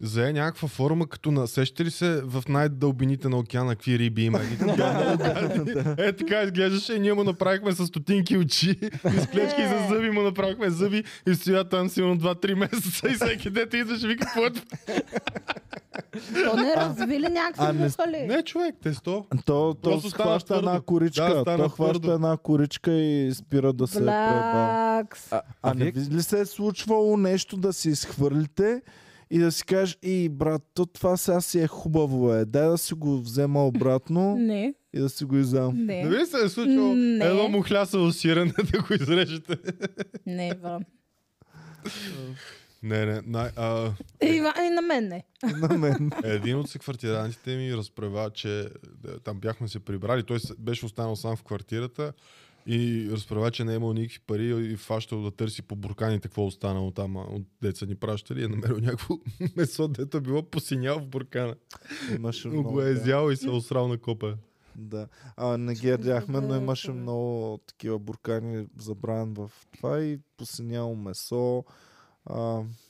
зае някаква форма, като насещате ли се в най-дълбините на океана, какви риби има. И такива много гадни. е, така изглеждаше и ние му направихме с стотинки очи, и с клечки и с зъби му направихме зъби и стоя там сигурно 2-3 месеца и всеки дете идваше вика е плът. То не разви ли някакви а не- муха ли? Не, човек, тесто. То, то Просто стана хваща твърдо. една коричка. Да, стана то хваща твърдо. една коричка и спира да се преба. Блакс. А, а не вие- ви ли се е случвало нещо да си изхвърлите и да си кажеш, и брат, то това сега си е хубаво, е. Дай да си го взема обратно Не, и да си го издам. Не не, ви се е случило Не. едно му хлясало сирене да го изрежете? не, Иван. Не, не, най- а, Е, Иван, и на мен не. На мен. Един от съквартирантите ми разправя, че да, там бяхме се прибрали. Той с- беше останал сам в квартирата и разправя, че не е имал никакви пари и фащал да търси по бурканите какво е останало там а, от деца ни пращали. Е намерил някакво месо, дето е било посинял в буркана. Имаше Но много. го е да. изял и се е осрал на копа. Да. А, не ги ядяхме, но да, имаше човек. много такива буркани забран в това и посиняло месо. А,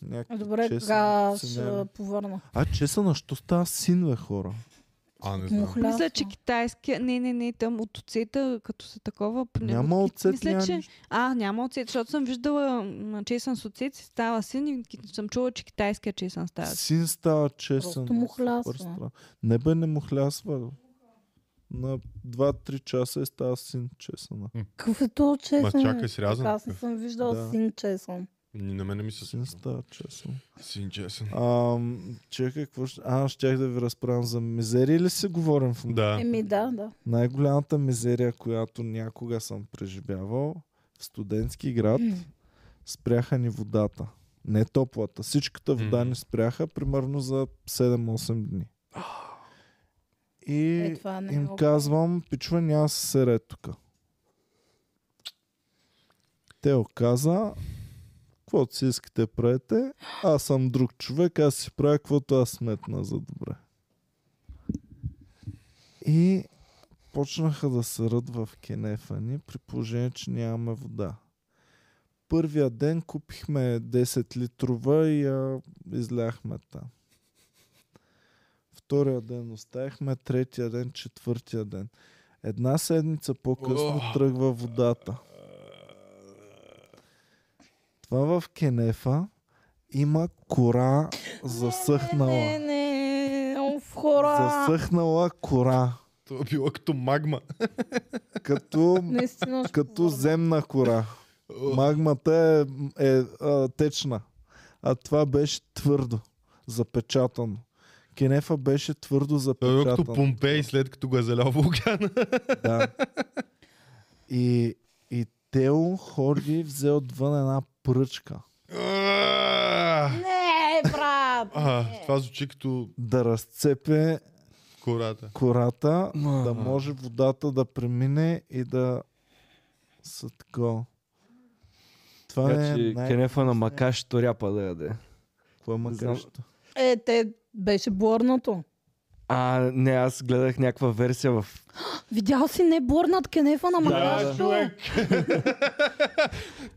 някакви Добре, чесън, тогава посиняли. ще повърна. А чесъна, що става син, бе, хора? А, не знам. Мухлясно. Мисля, че китайския... Не, не, не, там от оцета, като са такова... при- Няма от кит- оцет, Мисля, няма че... нищо. А, няма оцет, защото съм виждала м, чесън с оцет, си става син и ки- съм чула, че китайския чесън става син. Син става чесън. Просто му супер хлясва. стран. Не бе, не му хлясва. На 2-3 часа е става син чесъна. Какъв е то Ма чесън? чакай, срязан. Аз не съм виждал Да. син чесън. Ни- На мен не ми се Син случва. става чесън. Син чесен. А, чакай, какво ще... А, щях да ви разправям за мизерия ли си говорим в Да. Еми да, да. Най-голямата мизерия, която някога съм преживявал в студентски град, спряха ни водата. Не топлата. Всичката вода Мгм. ни спряха примерно за 7-8 дни. И Е, това не е им окей. казвам, пичове, няма да се сере тук. Тео каза, каквото си искате правете, аз съм друг човек, аз си правя каквото аз сметна за добре. И почнаха да се ръд в кенефа ни, при положение, че нямаме вода. Първия ден купихме 10 литрова и я изляхме там. Втория ден оставихме, третия ден, четвъртия ден. Една седмица по-късно Уа. тръгва водата. Това в Кенефа има кора Не, засъхнала. не, оф, хора. Засъхнала кора. Това е било като магма. Като, Наистина ще като повърна. земна кора. Магмата е, е а, течна. А това беше твърдо запечатано. Кенефа беше твърдо Той е било като запечатано. Помпей, след като го е залял вулкана. Да. И, и Тео ходи взе отвън една пръчка. Не, брат. А, това звучи като Да разцепе кората. кората, Ма. да може водата да премине и да са тако. Това Така е че най- Значи, кенефа на макаш ряпа да яде. Кой има знам. къща? Е, те беше блърнато. А, не, аз гледах някаква версия в... Видял си не блърнат кенефа на да. магазин.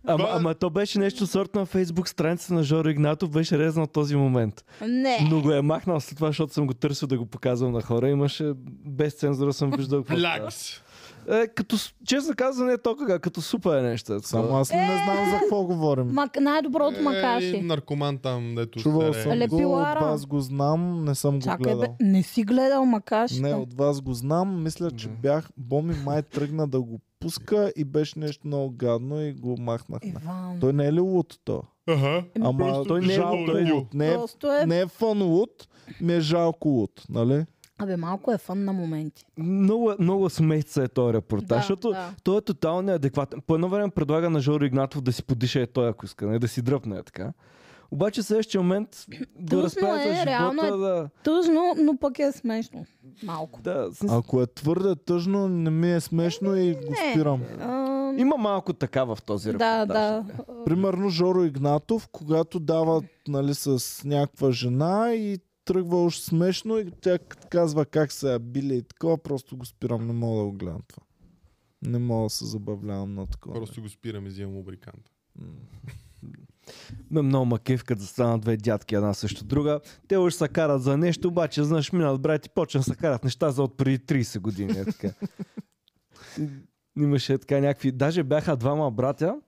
Ама, Това- ама то беше нещо сорт на фейсбук страница на Жоро Игнатов, беше резнал този момент. Не. Но го е махнал след това, защото съм го търсил да го показвам на хора. Имаше без цензура съм виждал какво става. Плакс. Е, като, с- честно казвам, не е толкова, като супа е нещо. е Само такова. аз не знам за какво говорим. Мак, най-доброто Е, макаши. наркоман там, дето Чувал сере. съм го, от Лепилара. вас го знам, не съм го Чакай, бе, гледал. не си гледал макашите. Не, от вас го знам. Мисля, че Не. бях... Боми май тръгна да го пуска и беше нещо много гадно и го махнахме. Иван. Ами, Той не е ли луд то? Аха. Ама Просто той не е жалко той луд. луд. Не е, Просто е... не е фън луд, ми е жалко луд, нали? Абе, малко е фън на моменти. Много, много смеца е този репортаж, Да, защото да. той е тотално неадекватен. По едно време предлага на Жоро Игнатов да си подиша е той, ако иска, не, да си дръпне е така. Обаче в следващия момент Трудно го разправя е, за живота, реално е- да, Тъжно, но пък е смешно. Малко. да, с- Ако е твърде тъжно, не ми е смешно и го не. спирам. А, Има малко така в този да, репортаж. да. Примерно Жоро Игнатов, когато дава нали, с някаква жена и тръгва уж смешно и тя к- казва как се я били и такова, просто го спирам, не мога да го гледам това. Не мога да се забавлявам на такова. Просто го спирам и взимам лубрикант. Ме много макив, като станат две дядки една също друга. Те уж се карат за нещо, обаче знаеш, минат брат и почна се карат неща за от преди 30 години. Е така. И Имаше така някакви... Даже бяха двама братя.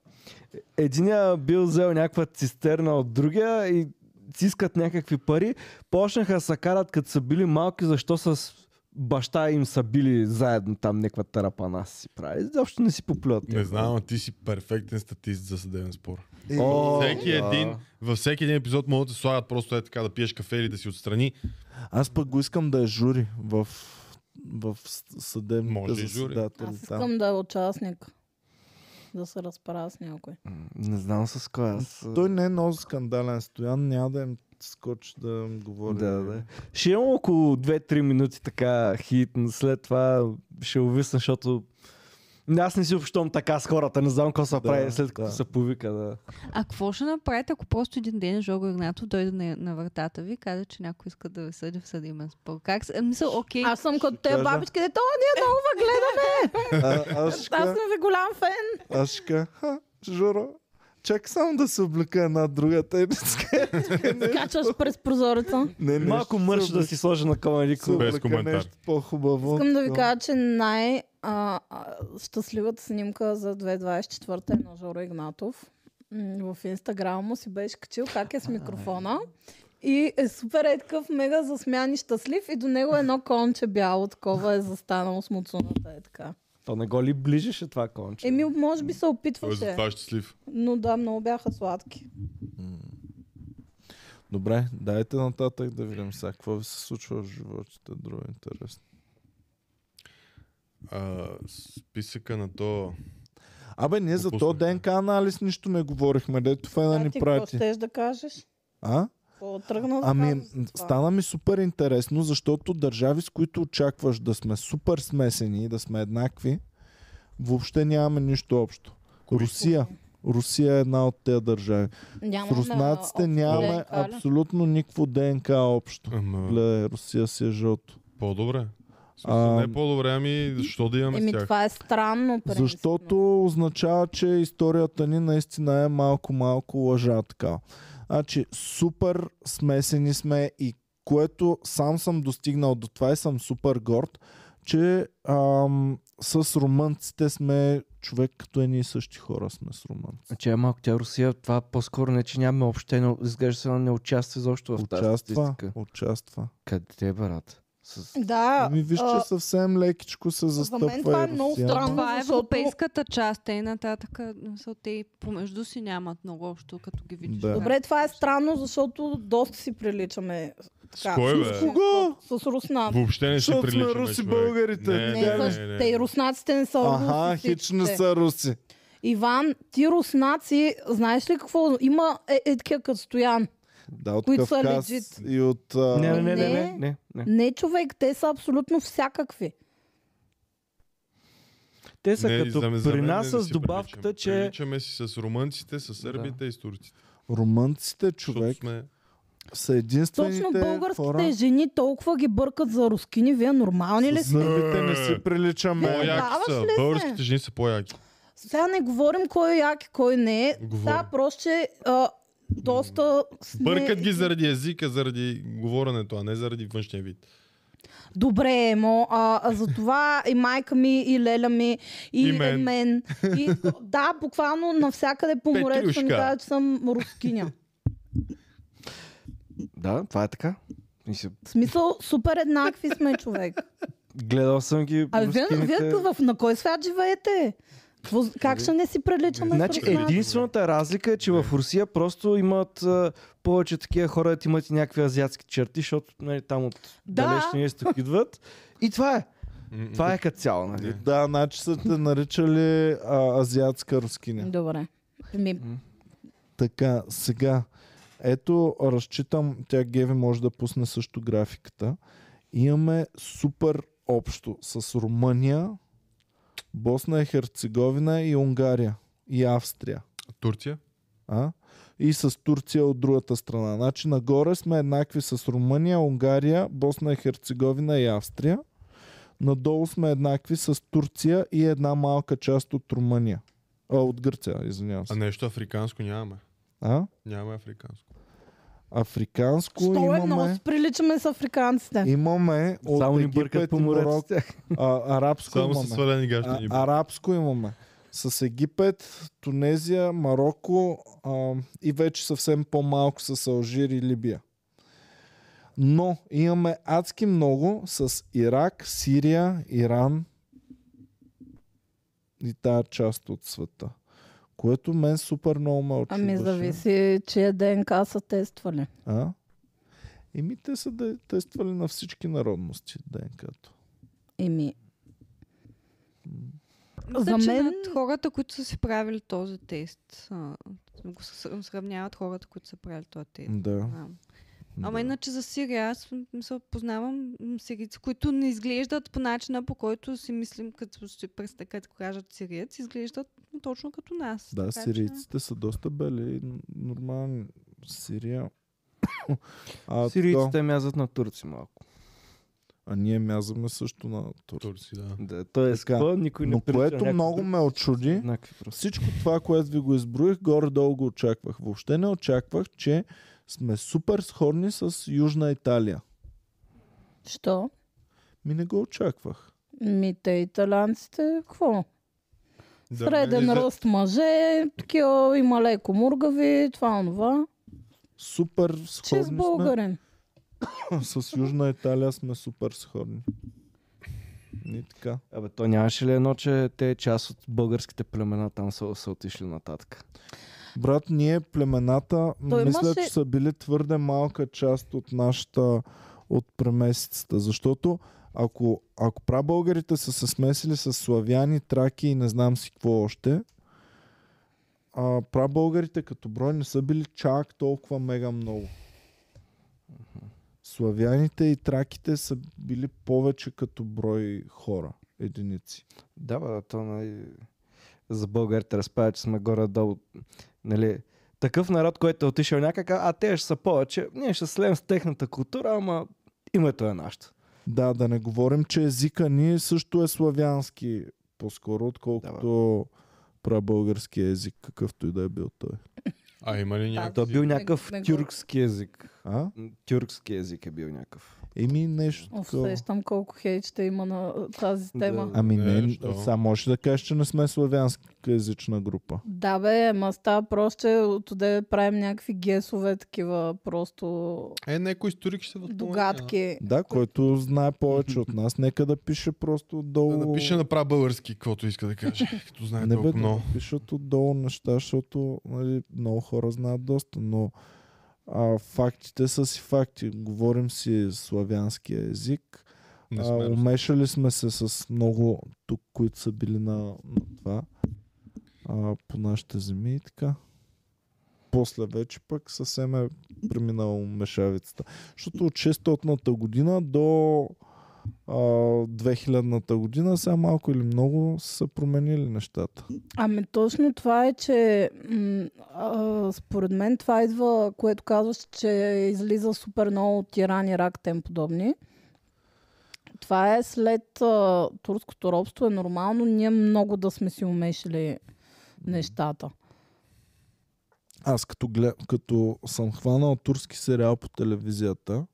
Единия бил взел някаква цистерна от другия и си искат някакви пари. Почнаха да се карат, като са били малки, защо с баща им са били заедно там някаква тарапана си прави. Защо не си поплюват? Не знам, а ти си перфектен статист за съдебен спор. Е, О, Всеки да. един, във всеки един епизод могат да се слагат просто е така да пиеш кафе или да си отстрани. Аз пък го искам да е жури в, в с- съдебните Може и жури. заседатели. Аз там. искам да е участник. Да се разправя с някой. Не знам с кой аз. Той не е много скандален стоян, няма да им скоч да им говори. Да, да. Ще имам около 2-3 минути така хит, но след това ще увисна, защото Аз не си общувам така с хората, не знам какво се Да, прави след като да. се повика. Да. А какво ще направите, ако просто един ден Жого Игнатов дойде на, на вратата ви и каже, че някой иска да ви съди в съдимен спор? Как се... Мисъл, окей, Аз съм като те кажа. бабички, дето, о, ние много ва гледаме. А, аз ще Аз кажа, съм ви голям фен. аз ще кажа, ха, Жоро, чакай само да се облека една другата и да ска- Скачаш през прозореца. Е, не, не, Малко ще мърш се да си сложа на облека- Комеди се Клуб. Без облека коментар. Нещо по-хубаво. Искам да ви Да. кажа, че най- а, а, щастливата снимка за 2024 е на Жоро Игнатов. М, В Инстаграм му си беше качил как е с микрофона. И е супер е такъв мега засмян и щастлив и до него едно конче бяло такова е застанало с муцуната е така. То не го ли ближеше това конче? Еми, може би се Той е за опитваше, това щастлив. но да, много бяха сладки. Добре, дайте нататък да видим сега какво ви се случва в животите. Друго е интересно. А, списъка на то... Абе, ние за то Пропуснахме. ДНК анализ нищо не говорихме. Дето Фена А ни ти Значи, какво прати. щеш да кажеш? А? Какво тръгна да Ами, кажеш за това? стана ми супер интересно, защото държави, с които очакваш да сме супер смесени и да сме еднакви, въобще нямаме нищо общо. Русия. Русия е една от тези държави. С Нямаме руснаците общо нямаме ДНК, ли? абсолютно никакво ДНК общо. Ама, Гледай, Русия си е жълто. по-добре. В Смисъл, А, не по-добре, ами защо да имаме с Еми, тях? това е странно. принципно. Защото означава, че историята ни наистина е малко-малко лъжа така. Значи, супер смесени сме и което сам съм достигнал до това и съм супер горд, че ам, с румънците сме човек като едни и същи хора сме с румънци. Че е малко тя Русия, това по-скоро не, че нямаме въобще, но изглежда се не участва изобщо в тази Участва, статистика. участва. Къде, е, брат? С... Да, Ми Ами, виж, а, че съвсем лекичко се застъпва това е и много Русия. странно. Това е защото- европейската част, те и нататък, мисъл, те и помежду си нямат много общо, като ги видиш. Да. как Добре, това е странно, защото доста си приличаме. С кой, бе? Кого? Ами, С, с руснаците. Въобще не си Защото сме приличаме, руси човек. българите. Не, Не, не, не, не, не. Те и руснаците не са Аха, руси хич не всичките. са руси. Иван, ти руснаци, знаеш ли какво? Има е, е такива като стоян. Да, от Които са Кавказ legit. и от... А... Не, не, не, не, не, не. не, не. Не, човек, те са абсолютно всякакви. Те са Не, като за мен- за при мен нас не да с си добавката, приличаме. че... Приличаме си с румънците, с сърбите и с турците. Румънците, Човек. човек, Сме... са единствените Точно българските хора... жени толкова ги бъркат за рускини. Вие нормални ли С сте? зъбите не си приличаме. Моя- По-яки даваш са. ли се? Българските жени са по-яки. Сега не говорим кой е як и кой не е. Говорим. Да, просто че а, доста... с- не- Бъркат ги заради езика, заради говоренето, а не заради външния вид. Добре, Емо, а, а за това и майка ми, и леля ми, и, И и мен. мен. мен. И, да, буквално навсякъде по морето съм Петрюшка. казва, че съм рускиня. Да, това е така. Мисля, В смисъл, супер еднакви сме, човек. Гледал съм ги. А вие, вие рускините. в, на кой свят живеете? Какво- Как ще не си приличаме? Значи с руснаци? единствената разлика е, че в Русия просто имат а, повече такива хора, дето имат и някакви азиатски черти, защото нали, там от Да. далечния изток идват. И това е. М-м. Това е като цяло. Нали? Да, значи са те наричали а, азиатска рускиня. Добре. Ми, Така, сега. Ето, разчитам, тя Геви може да пусне също графиката. Имаме супер общо с Румъния, Босна и Херцеговина и Унгария и Австрия. Турция? А? И с Турция от другата страна. Значи нагоре сме еднакви с Румъния, Унгария, Босна и Херцеговина и Австрия. Надолу сме еднакви с Турция и една малка част от Румъния. А, от Гърция, извинявам А се. нещо африканско нямаме. А? Нямаме африканско. Африканско що е много имаме... си приличаме с африканците? Имаме Само от ни бъркат Египет по и морето с Марокко. тях. А, арабско Само имаме. с свалени гащи ни А, арабско имаме. С Египет, Тунезия, Марокко а, и вече съвсем по-малко с Алжир и Либия. Но имаме адски много с Ирак, Сирия, Иран и тая част от света. Което мен супер много ме очудваше. Ами зависи, чия ДНК са тествали. А? Еми те са да тествали на всички народности ДНК-то. Еми, За За мен... мен- хората, които са си правили този тест, а, го с- сравняват хората, които са правили този тест. Да. А, Ама иначе за Сирия, аз м- мисъл, познавам м, сирийци, които не изглеждат по начина, по който си мислим, като си пръста, като кажат сириец, изглеждат точно като нас. Да, Така че- сирийците са доста бели, н- нормални. Сирия. а, така, Сирийците мязат на турци малко. а ние мязаме също на турци. Турци, да. Да, той е Така, скъп, никой не Но прилича на което някой много друг. ме очуди, Еднакви просто. Всичко това, което ви го изброих, горе-долу го очаквах. Въобще не очаквах, че сме супер сходни с Южна Италия. Що? Ми не го очаквах. Ми те италянците, какво? Да, нали, Среден нали, мен- ръст мъже, такива има леко мургави, това онова. Супер Че сходни с сме. българин. С Южна Италия сме супер сходни. И така. Абе, то нямаше ли едно, че те част от българските племена там са, са отишли нататък? Брат, ние племената, Той мисля, имаше- че са били твърде малка част от нашата, от премесицата. Защото ако, ако прабългарите са се смесили с славяни, траки и не знам си какво още, а, прабългарите като брой не са били чак толкова мега много. Славяните и траките са били повече като брой хора, единици. Да, бе, да, то най... за българите разправя, че сме горе-долу. Нали, такъв народ, който е отишъл някак, а те ще са повече. Ние ще слем с техната култура, ама името е нашето. Да, да не говорим, че езика ни също е славянски по-скоро, отколкото прабългарски език, какъвто и да е бил той. А има ли Да. някакви? То бил някакъв не го- тюркски език. А? М, Тюркски език е бил някакъв. Еми нещо такова. Усещам колко хейт ще има на тази Да. тема. Да. Ами не, Не, що? сега може да кажеш, че не сме славянска езична група. Да бе, ама става просто, че отде правим някакви гесове, такива просто Е, някой историк ще възпомня. догадки. Да, който знае повече от нас, нека да пише просто Да отдолу. напише направо български, каквото иска да каже, като знае не бе, толкова да много. напишат отдолу неща, защото нали, много хора знаят доста, но а, фактите са си факти. Говорим си славянския език, Не А, сме руски. умешали сме се с много тук, които са били на, на това, а, по нашите земи и така. После вече пък съвсем е преминало мешавицата. Защото от 600-та година до а, 2000-та година, сега малко или много са променили нещата. Ами точно това е, че м- а, според мен това идва, което казваш, че е излиза супер много от Иран, Ирак, тем подобни. Това е след а, турското робство. Е нормално ние много да сме си умешили нещата. Аз като, гля... като съм хванал турски сериал по телевизията,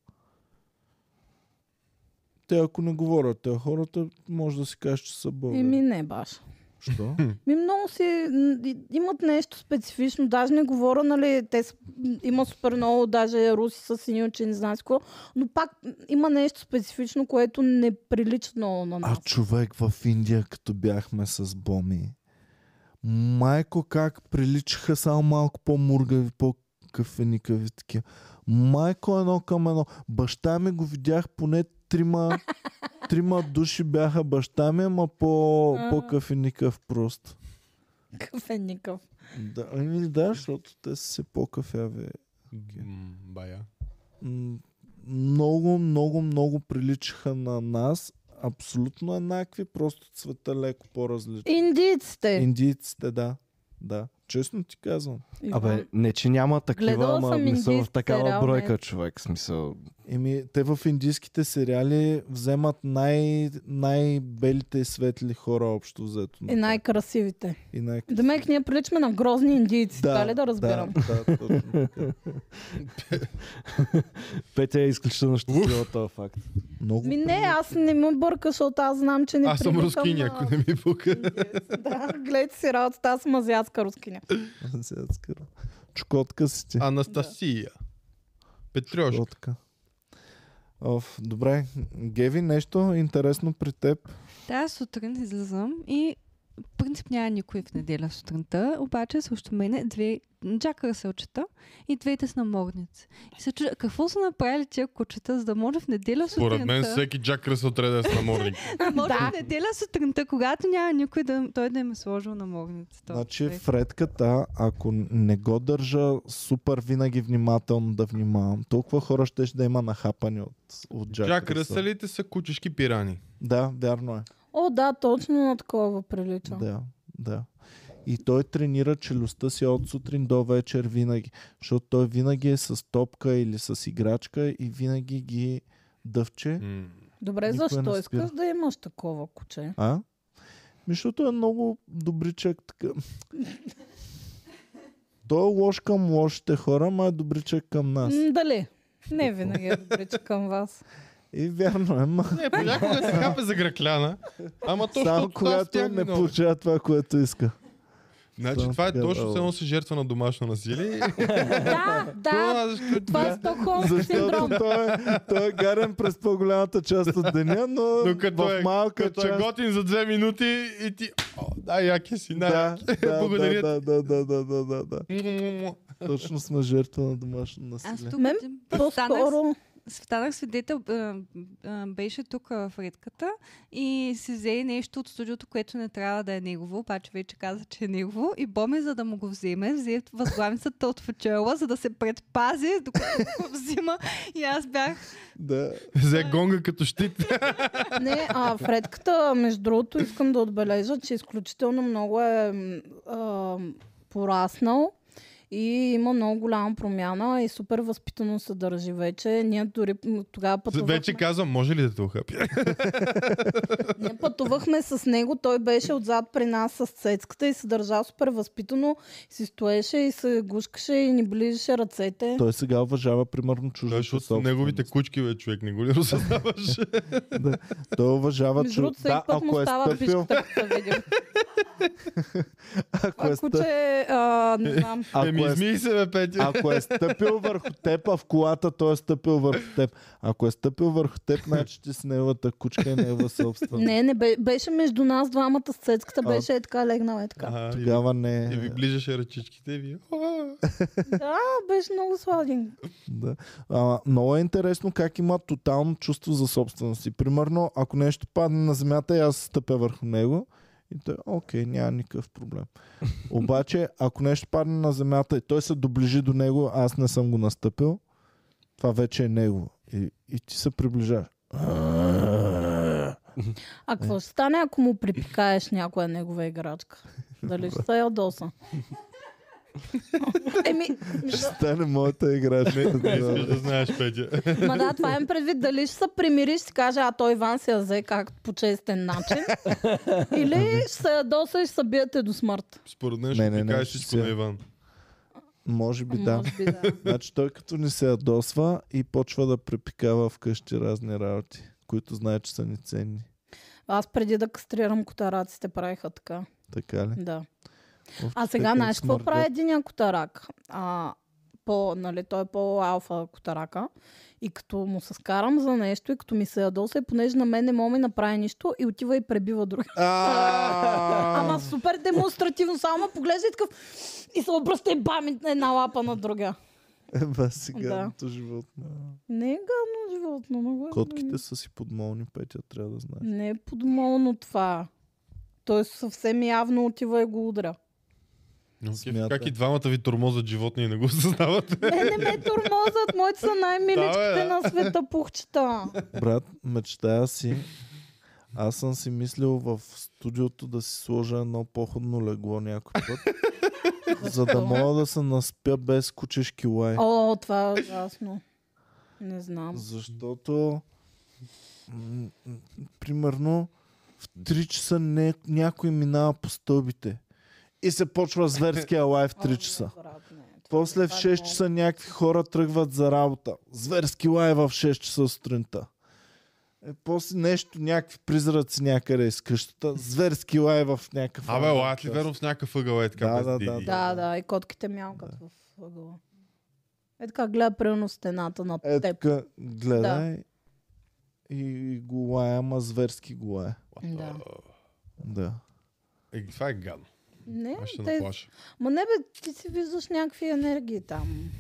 те ако не говорят, те хората може да си кажеш, че са българи. Еми не баш. Що? Ми много си... м, и- Имат нещо специфично. Даже не говоря, нали, те с- м, има супер много, даже руси са сини очи, не знам си какво. Но пак м, има нещо специфично, което не прилича много на А нас. човек в Индия, като бяхме с Боми, майко как приличаха само малко по-мургави, по-кафеникави такива. Майко едно към едно. Баща ми го видях поне трима, трима души бяха баща ми, ама по, А. по-кафеникав просто. Кафеникъв. Да, ами да, защото те са си по-кафяви. М, Бая. М, много, много, много приличаха на нас. Абсолютно еднакви, просто цвета леко по-различни. Индийците. Индийците, да. Да. Честно ти казвам. Абе, не, че няма такива, Гледала ама съм не са в индийски такава сериал, бройка, не. човек. Смисъл, Еми, те в индийските сериали вземат най- най-белите и светли хора общо взето. И е най-красивите. И най- Демек, ние приличаме на грозни индийци, така ли да разбирам? Да, да, точно така. Петя е изключително щастлива от този факт. Много. Ми не, аз не ме бърка, защото аз знам, че не Аз съм приличам рускиня, на- ако не ми пука. Да, гледайте си работата, аз съм азиатска рускиня. азиатска. Чукотка си ти. Анастасия. Петрёшка. Чукотка. Оф, добре. Геви, нещо интересно при теб. Тая сутрин излизам и по принцип няма никой в неделя сутринта, обаче срещу мене две джак ръселчета и двете с наморници. И се чудя, какво са направили тия кучета, за да може в неделя сутринта... Според мен всеки Джак Кръсъл трябва да е с наморник. да може Да. в неделя сутринта, когато няма никой, да, той да им е сложил наморницата. Значи Фредката, ако не го държа супер винаги внимателно да внимавам, толкова хора ще да има нахапани от, от Джак, Джак Ръсъл. Ръсълите са кучешки пирани. Да, вярно е. О, да, точно на такова прилича. Да, да. И той тренира челюстта си от сутрин до вечер винаги. Защото той винаги е с топка или с играчка и винаги ги дъвче. М. Добре, Никой не защо спира. искаш да имаш такова куче? А? Мишото е много добричък. Така. Той е лош към лошите хора, ма е добричък към нас. М, дали? Не винаги е добре, че към вас. И вярно е, ма. Не, понякога се хапе за гракляна, ама то, Само когато не получава това, което иска. Значи Само това е тогава. точно все едно си жертва на домашно насилие. Да, да, Това, защо... това е стокхолмски Защото синдром. той е, той е гарен през по-голямата част от деня, но, Но като в е- малка Като е част... готин за две минути и ти... О, да, яки си, да. Да, да, Благодаря да, да, да, да, да, да, да. Му-му-му. Точно сме жертва на домашно Аз насилие. тук Мен един път станах По-скоро Станах свидетел, а, а, беше тук а, в редката и си взе нещо от студиото, което не трябва да е негово, обаче вече каза, че е негово и Боми, за да му го вземе, взе възглавницата от фачела, за да се предпази, докато го взима и аз бях Да. Взе гонга като щит. Не, а Фредката, между другото, искам да отбележа, че изключително много е м, а, пораснал и има много голяма промяна и супер възпитано се държи вече. Ние дори м, тогава пътувахме, Вече казвам, може ли да те ухъпя? ние пътувахме с него, той беше отзад при нас с цецката и се държа супер възпитано, си стоеше и се гушкаше и ни ближеше ръцете. Той сега уважава примерно чуждата е, Защото собственост. неговите кучки, бе, човек, не го ли осъзнаваш? Да. Той уважава Между чу... другото, всеки Да, път ако му е става стъпил, пишката, като се видим. ако е Ако стъпил, че, а, не знам. Еми, ако е измий се, бе, Петя. Ако е стъпил върху теб, а в колата той е стъпил върху теб. Ако е стъпил върху теб, значи ти си неговата кучка и негова собствена. Не, не бе, беше между нас двамата с цецката, А. беше е така легнала, е така. Ага, и- Тогава не И ви е. ближаше ръчичките и ви... «О, Да, беше много сладен. Да. А, много е интересно как има тотално чувство за собственост. И примерно, ако нещо падне на земята и аз стъпя върху него, и той, окей, няма никакъв проблем. Обаче, ако нещо падне на земята и той се доближи до него, аз не съм го настъпил, това вече е него. И, и ти се приближаваш. А какво ще стане, ако му припикаеш някоя негова играчка? Дали ще се е ядоса? Еми, Ще стане моята играчка. Не искаш Да. да знаеш, Петя. ма да, това им предвид. Дали ще се примириш, ще каже, а той Иван се я взе как по честен начин. Или ще се ядоса и ще се биете до смърт. Според мен Не, ще не, ти не, кажеш ще всичко си- на Иван. Може би да. Може би да. Значи той като ни се ядосва и почва да препикава вкъщи разни работи, които знае, че са ни ценни. Аз преди да кастрирам котараците правиха така. Така ли? Да. Оф, че А те сега как знаеш какво смърдят. прави един котарак? А, по, нали, той е по-алфа котарака. И като му се скарам за нещо и като ми се ядоса, и понеже на мен не мога ми направи нищо и отива и пребива друг. Ама супер демонстративно, само ме поглежда и такъв и се обръща и бами една лапа на друга. Ева сигарното животно. Не е гадно животно, но го е. Котките са си подмолни, Петя, трябва да знаеш. Не е подмолно това. Той съвсем явно отива и го удря. Но Смятай. Как и двамата ви тормозат животни и не го съзнавате? Не, не ме тормозат, моите са Да, бе, най-миличките да. на света пухчета. Брат, мечтая си. Аз съм си мислил в студиото да си сложа едно походно легло някой път, за да мога да се наспя без кучешки лай. О, това е ужасно. Не знам. Защото, м, м, примерно, в 3 часа не, някой минава по стълбите и се почва зверския лай в 3 часа. О, не, брат, не. Ами, Това- е После в това 6 не мога. часа някакви хора тръгват за работа. Зверски лай в 6 часа сутринта. Е, после нещо, някакви призраци някъде из къщата. Зверски лай в някакъв... Абе, лаят ли верно в някакъв ъгъл е така? Да, без да, диди? да, Да, да, и котките мялкат в ъгъла. Е така, гледа примерно стената на Е, теб. така, гледай. е И, и го лая, ама зверски го лая. Да. Да. Е, това е гадно. Не, Аз ще те... наплаша. Ма не бе, ти си виждаш някакви енергии там.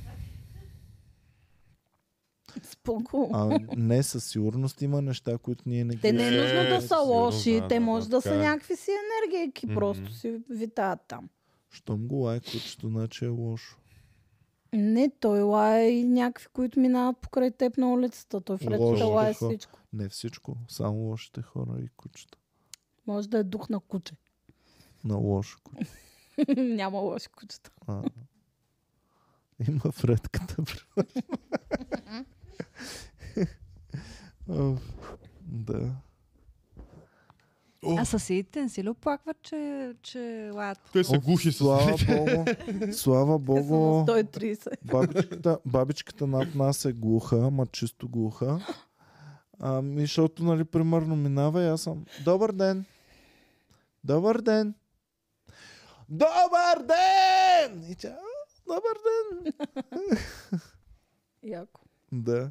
Споко. А не, със сигурност има неща, които ние не Те ги... не е Е, нужно да са сигурно, лоши, да, те да, може да, да са така е. някакви си енергийки, Мгм. просто си витаят там. Щом го лай кучето, значи е лошо. Не, той лае и някакви, които минават покрай теб на улицата. Той в Лоши редката лае хора. всичко. Не всичко, само лошите хора и кучета. Може да е дух на куче. На лошо куче. Няма лоши кучета. А. Има в редката. примерно. Оф, да. О, А съседите не си ли оплакват, че, че лаят те са Оф, глухи с Слава Богу. Слава Богу. 130. Бабичката, бабичката над нас е глуха, ма чисто глуха. Ами, защото, нали, примерно минава и аз съм. Добър ден! Добър ден! Добър ден! И тя, «А, добър ден! Яко. Да.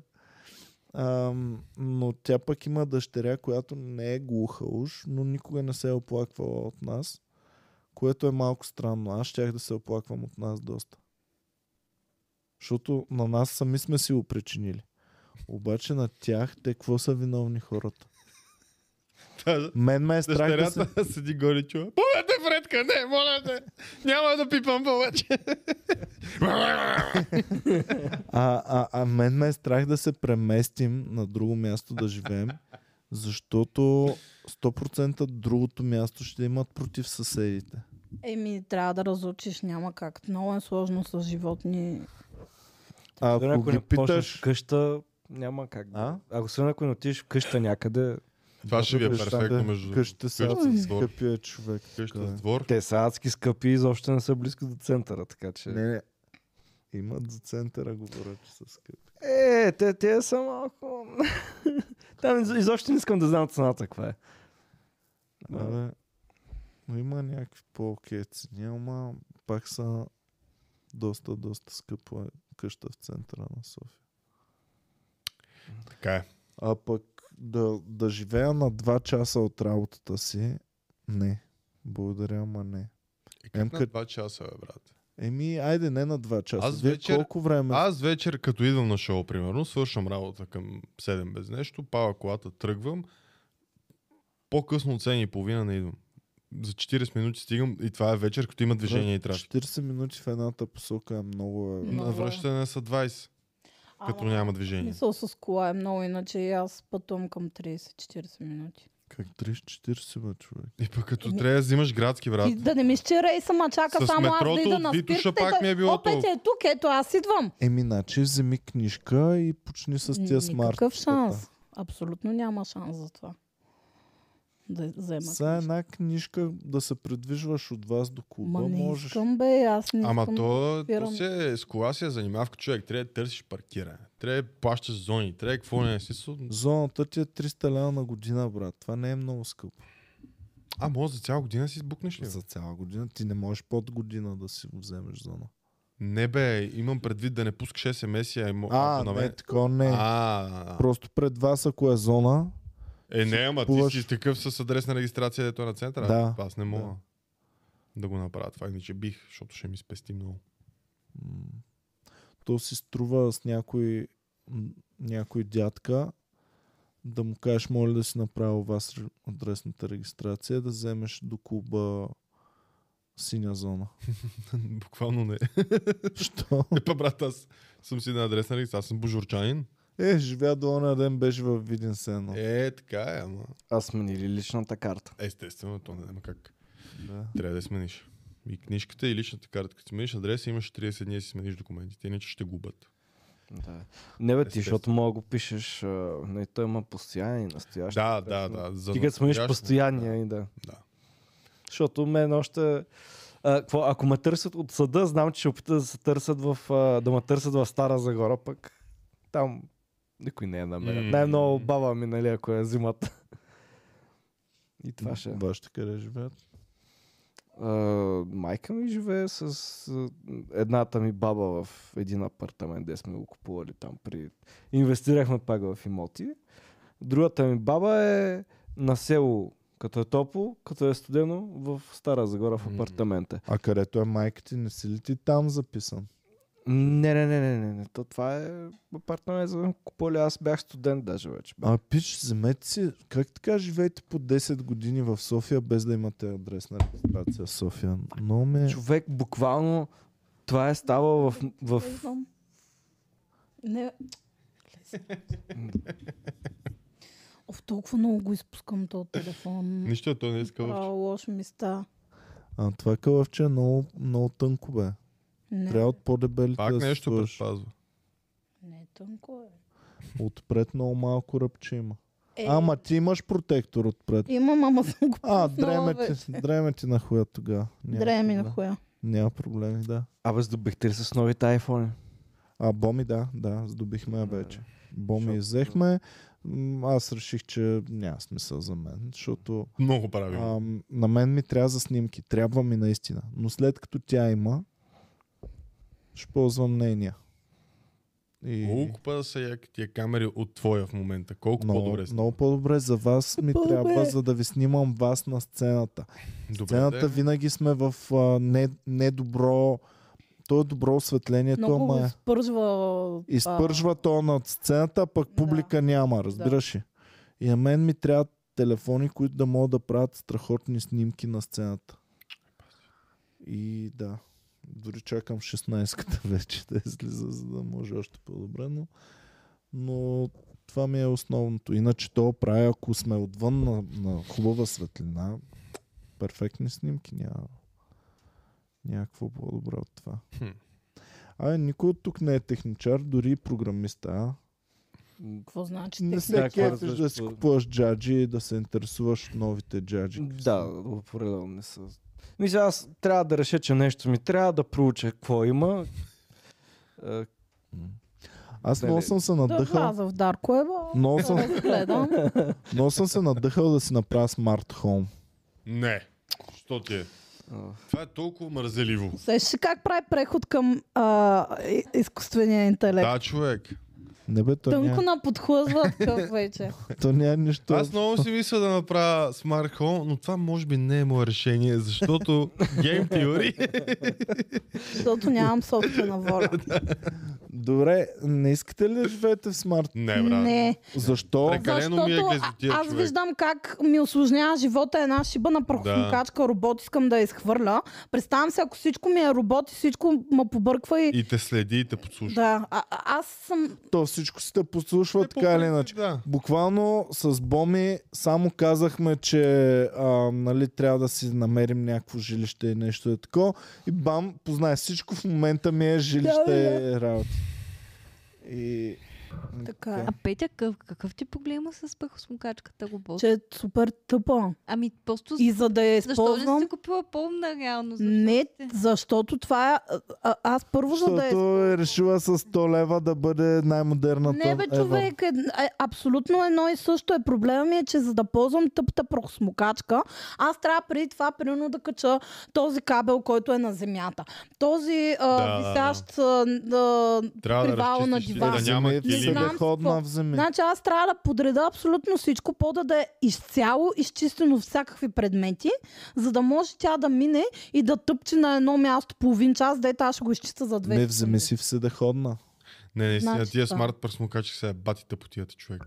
Ам, но тя пък има дъщеря, която не е глуха уж, но никога не се е оплаквала от нас, което е малко странно. Аз щях да се оплаквам от нас доста. Защото на нас сами сме си го причинили. Обаче на тях те какво са виновни хората? Та- Мен ме е страх да се... Дъщерята седи горе и чува. Пълете Фредка, не, моля те. Няма да пипам повече. А, а, а мен ме е страх да се преместим на друго място да живеем, защото 100% другото място ще имат против съседите. Еми, трябва да разучиш, няма как. Много е сложно с животни. А Освен ако ги не почнеш питаш... къща, няма как. Да. А? Ако освен ако не отидеш в къща някъде, Това ще ви е Къщата- перфектно между Къщата са къщата с двор. скъпия човек. Къща така с е. двор. те са адски скъпи и изобщо не са близко до центъра, така че... Не, не. Имат за центъра, говоря, че са скъпи. Е, те, те са малко... Там из- изобщо не искам да знам цената каква е. Да. Абе, но има някакви по-окей цени, ама пак са доста, доста скъпа къща в центъра на София. Така е. А пък да, да живея на 2 часа от работата си, не. Благодаря, ама не. И Ем Как на кът- Е, два часа, бе, брат? Еми, айде, не на 2 часа. Аз Вие вечер- колко време? Аз вечер, като идвам на шоу, примерно, свършвам работа към 7 без нещо, пава колата, тръгвам. По-късно от 7 и половина не идвам. За 40 минути стигам и това е вечер, като има движение и трафик. 40 минути в едната посока е много... е- Много На е. връщане са 20, като Ама, няма движение. Мисъл с кола е много, иначе и аз пътувам към 30-40 минути. Как 30-40 бе, човек? И пък като Еми- трябва да взимаш градски, брат. И да не ми ще рейсама, чака С само аз да метрото ида от на Витоша спирката. пак и да- ми е било О, Петя толкова. е тук, ето аз идвам. Еми, значи вземи книжка и почни с тия смарт. Никакъв шанс. Абсолютно няма шанс за това. Да взема За една книжка да се придвижваш от вас до клуба, Ма не можеш. искам бе, аз не Ама искам. то, то спирам. се, с кола си е занимавка човек. Трябва да търсиш паркиране. Трябва да плащаш зони. Трябва какво не е. си. су- Зоната ти е 300 лева на година, брат. Това не е много скъпо. А, може за цяла година си избукнеш ли? бе? За цяла година ти не можеш под година да си вземеш зона. Не бе, имам предвид да не пускаш SMS-и, а, емо- А, ако на не, е. мен... тако не. А, Просто пред вас, ако е зона, е, не, ама ти купуваш- си такъв с адресна регистрация, дето е на центъра. Да. Аз не мога да, го направя това, иначе бих, защото ще ми спести много. м, то си струва с някой, м, някой дядка да му кажеш, моля да си направя у вас ре- адресната регистрация, да вземеш до клуба синя зона. Буквално не. Що? Е, па, брат, аз съм си на адресна регистрация, аз съм божурчанин. Е, живя до оня ден, беше в Видин Сено. Е, така е, ама. Аз сменили личната карта. Естествено, то няма как. Да. Трябва да я смениш. И книжката, и личната карта. Като смениш адреса, имаш 30 дни да си смениш документите, иначе ще губят. Да. Не бе, ти, Естествено. защото мога го пишеш, а, не, той има постоянни и настоящи. Да, да, да. За Ти като смениш настоящ- постоянния и да. Да. Защото мен още... А, какво, ако ме търсят от съда, знам, че ще опита да се търсят в, а, да ме търсят в Стара Загора, пък там никой не е намерен. М. Най-много баба ми, нали, ако е зимата. И това ще е. Баща къде живеят? А, майка ми живее с а, едната ми баба в един апартамент, де сме го купували там. При... Инвестирахме пак в имоти. Другата ми баба е на село Като е топло, като е студено, в Стара Загора в М. апартамента. А където е майка ти, не си ли ти там записан? Не, не, не, не, не, не. То това е апартамент за куполя. Аз бях студент даже вече. А пич, вземете си, как така живеете по 10 години в София, без да имате адресна регистрация в София? Но ме... Човек буквално това е ставало в, в Идвам. Не. Оф, толкова много го изпускам този телефон. Нищо, той не иска Право в... лошо ми ста. А това кълъвче е много, много тънко, бе. Не, Трябва от по-дебелите Пак да се нещо сложиш. предпазва. не е тънко. Е. Отпред много малко ръбче има. Е, Ама ти имаш протектор отпред. Имам, ама съм го А, пуснала дреме вече. ти, дреме ти на хуя тогава. Няма Дреме проблем. на хуя. Няма проблеми, да. Абе, сдобихте ли с новите айфони? А, Боми, да, да, Е, сдобихме я вече. Боми Защото- взехме. М, Аз реших, че няма смисъл за мен, защото Много правилно. а, на мен ми трябва за снимки. Трябва ми наистина. Но след като тя има, ще ползвам нейния. И... Колко пада са яки тия камери от твоя в момента? Колко Много, по-добре са? много по-добре за вас ми По-добре. трябва, за да ви снимам вас на сцената. Добре, Сцената де. винаги сме в а, не, недобро... То е добро осветлението, Много ама го е... изпържва. а, Изпържва то над сцената, а пък Да. публика няма, разбираш ли? И на мен ми трябват телефони, които да могат да правят страхотни снимки на сцената. И да, дори чакам 16-ката вече да излиза, за да може още по-добре, но, но това ми е основното. Иначе то прави, ако сме отвън на, на хубава светлина, перфектни снимки няма. Някакво по-добре от това. Хм. Абе, никой от тук не е техничар, дори и програмиста. А? Какво значи? Не Не се Да, да, какво кефиш разбираш да си по- купуваш джаджи и да се интересуваш от новите джаджи. Да, определено не са. Мисля, аз трябва да реша, че нещо ми трябва да проуча какво има. Е, Аз Леле. много съм се Да надъхал. вляза в Даркоева. Много съм, Да гледам. много съм се надъхал да си направя смарт хоум. Не. Що ти е? а, Това е толкова мързеливо. Сещаш ли как прави преход към а, и- изкуствения интелект? Да, човек. Не бе, то Тънко няма, на подхлъзва такъв вече. то няма нищо. Аз много си мисля да направя смарт хоум, но това може би не е мое решение, защото Game Theory... Защото нямам собствена воля. Добре, не искате ли да живеете в смарт? не, Е, брат. Не. Защо? Прека- Прекалено ми е Защото грезотия, а- аз човек. виждам как ми осложнява живота една шиба на прахосмокачка робот, искам да я изхвърля. Представям се, ако всичко ми е робот и всичко ме побърква и... И те следи, и те подслушва. Да, а, а- аз съм... То всичко си те послушва така или иначе. Да. Буквално с Боми само казахме, че а, нали, трябва да си намерим някакво жилище и нещо е такова. И бам, познай всичко в момента ми е жилище да, работа. И... Така. А Петя, какъв, какъв е ти проблема с пъхосмукачката робот? Че е супер тъпа. Ами просто... И за да я Защо не използвам... си купила помна реално? Защо Не, сте- защото това е... а- а- Аз първо, за да я Защото е решила с 100 лева да бъде най-модерната. Не бе, ever. човек, е, е, абсолютно едно и също е. Проблема ми е, че за да ползвам тъпта прахосмокачка, аз трябва преди това примерно да кача този кабел, който е на земята. Този а, Да, да, да, да. висящ а, да, Трябва да кривало на разчистиш, дивана. да няма Вземи килим. килим. знам всебеходна какво. вземи. Значи аз трябва да подреда абсолютно всичко, пода да е изцяло изчистено всякакви предмети, за да може тя да мине и да тъпче на едно място половин час, дете аз ще го изчиста за две Не, секунди. вземи си всебеходна. Не, не, Значи тия това. смарт пръсмокачи сега батите по тията, човек.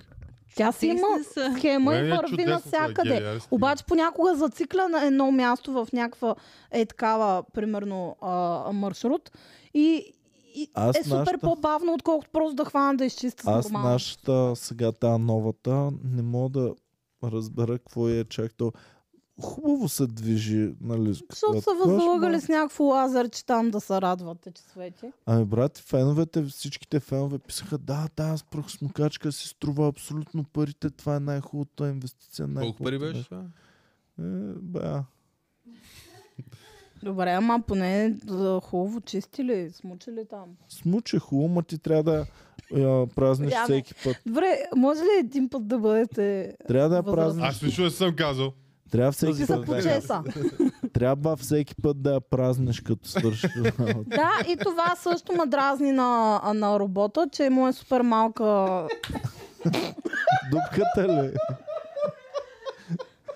Тя си има Тесни са. схема и Мене е върви чудесно, това е навсякъде. гениално, стига. Обаче понякога зацикля на едно място в някаква е такава, примерно, а, маршрут и, и Аз е супер нашата- по-бавно, отколкото просто да хвана да изчиста с Аз нормално. нашата, сега та новата, не мога да разбера какво е чак то. Хубаво се движи, нали? Защото са като възлагали с някакво лазерче там да се радвате, че свети. Ами брат, феновете, всичките фенове писаха, да, да, с прахосмокачка си струва абсолютно парите, това е най-хубавата инвестиция. е Колко пари най-хубавото беше? нещо». това? Е, ба. Добре, ама поне а, хубаво чистили, смучили там. Смуче хубаво, ма ти трябва да я празниш Яме. всеки път. Добре, може ли един път да бъдете... Трябва да я Възраст- празниш. Аз нищо не съм казал. Трябва всеки, Ти са път, почеса. трябва всеки път да я празниш, като свършиш работа. Да, и това също ме дразни на, на робота, че му е супер малка. Дупката ли?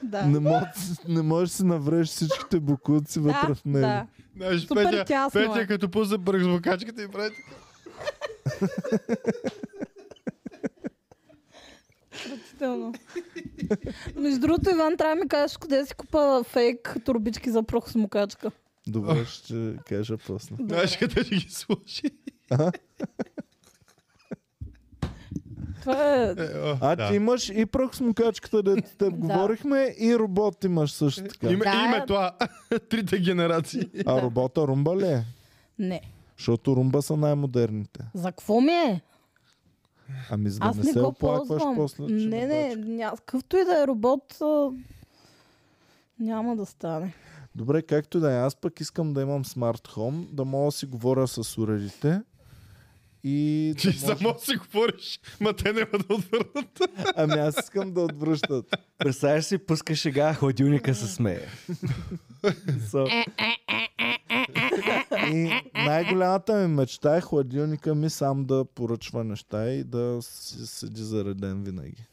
да. Не, мож, не можеш да си навреш всичките букуци вътре в него. да. Знаеш, Супер Петя, тясно е. Петя като пусне пръзвукачката и прави така. Отвратително. Между другото, Иван, трябва да ми кажеш къде си купа фейк турбички за прахосмокачка. Добре, ще кажа после. Знаеш къде ще ги сложи. Това е... Е, о, А да. ти имаш и прахосмукачката, дето с теб говорихме, и робот имаш също така. Име, Да. име това. Трите генерации. А робота румба ли е? Не. Защото румба са най-модерните. За какво ми е? Ами за да Аз не, не се го оплакваш ползвам. после. че не, не, бачка. ня... какъвто и да е робот, а, няма да стане. Добре, както и да е. Аз пък искам да имам смарт хом, да мога да си говоря с уредите. И да Ти може- само си говориш, ма те няма да отвърнат. Ами аз искам да отвръщат. Представяш си, пускаш сега хладилника се смее. So, И най-голямата ми мечта е хладилника ми сам да поръчва неща и да си седи зареден винаги.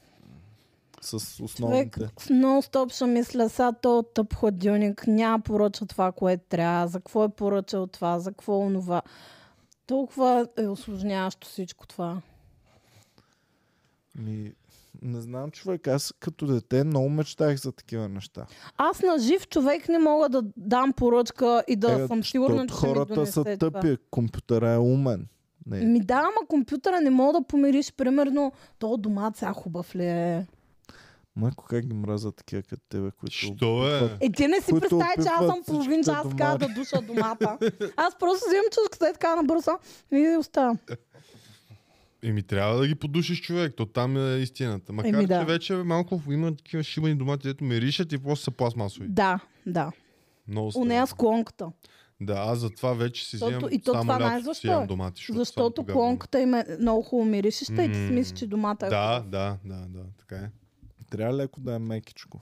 С Човек основните. нон-стоп ще мисля, са то тъп хладилник, няма поръча това, което трябва, за какво е поръчал това, за какво онова. Толкова е осложняващо всичко това. Ми, не знам, човек. Аз като дете много мечтах за такива неща. Аз на жив човек не мога да дам поръчка и да Е, съм сигурна, защото че ще ми хората донесе са това. тъпи, компютъра е умен. Не. Ми да, ама компютъра не мога да помириш, примерно, то домат сега хубав ли е. Майко, как ги мразя такива като тебе, които... Що е? Е, ти не си Които представи, че аз опитват съм половин всичките час така да домари. душа домата. Аз просто взимам чушката и така набърса и оставам. Еми трябва да ги подушиш човек, то там е истината. Макар Еми, да. че вече малко има такива шибани домати, дето миришат и после са пластмасови. Да, да. Много У нея с странно. клонката. Да, аз затова вече си Защото- взимам и то това само знаеш лятото си защо е. ям домати. само Защото тогава имам. клонката им е много хубаво миришеща и ти си М, мислиш, че домата е Да, хубава. да, да, да, така е. Трябва леко да е мекичко.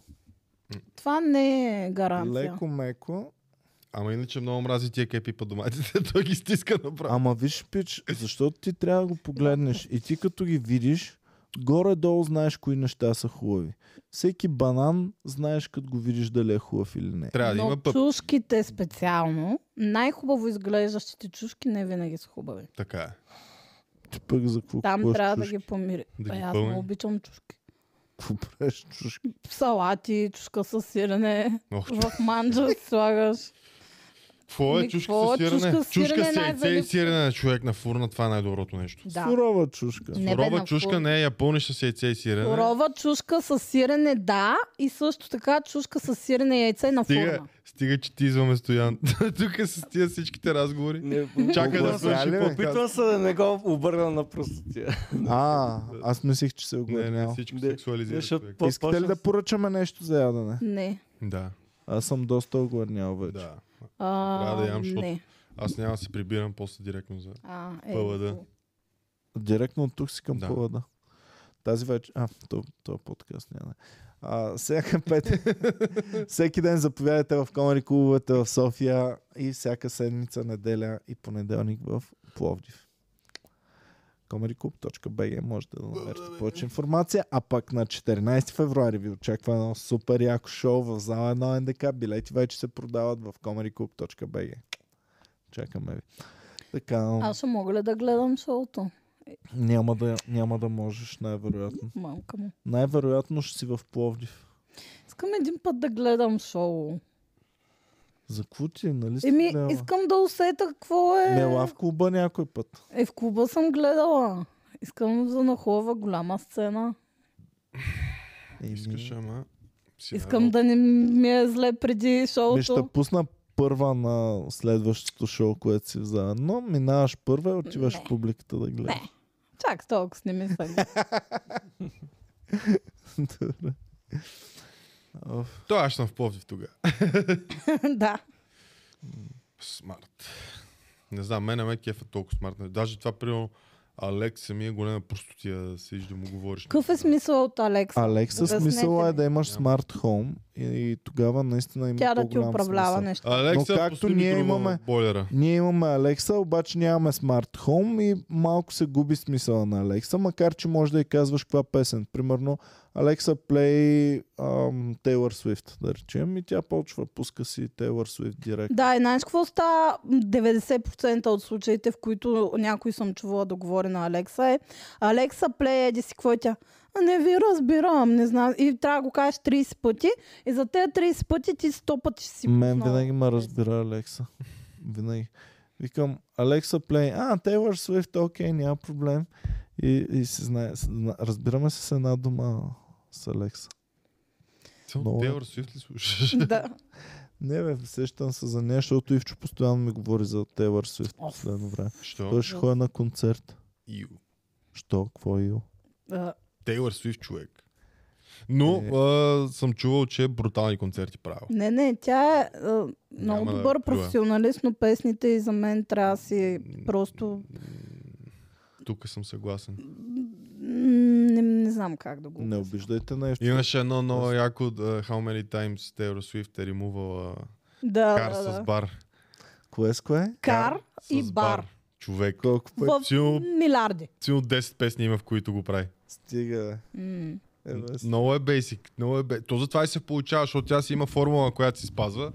Това не е гаранция. Леко, меко. Ама иначе много мрази тия кепи по доматите, той ги стиска направо. Ама виж, пич, защото ти трябва да го погледнеш и ти като ги видиш, горе-долу знаеш кои неща са хубави. Всеки банан знаеш като го видиш дали е хубав или не. Трябва да Но има пъп. чушките специално, най-хубаво изглеждащите чушки не винаги са хубави. Така е. Ти пък за какво Там купуваш трябва чушки? да ги помири. Да Да ги аз пълни. не обичам чушки. Какво правиш, чушки? Салати, чушка с сирене, Ох, чу- в манджа си слагаш. Какво е Ми, чушка какво с е сирене? чушка с Чушка сирене с яйце и най-велико? сирене на човек на фурна, това е най-доброто нещо. Да. Сурова чушка. Не, бе, Сурова на чушка фур- не е я пълниш с яйце и сирене. Сурова чушка с сирене, да, и също така чушка с сирене и яйце на Стига, форма. стига, че ти изваме стоян. Тук е с тия всичките разговори. не, Чакай да опитвам се- свърши свърши подкаст. Опитвам се да не го обърна на простотия. А, аз мислих, че се Не, не, огледнял. всичко Да. сексуализира Защото човек. по- Искате ли да поръчаме нещо за ядене? Не. Да, Аз съм доста огладнял вече. да. Трябва А, да ям, защото- не. Аз няма да се прибирам после директно за... А, е, ПВД. Директно от тук си към Да. да. повода. Тази вечер... А, то, то подкаст няма. да е. А, всяка пет... всеки ден заповядайте в комери клубовете в София и всяка седмица, неделя и понеделник в Пловдив. comedyclub.bg можете да намерите повече информация. А пък на 14 февруари ви очаква едно супер яко шоу в зала 1 НДК. Билети вече се продават в comedyclub.bg Чакаме ви. Така, Аз ще мога ли да гледам шоуто? няма да, няма да можеш, най-вероятно. Малка му. Най-вероятно ще си в Пловдив. Искам един път да гледам шоу. За какво ти, нали си Еми, гледала? искам да усета какво е. Мела в клуба някой път. Е, в клуба съм гледала. Искам за на хубава голяма сцена. Еми, Искаш, ама... е си Ами. Искам най-добър. да не ми е зле преди ми ще шоуто. пусна първа на следващото шоу, което си взела. Но минаваш първа и отиваш в публиката да гледаш. Чак толкова с не ми се. Добре. Оф, То аз съм в Пловдив тогава. да. Смарт. Не знам, мен не ме кефа толкова смарт. Даже това, примерно, Алекс самия голема простотия да седиш да му говориш. Какъв е смисъл от Алекс? Алекса, Обяснете смисъла е ми. да имаш Няма. смарт хоум И, и тогава наистина има Тя да ти по-голям управлява смисъл. нещо. Алекса, Но както пусни ние микро- имаме- бойлера. Ние имаме Алекса, обаче нямаме смарт Home и малко се губи смисъла на Алекса, макар че може да и казваш каква песен. Примерно Алекса плей Тейлър Свифт, да речем, и тя почва, пуска си Тейлър Свифт директ. Да, и знаеш какво става 90% от случаите, в които някой съм чувала да говори на Алекса е Алекса плей, еди си какво е тя. А не ви разбирам, не знам. И трябва да го кажеш 30 пъти. И за тези 30 пъти ти 100 пъти ще си Мен пуснала. винаги ме разбира Алекса. Винаги. Викам, Алекса плей, а, Тейлър Свифт, окей, няма проблем. И, и се знае, с- зна- разбираме се с една дума с Алекса. Много е. Тейлор Свифт ли слушаш? Да. Не, бе, сещам се за нещо, защото Ивчо постоянно ми говори за Тейлър Свифт в последно време. Той Що? ще ходи на концерт. Ио. Що? Какво е Ил? А, Тейлор Свифт човек. Но Е. а, съм чувал, че брутални концерти правил. Не, не, тя е а, много да добър плюя. професионалист, но песните и за мен трябва да си просто... Тук съм съгласен. м, Не, не знам как да го... Не обясня. обиждайте нещо. Имаше едно много яко uh, How Many Times Тейлор Свифт е ремувала Да, кар да, с да. бар. Кое е с кое? Кар и с бар. Човек. Колко пъти В Силно милиарди. силно 10 песни има, в които го прави. стига, бе? М. Е, бе, с- Много е бейсик. Много е бе... То затова и се получава, защото тя си има формула, която си спазва.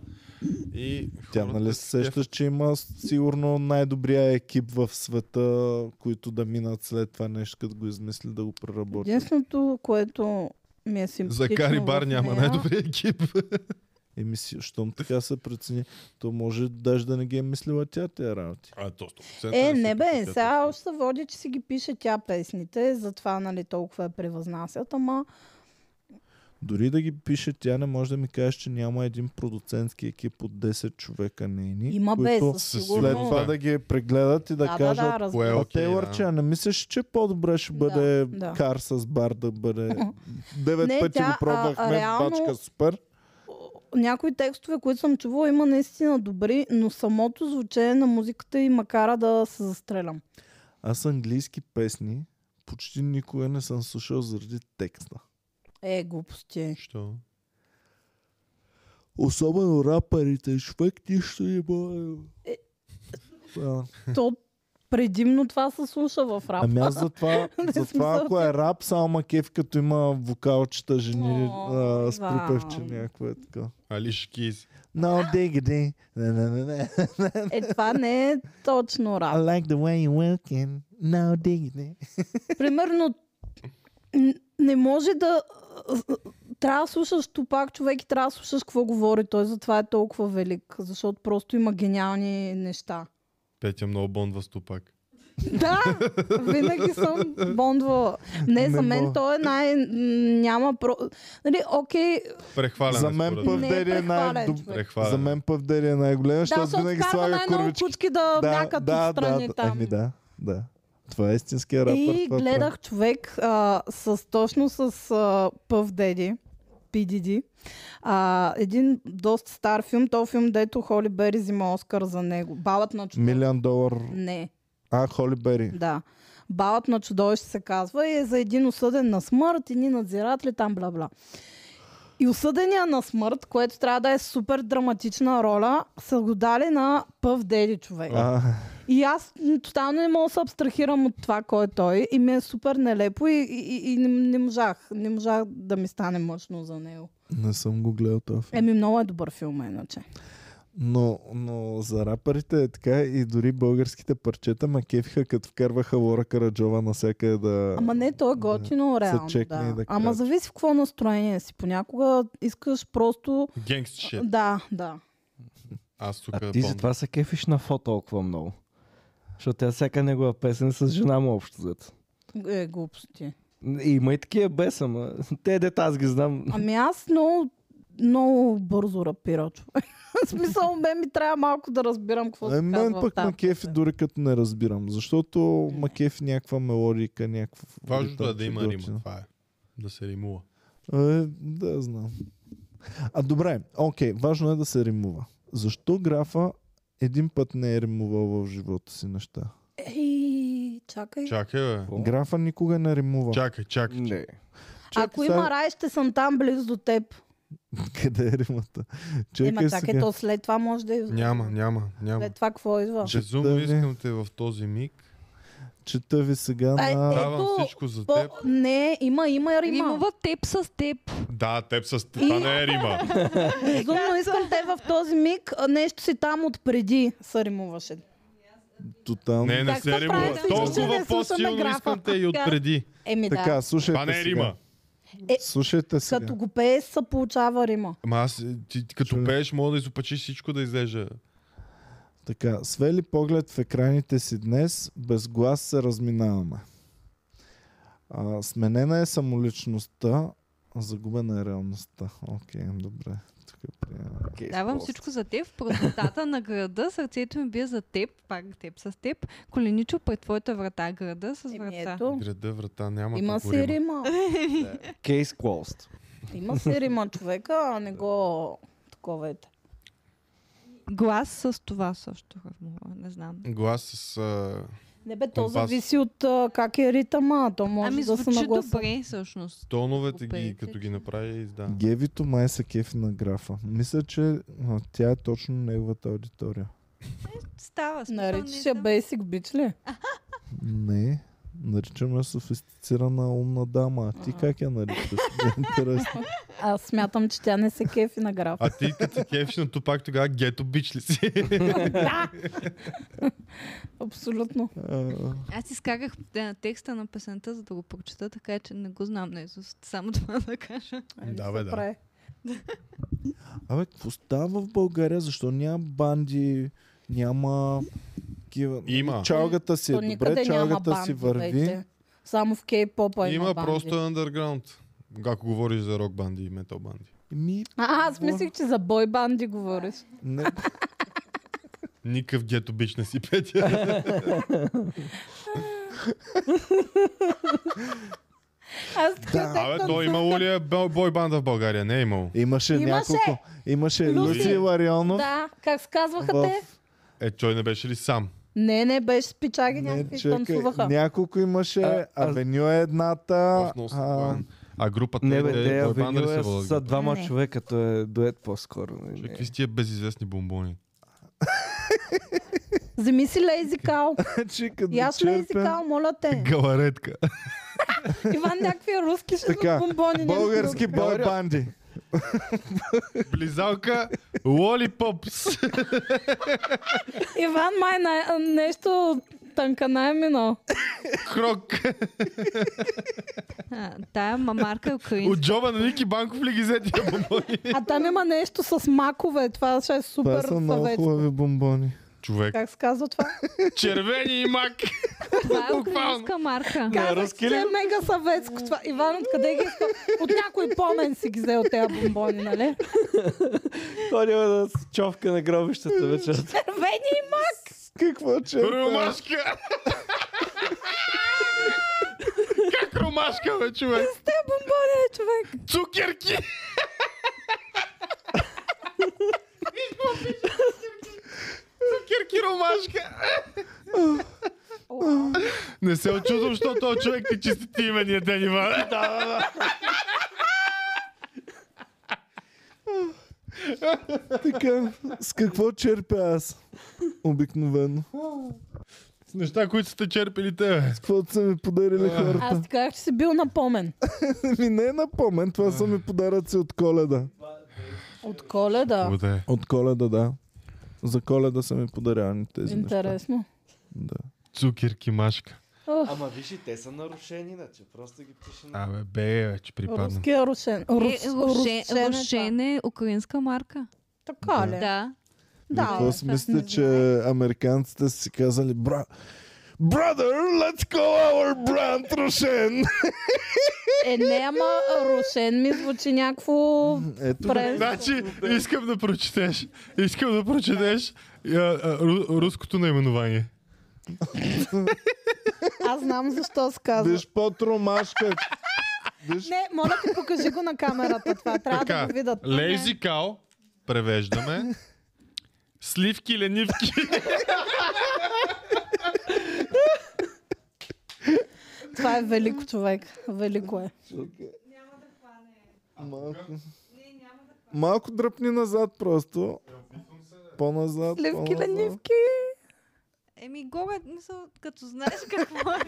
И Тя хората нали се се сещаш, че има сигурно най-добрия екип в света, които да минат след това нещо, като го измисли да го преработят. Единственото, което ми е кефят. симпатично За Кари Бар в няма нея- най-добрия екип. Еми, си, щом така се прецени, то може даже да не ги е мислила тя тия работи. А, то 100% Е, си не бе, кефят. сега още се води, че си ги пише тя песните, затова нали толкова я превъзнасят, ама Дори да ги пише, тя не може да ми каже, че няма един продуцентски екип от 10 човека нейни. има бе, които със със след сигурност. това да ги прегледат и да, да, да, кажат, да, разбира. Well, А Окей, Тейлър, да. че а не мислиш, че по-добре ще бъде да. кар с бар да бъде. Девет Не, пъти тя, го а, пробвахме, а, реално- бачка супер. някои текстове, които съм чувала, има наистина добри, но самото звучение на музиката и макара да се застрелям. Аз английски песни почти никога не съм слушал заради текста. Е, глупости. Що? Особено рапарите, човек нищо не бъде. Е. То предимно това се слуша в рап. Ами аз затова, Не затова смисъл, ако е рап, само ма кеф, като има вокалчета, жени О, а, с припевче вау. някакво е така. Алиш Кис. No diggity, не, не, не, не. Е, това не е точно I рап. like the way you working, no diggity. Примерно, н- не може да... Трябва да слушаш Тупак човек и трябва да слушаш какво говори. Той затова е толкова велик, защото просто има гениални неща. Петя много бондва с Тупак. Да, винаги съм бондвала. Не, за Не мен мога. той е най... м, Няма про... Нали, окей, Прехвален. За е мен според Пъв Не е Дери е най прехвален, човек. Прехвален. За мен Пъв Дери е най-голям, да, защото защото винаги вкарва слага най-много курвички. кучки да, мякат да, отстрани да, там. Ами да, да. Това е истинския рапър. И това гледах човек а, с, точно с а, Пъв Деди, PDD, а, един доста стар филм, то филм, дето Холи Бери взима Оскар за него. Балът на прави. чудовище. Милион долар. Не, А, Холи Бери. да. Балът на чудовище се казва и е за един осъден на смърт, едни надзиратели, там бла-бла. И осъдения на смърт, което трябва да е супер драматична роля, са го дали на Пъв Деди Е. човек. А, И аз м, тотално не мога да се абстрахирам от това, кой е той. И ми е супер нелепо и, и, и- и не, не можах. Не можах да ми стане мъчно за него. не съм го гледал това. филм. Еми, много е добър филм, иначе. Но, но за рапърите е така и дори българските парчета ме кефиха, като вкарваха Лора Караджова навсякъде да... Ама не, той е готино, реално. чекне Да. и да Ама крачи. зависи в какво настроение си. Понякога искаш просто... Генгст шит. Да, да. Аз тук А е ти бомба. затова се кефиш на фото толкова много. Защото тя всяка негова песен е с жена му общо взето. Е, глупости. И Има и такива без, ама те дета аз ги знам. Ами аз много, много бързо рапира, човек. В смисъл, мен ми трябва малко да разбирам какво Е, се казва. мен в пък тази ме кефи песен. дори като не разбирам, защото ме кефи някаква мелодика, някаква... Важното ритъм, е да има чудотина. рима. Това е. Да се римува. Е, да, знам. А добре, окей, важно е да се римува. Защо графа един път не е римувал в живота си неща? Ей, чакай. Чакай, бе. О, Графа никога не римува. Чакай, чакай. Не. Чакай Ако сега. има рай, ще съм там близо до теб. Къде е римата? Човек Ема е чакай, сега. то след това може да... Няма, няма, няма. След това какво идва? Безумно Да, не. искам те в този миг. Чета ви сега Ай, на... е. Давам Ето, всичко за По... теб. Не, има, има рима. Римува теб с теб. Да, теб с... Това не е Рима. Безумно искам те в този миг а, нещо си там отпреди се римуваше. Тотално. Не, не Как се се прави, римува. да слушаме, Толкова слушаме по-силно графа? искам те и отпреди. Еми да. Така, слушайте Това не е сега. Рима. Слушайте сега. Като го пее, се получава рима. Ама аз, е, ти, ти като Чули. пееш, мога да изопачиш всичко да излежа. Така, свели поглед в екраните си днес, без глас се разминаваме. А, сменена е самоличността, загубена е реалността. Окей, добре. Тук е приемаме. Okay, Давам всичко за теб. В простота на града сърцето ми бие за теб. Пак теб с теб. Коленичо пред твоята врата града с Еми врата. ето. Града, врата, няма Има какво си рима. Кейс closed. Има си рима човека, а не го такова е. ете. Глас с това също. равнува, Не знам. Глас с... А... Не бе, то Компас. зависи от а, как е ритъма, а то може Ами да се звучи нагласа. добре всъщност. Тоновете ги, Опеете, като ги че- направи, да. Гевито май се кефи на графа. Мисля, че а, тя е точно неговата аудитория. Става. смисъл, не Наричаш я знам. Basic Beach ли? Не, наричаме софистицирана умна дама. А ти как я наричаш? Интересно. Аз смятам, че тя не се кефи на граф. А ти като се кефиш на Тупак, тогава гето бич ли си? да! Абсолютно. А, Аз изкарах а, текста на песента, за да го прочета, така че не го знам наизуст. Само това да кажа. Ами, Да, бе, Се да. прави. Абе, какво става в България? Защо няма банди? Няма... такива- Има. Чалгата си е То добре, никъде няма чалгата си банди, върви. вече. Само в кей-попа има, Има банди. просто underground. Ако говориш за рок банди и метал банди. Ми, А, аз мислих, че за бой банди говориш. не, Никакъв гето бич не си Е, петя. Аз така Да, да, Абе, то имало ли е бо- бой банда в България? Не е имало. имаше, Имаше! няколко. Имаше Люси! Люси Ларионов. да, как се казваха в... те? Е, той не беше ли сам? Не, не, беше с пичаги Не, някакви чакай, танцуваха. няколко имаше. А, а- Авеню е едната. Of North А, Line. А групата Не, е бе, те бой банда ли Авеню се е водят? са двама Не. човека, то е дует по-скоро. Не, Чакай, не. Какви са тия безизвестни бомбони? Земи си лейзи кал. че като Яш лейзи черпя- кал, моля те. Галаретка. Иван, някакви руски ще Така, бомбони. нещо Български друго. бой банди. Близалка Лолипопс. Иван, май на, нещо тънкана е минал. Крок. А, тая мамарка е От украинска. джоба на Ники Банков ли ги взе тия бомбони? А там има нещо с макове. Това ще е Това супер са много съвет. хубави бомбони. Човек. Как се казва това? Червени и мак. Това е Буквално. украинска марка. Казах, че е мега съветско това. Иван, откъде ги иска? От някой помен си ги взел тези бомбони, нали? Ходил да с човка на гробищата вечерта. Червени има! Какво че? Ромашка. Как ромашка, бе, човек? Те бомбони, е, човек. Цукерки. Цукерки ромашка. Не се очудвам, защото този човек ти чисти ти имения ден, Иван. Да, да, да. Така, с какво черпя аз? Обикновено. С неща, които сте черпили те, бе. С каквото са ми подарили хората. Аз ти казах, че си бил на помен. Ми не е на помен, това са ми подаръци от коледа. От коледа. Благодаря. От коледа, да. За коледа са ми подарявани тези неща. Интересно. Да. Цукерки машка. Ох, Ама виж и те са нарушени, иначе просто ги пише на... Абе, бе, бе, че припадна. Руския рушен. Рус, Е, Руше- рушен е Рушен е украинска марка. това. Така ли? Да. И какво бе, си не мислите, знам. че американците са си казали, бра, Brother, let's call our brand Рушен. Е, не, ама Рушен ми звучи някакво... Ето, През- Значи, искам да прочетеш. Искам да прочетеш а, а, ру- руското наименование. Аз знам защо се казва. виж е, под ромашка. Виж, Не, моля ти, покажи го на камерата това. Трябва да Така, го видят. Лейзи као, превеждаме. Сливки, ленивки. Това е велико човек. Велико е. малко. Малко дръпни назад просто. По-назад. Сливки по-назад. ленивки. Еми, горе, мисъл, като знаеш какво е.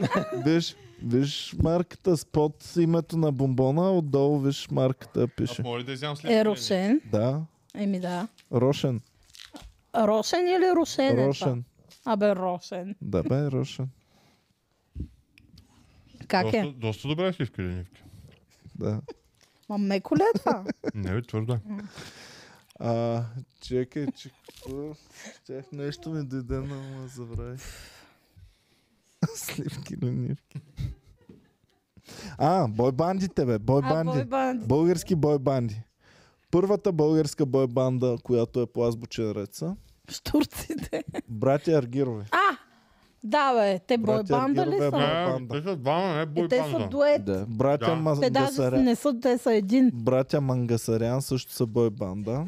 Виж, виж марката с под името на бомбона, отдолу виж марката пише. А моля да изям след Е, Рошен. Да, Еми да. Рошен. Рошен или Рошен? е това? Рошен. Абе, Рошен. Да бе, Рошен. Как доста, е? доста добра е сливка ленивка. Да. Ма меко ли е това? Не, бе, твърдо е. А, чекай, че какво? Щях нещо ми дойде на ума, забравих. Сливки ленивки. А, бойбандите бе, А, бойбанди. бой банди. Български бойбанди. Първата българска бойбанда, която е по азбучен ред са, Штурците. братя Аргирови. А! Да, бе. Те Братя бойбанда ли Аргирове, са? бе. бе? А, банда. Е, Те са двама, не бой Е, те са панда. дует. Да. Братя Да. да. Те даже Мангасаря... не са, те са един. Братя Мангасарян също са бойбанда.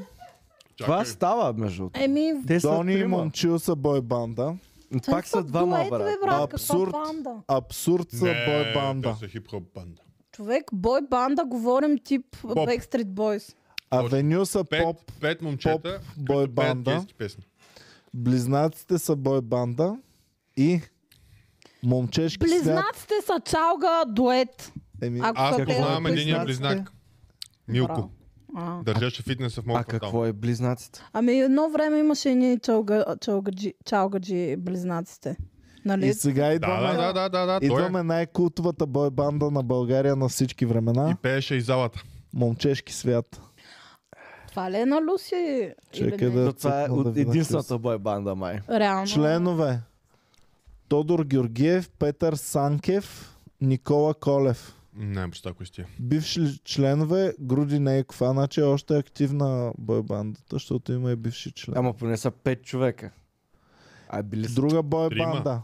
Това Чакай. става, между другото. Еми, Те Е, са Дони и трима. Момчил са бойбанда. те Пак са двама, дует, брат. бе, брат. Абсурд. Абсурд. банда? Абсурд са Не, бойбанда. Те са хип-хоп банда. Човек, бой банда, говорим тип Поп. Backstreet Boys. Авеню са Пет, поп. пет момчета, поп, които бой пеят банда. гейски песни. Близнаците са бойбанда. И момчешки свят. Близнаците са чалга дует. Еми, Ако Аз са те- познавам Близнаците? единия близнак. Милко. А. Държеше фитнеса в А моят квартал. какво е близнаците? Ами едно време имаше едни чалга, чалгаджи, чалгаджи близнаците. Нали? и сега Да, идваме, да, да, да, да, да. Той е. идваме най-култовата бойбанда на България на всички и времена. пееше и залата. Момчешки свят. Това ли е на Люси? Чакай Или не? да То това е цъкна да от видя единствената бойбанда, май. Реално. Членове Тодор Георгиев, Петър Санкев, Никола Колев. Не, просто ако сте. Бивши членове Груди Нейков. А, значи е още активна бойбандата, защото има и бивши член. Ама поне са пет човека. А били са Друга бойбанда.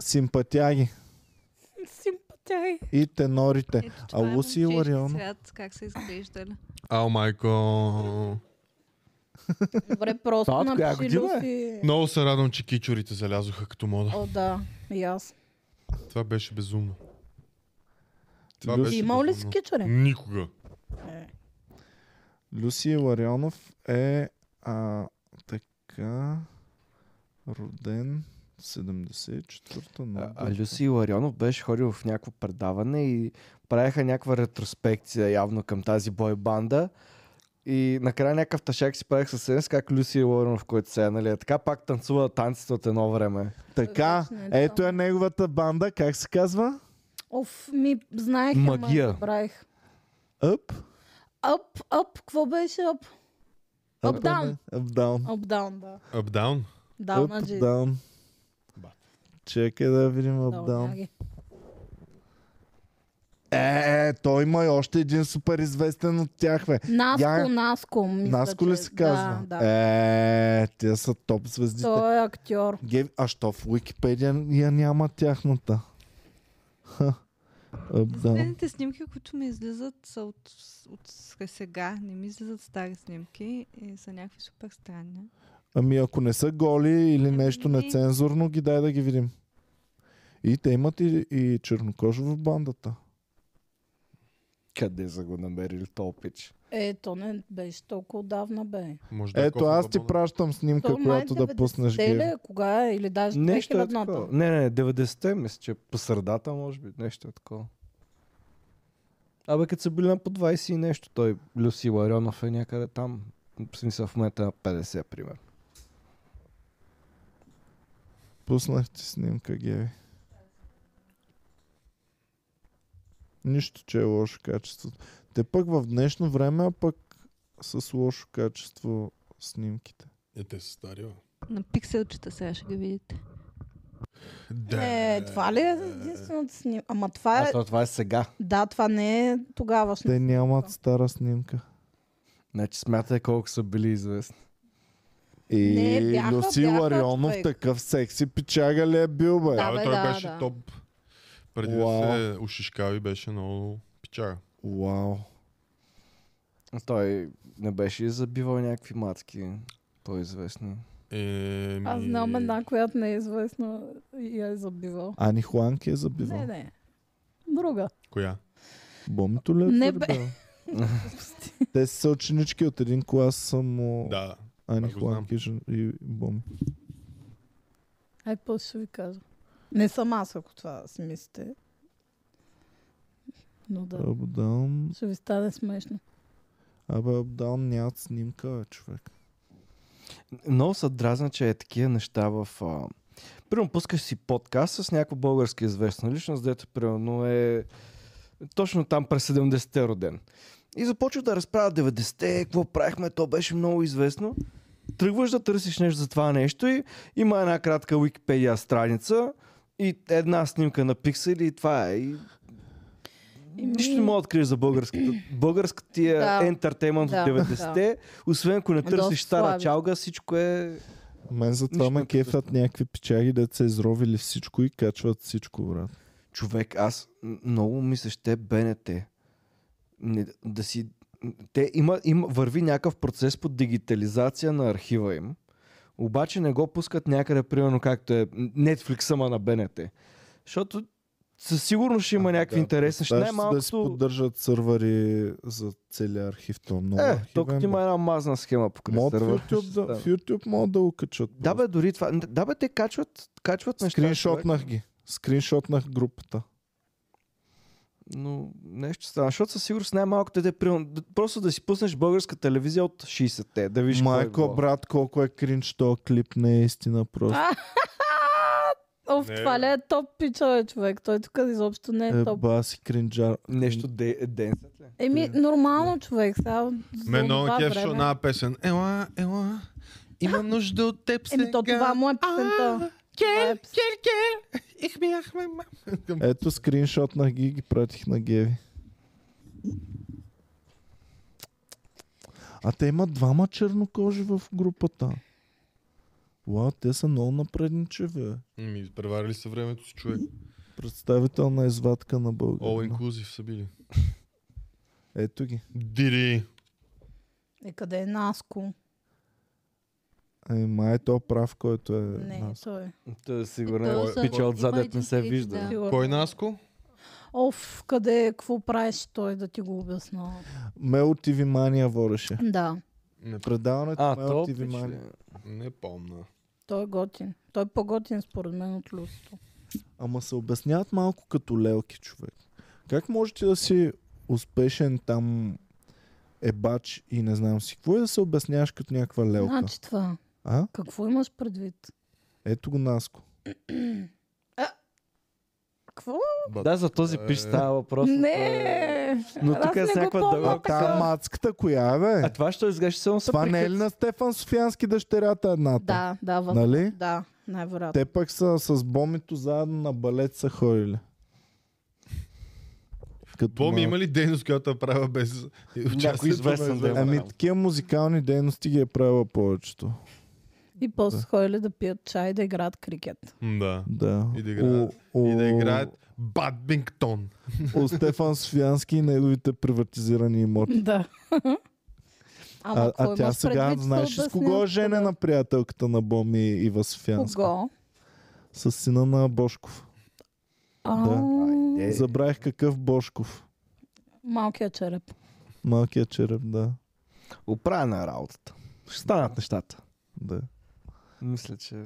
Симпатяги Симпатяй. и тенорите. Ето, А това е Луси момчешки Ларион? цвят, как са изглеждали. Ау, майко. Добре, просто Това от коя напиши година е? Люси. Много се радвам, че кичорите залязоха като мода. О, да. И аз. Това беше безумно. Това Люси. беше Имал ли си безумно. кичаре? Никога. Люси Ларионов е а, така роден 74-та. А, но- а Люси Ларионов беше ходил в някакво предаване и правеха някаква ретроспекция явно към тази бойбанда. И накрая някакъв тъшак си правих със сенс как Люси Ларионов, който се е, нали? е Така пак танцува танците от едно време. Така, Вече не е ето е неговата банда, как се казва? Оф, ми знаех, ама Магия. забравих. Up? Ъп, ъп, какво беше ъп? Up, down. Up, down. Ъп, даун, да. Updown? Даун, Up, аджи. down. Ба. Чакай да видим Up, down. Даунаги. Е, той има и още един супер известен от тях, бе. Наско, Я- Наско. Мисля, Наско ли че- се казва? Да, да. Е, те са топ звездите. Той е актьор. Ге... А що в Уикипедия я няма тяхната? Ха. Up, down. Последните снимки, които ми излизат са от, от сега. Не ми излизат стари снимки и са някакви супер странни. Ами ако не са голи или нещо Ами- нецензурно, ги дай да ги видим. И те имат и, и чернокожо в бандата. Къде са го намерили толпич? Е, то не беше толкова отдавна, бе. Може да е Ето, кофа аз ти бабона. пращам снимка, То май която да 90-те пуснеш. Геви. ли, кога е? Или даже Нещо е 2000-та? такова. Не, не, 90-те, мисля, че по средата, може би, нещо е такова. Абе, като са били на по 20 и нещо, той Люси Ларионов е някъде там. В смисъл в момента е на 50, пример. Пуснах ти снимка, Геви. Нищо, че е лошо качеството. Те пък в днешно време, а пък с лошо качество снимките. Е, те са стари, бе. На пикселчета сега ще ги видите. Не, това ли е единственото снимка? Ама това е... А то това е сега. Да, това не е тогавашно. Те нямат стара снимка. Значи смятай колко са били известни. И Не, бяха, Люси бяха, Ларионов човек. такъв секси пичага ли е бил, бе? Да, Да, бе, бе, той да, беше да. топ. Преди да Уау. се ушишкави беше много пичага. Вау. Той не беше и забивал някакви матки по-известни. Еми... Аз знам една, която не е известна и я е забивал. Ани Хуанки е забивал. Не, не. Друга. Коя? Бомито ли е Не, твърдял? Те са ученички от един клас, само да, Да. Ани това го знам. Хланки Жен- и Боми. Ай, какво ще ви кажа? Не съм аз, ако това си мислите. Но да. Абдам. Ще ви стане смешно. Абе, Абдам нямат снимка, бе, човек. Много се дразна, че е такива неща в... А... Примерно пускаш си подкаст с някаква българска известна личност, дето примерно е точно там през 70-те роден. И започва да разправя 90-те, какво правихме, то беше много известно. Тръгваш да търсиш нещо за това нещо и има една кратка Wikipedia страница и една снимка на пиксели и това е. И... Еми- Нищо не мога да откриеш за българската. Българската ти е Ами- Да. ентертеймент Да, от 90-те, освен ако не Е, Доста търсиш стара слаби. чалга, всичко е... Мен за това Нищо ме не кефят някакви печаги, да са изровили всичко и качват всичко, брат. Човек, аз м- много ми се ще БНТ. Не, да си... Те има, има, върви някакъв процес по дигитализация на архива им, обаче не го пускат някъде, примерно както е Netflix, ама на БНТ. Защото със сигурност ще има А, някакви да, интересни неща. Даже да си Най-малкото... поддържат сървъри за целия архив. То е много Е, архивен, тук бе. има една мазна схема по Могат в сървър. YouTube, да, Да. в YouTube могат да укачат. Да бе, дори това. Да бе, те качват, качват неща. човек. Скриншотнах ги. Скриншотнах групата. но нещо стана. Защото със сигурност най-малкото е те примерно, д- просто да си пуснеш българска телевизия от 60-те, да видиш какво е Майко, било. брат, колко е кринч, то клип не е истина просто. Оф, Не, това бе. ли е топ пичове човек? Той тук изобщо не е топ. Еба си кринджар. Нещо де, денсът ли? Еми, нормално човек. Сега, за Мен много онова кеф, време- защото една песен. Ела, ела, имам нужда от теб сега. Еми, то това му е песента. Това е Кел, пес- кел, кел. Ихме, яхме, ма. Ето скриншотнах ги и ги пратих на Геви. А те имат двама чернокожи в групата. Уау, те са много напредничеви. бе. Ми, Ами, изпреварили са времето си човек. Представител на извадка на All България. inclusive са били. Ето ги. Дири. Е, къде е Наско? Ами, май то прав, който е. Не, нас. той е. Той е сигурно Той е са- пича отзад, има дето не един се клип, вижда. да. Сигурно. Кой Наско? Оф, къде е, какво правиш той да ти го обясна? Мел TV Мания водеше. Да, Не, Предаването А, Мел то TV пич ли? Мания. не помна. той е готин. Той е по-готин според мен от Люсто. Ама се обясняват малко като лелки, човек. Как можете да си успешен там ебач и не знам си какво и да се обясняваш като някаква лелка? Значи това. А? Какво имаш предвид? Ето го Наско. Какво? Да, за този пич Е. става въпрос. но това е- Не! Но Аз тук е не с го някаква помня дълга... А та мацката коя е, бе? А това ще изглежда само са Това не е прикрит- ли на Стефан Софиянски дъщерята едната? Да, да, въз... Нали? да, най-вероятно. Те пък са с бомито заедно на балет са ходили. Като Боми малки. има ли дейност, която да правя без участието Някой на известен да е. Ами направил. такива музикални дейности ги е правила повечето. И после ходили да пият чай да играят крикет. Да. Да. И да играят- О- И да о- играят бадмингтон. О Стефан Софиянски и неговите приватизирани имоти. Да. Ама А, какво а тя имаш сега, предвид, знаеш се ли с кого е обясня жене на приятелката на Боми Ива Софиянска? Кого? С сина на Бошков. Ау, Е. Забравих какъв Бошков. Малкият череп. Малкият череп, да. Оправена е работата. Ще станат нещата. да. Мисля, че...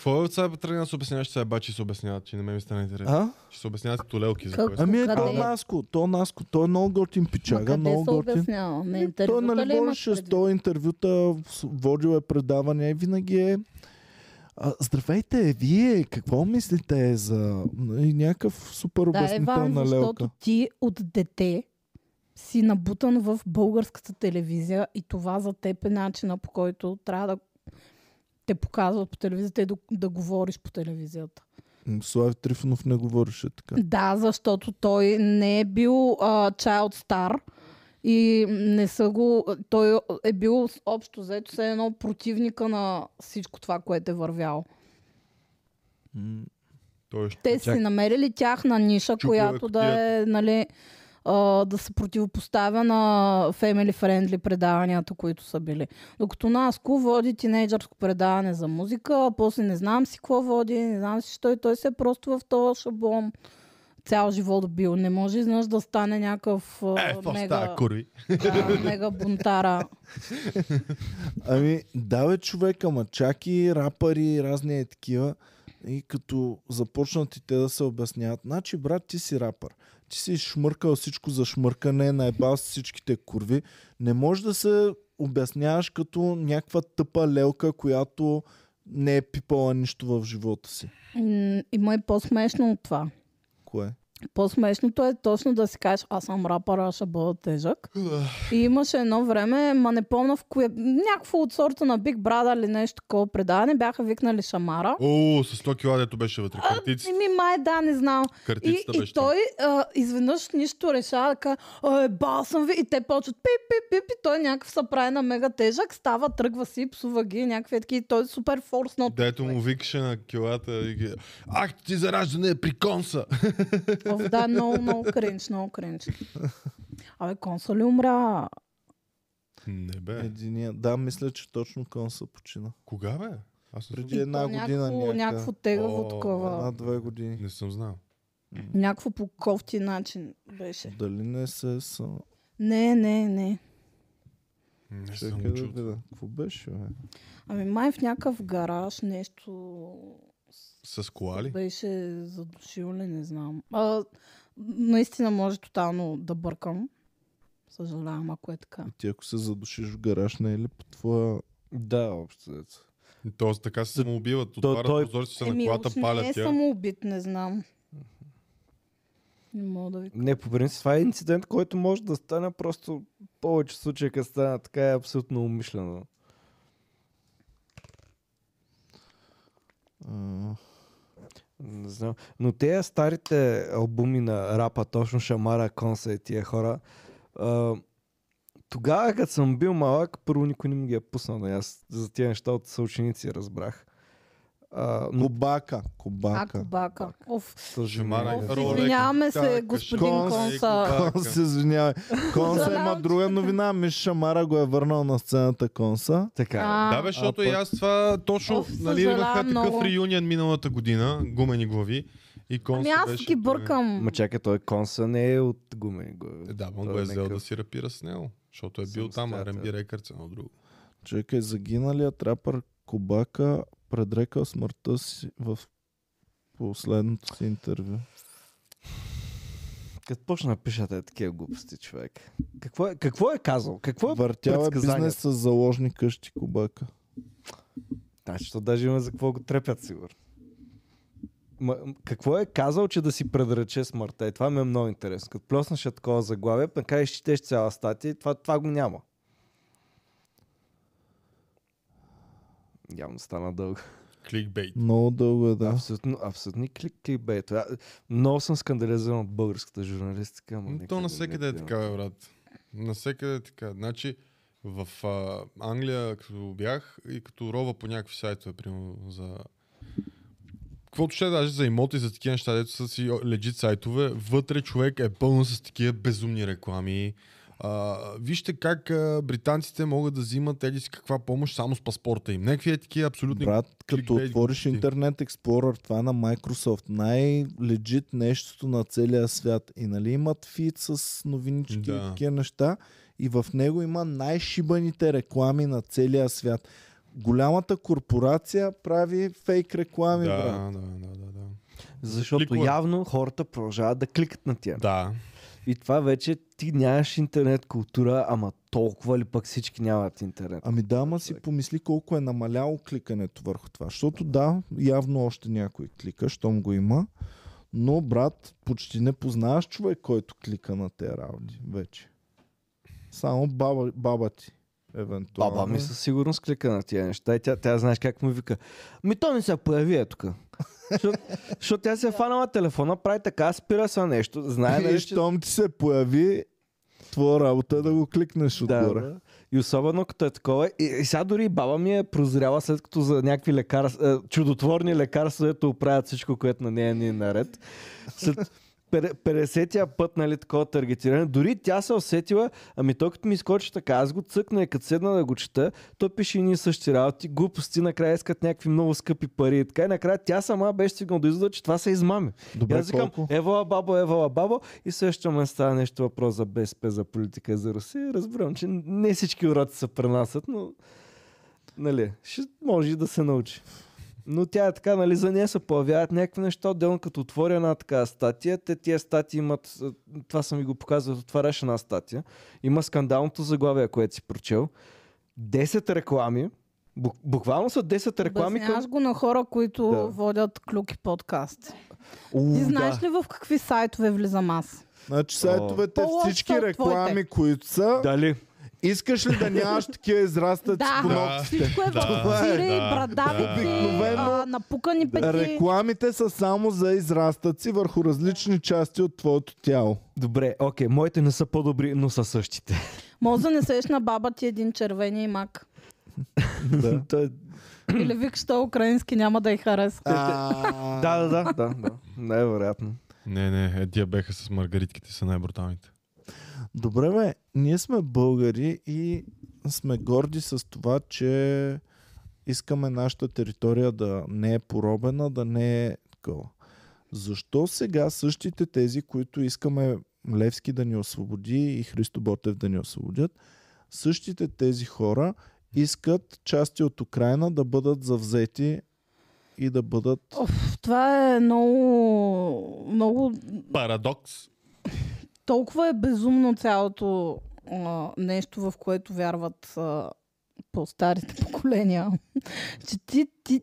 Твоя е от сега тръгна да се обясняваш, че сега бачи се обясняват, че не ме ми стана интересно. А? Ще се обясняват като лелки за Как- което. Ами е Къде то е? Наско, то Наско, той е много готин Ма пичага, къде много се готин. обяснява? На Ами, Той интервюта ли нали имаш водеше предвид? 100 интервюта, с- водил е предавания и винаги е а, Здравейте, вие какво мислите за и някакъв супер Да, обяснител Еван, на защото Лелка? ти от дете си набутан в българската телевизия и това за теб е начина по който трябва да те показват по телевизията и да, да говориш по телевизията. М, Слави Трифонов не говореше така. Да, защото той не е бил а, child star и не са го... Той е бил с- общо взето се едно противника на всичко това, което е вървяло. М, Той ще Те са си намерили тяхна ниша, Чупила е която да е, нали, а, да се противопоставя на family friendly предаванията, които са били. Докато Наско води тинейджърско предаване за музика, а после не знам си какво води, не знам си що и той се е просто в този шаблон. цял живот бил. Не може знаеш да стане някакъв а, Е, какво мега, става, курви? да, мега бунтара. Ами, да бе, човек, ама чаки, рапъри, разни е такива. И като започнат и те да се обясняват. Значи, брат, ти си рапър. Ти си шмъркал всичко за шмъркане, наебал си всичките курви. Не може да се обясняваш като някаква тъпа лелка, която не е пипала нищо в живота си. М, Има и по-смешно от това. Кое? По-смешното е точно да си кажеш, аз съм рапър, аз ще бъда тежък. и имаше едно време, ма не помня в кое, някакво от сорта на Big Brother или нещо такова предаване, бяха викнали Шамара. О, с 100 кила, дето беше вътре. Картици, И ми май да, не знам. ами- И, картицата и беше. там. той а, изведнъж нищо решава, така, е, бал съм ви, и те почват пип, пип, пип, и той някакъв се прави на мега тежък, става, тръгва си, псува ги, някакви такива, и той е супер форсно. Дето му викаше на килата и ги... Ах, ти зараждане е при конса! Оф, да, е много, много кринч, много кринч. Абе, консоли умря. Не бе. Единия. Да, мисля, че точно кон се почина. Кога бе? Аз не, Преди съм- една То година. някакво, някакво тегаво О, такова. Една-две години. не съм знал. Някакво по кофти начин беше. Дали не се са... Не, не, не. Не Е, съм Чакай да го чул. видя. Какво беше, бе? Ами май в някакъв гараж нещо С кола ли? беше задушил ли, не знам. А, наистина може тотално да бъркам. Съжалявам, ако е така. И ти ако се задушиш в гараж, не е ли по твоя... Да, общо. дето. Тоест така се самоубиват. той- Отварят той- прозорците на Еми, колата, уж не е палят тя. самоубит, не знам. Не мога да ви... Не, по принцип, това е инцидент, който може да стане просто повече случаи, като стане така е абсолютно умишлено. А, Не знам. Но тези старите албуми на рапа, точно Шамара, Конса и тия хора, а, тогава, като съм бил малък, първо никой не ми ги е пуснал. Да аз за тия неща от съученици разбрах. А, но Кобака. Кобака. Ако бака. Оф, Шамара е Оф, и Ролека. извиняваме се, Така, господин кашкон, Конса. ей, Кон се извинявай. Конса има Съжалявам, друга новина. Миш Шамара го е върнал на сцената Конса. така. е. А, Да, бе, защото а и пък- аз това точно, Оф, нали, имаха съжалявам такъв много. реюнион миналата година, гумени глави. И конса Ами аз беше... ги бъркам. Ма чакай, той Конса не е от гумени глави. Е, Да, но Той го е е взел да някакъв- си рапира с него. Защото е бил там, Самостоятелен. R&B Records, едно друго. Чакай, загиналият рапър Кобака предрекал смъртта си в последното си интервю. Като почна да пишете такива глупости, човек. Какво е, какво е казал? Какво е Въртял е предсказанието? бизнес с заложни къщи Кобака. Значи, то даже има за какво го трепят, сигурно. Ма, м- какво е казал, че да си предрече смъртта? И това ми е много интересно. Като плеснеш е такова заглавие, пък и четеш цяла статия, и това, това го няма. Явно стана дълго. Кликбейт. Много дълго е, Да. да. Абсолютно, абсолютни клик, кликбейт. А, Много съм скандализиран от българската журналистика. Ама М, никога То не- навсекъде е не- така, бе, брат. Навсекъде е така. Значи, в а, Англия, като бях и като рова по някакви сайтове, примерно за... Каквото ще е даже за имоти, за такива неща, дето са си лежит сайтове, вътре човек е пълно с такива безумни реклами. А, вижте как а, британците могат да взимат еди си каква помощ само с паспорта им. Някакви е такива абсолютни... Брат, като кликбейт отвориш глупости. Internet Explorer, това е на Microsoft, най-легит нещото на целия свят. И нали имат фид с новинички Да. и такива неща. И в него има най-шибаните реклами на целия свят. Голямата корпорация прави фейк реклами, да, ами, брат. да, да, да, да. Защото Кликове. явно хората продължават да кликат на тия. Да. И това вече ти нямаш интернет култура, ама толкова ли пък всички нямат интернет? Ами да, ма си човек. помисли колко е намаляло кликането върху това. Защото да, явно още някой клика, щом го има. Но, брат, почти не познаваш човек, който клика на тези работи вече. Само баба, баба ти. Евентуално. Баба ми със сигурност клика на тия неща. И тя, тя знаеш как му вика. Ми то не се появи е тук. Защото- Защото тя се е фанала телефона, прави така, спира се на нещо. Знае, И нали, че... щом ти се появи, твоя работа е да го кликнеш Да, отгоре. да. И особено като е такова. И, и сега дори баба ми е прозряла след като за някакви лекарства, е, чудотворни лекарства, дето оправят всичко, което на нея ни е наред. След, пер- 50-я път, нали, такова таргетиране. Дори тя се усетила, ами то като ми изкочи така, аз го цъкна и като седна да го чета, то пише едни и същи работи, глупости, накрая искат някакви много скъпи пари и така. И накрая тя сама беше стигнала до извода, че това са измами. и Добре, аз викам, е, колко? евала бабо, евала бабо и също ме става нещо въпрос за БСП, за политика и за Русия. Разбирам, че не всички уроци се пренасят, но нали, ще може и да се научи. Но тя е така, нали, за нея се появяват някакви неща, отделно като отворя една така статия, те тия статии имат, а, това съм ви го показвал, отваряш една статия, има скандалното заглавие, което си прочел, 10 реклами, Бук- буквално са 10 реклами към... Обясняваш го на хора, които Да. да. водят клюки подкаст. Уу, Ти да. знаеш ли в какви сайтове влизам аз? Значи сайтовете По-лоши са всички от реклами, твоите. които са. Дали? Искаш ли да нямаш такива израстъци Да, по Да. всичко е Да, в цири, да, брадавици, Обикновено- а, напукани пети. Рекламите са само за израстъци върху различни части от твоето тяло. Добре, окей, моите не са по-добри, но са същите. Може да не сеш на баба ти един червени мак. Да. Той- Или вик, що е украински няма да й хареса. А, да, да, да, да, да. Най-вероятно. Не, не, е, тия беха с маргаритките са най-бруталните. Добре, бе, ние сме българи и сме горди с това, че искаме нашата територия да не е поробена, да не е такова. Защо сега същите тези, които искаме Левски да ни освободи и Христо Ботев да ни освободят, същите тези хора искат части от Украина да бъдат завзети и да бъдат... Оф, това е много, много, Парадокс. толкова е безумно цялото а, нещо, в което вярват а, по-старите поколения. че ти, ти,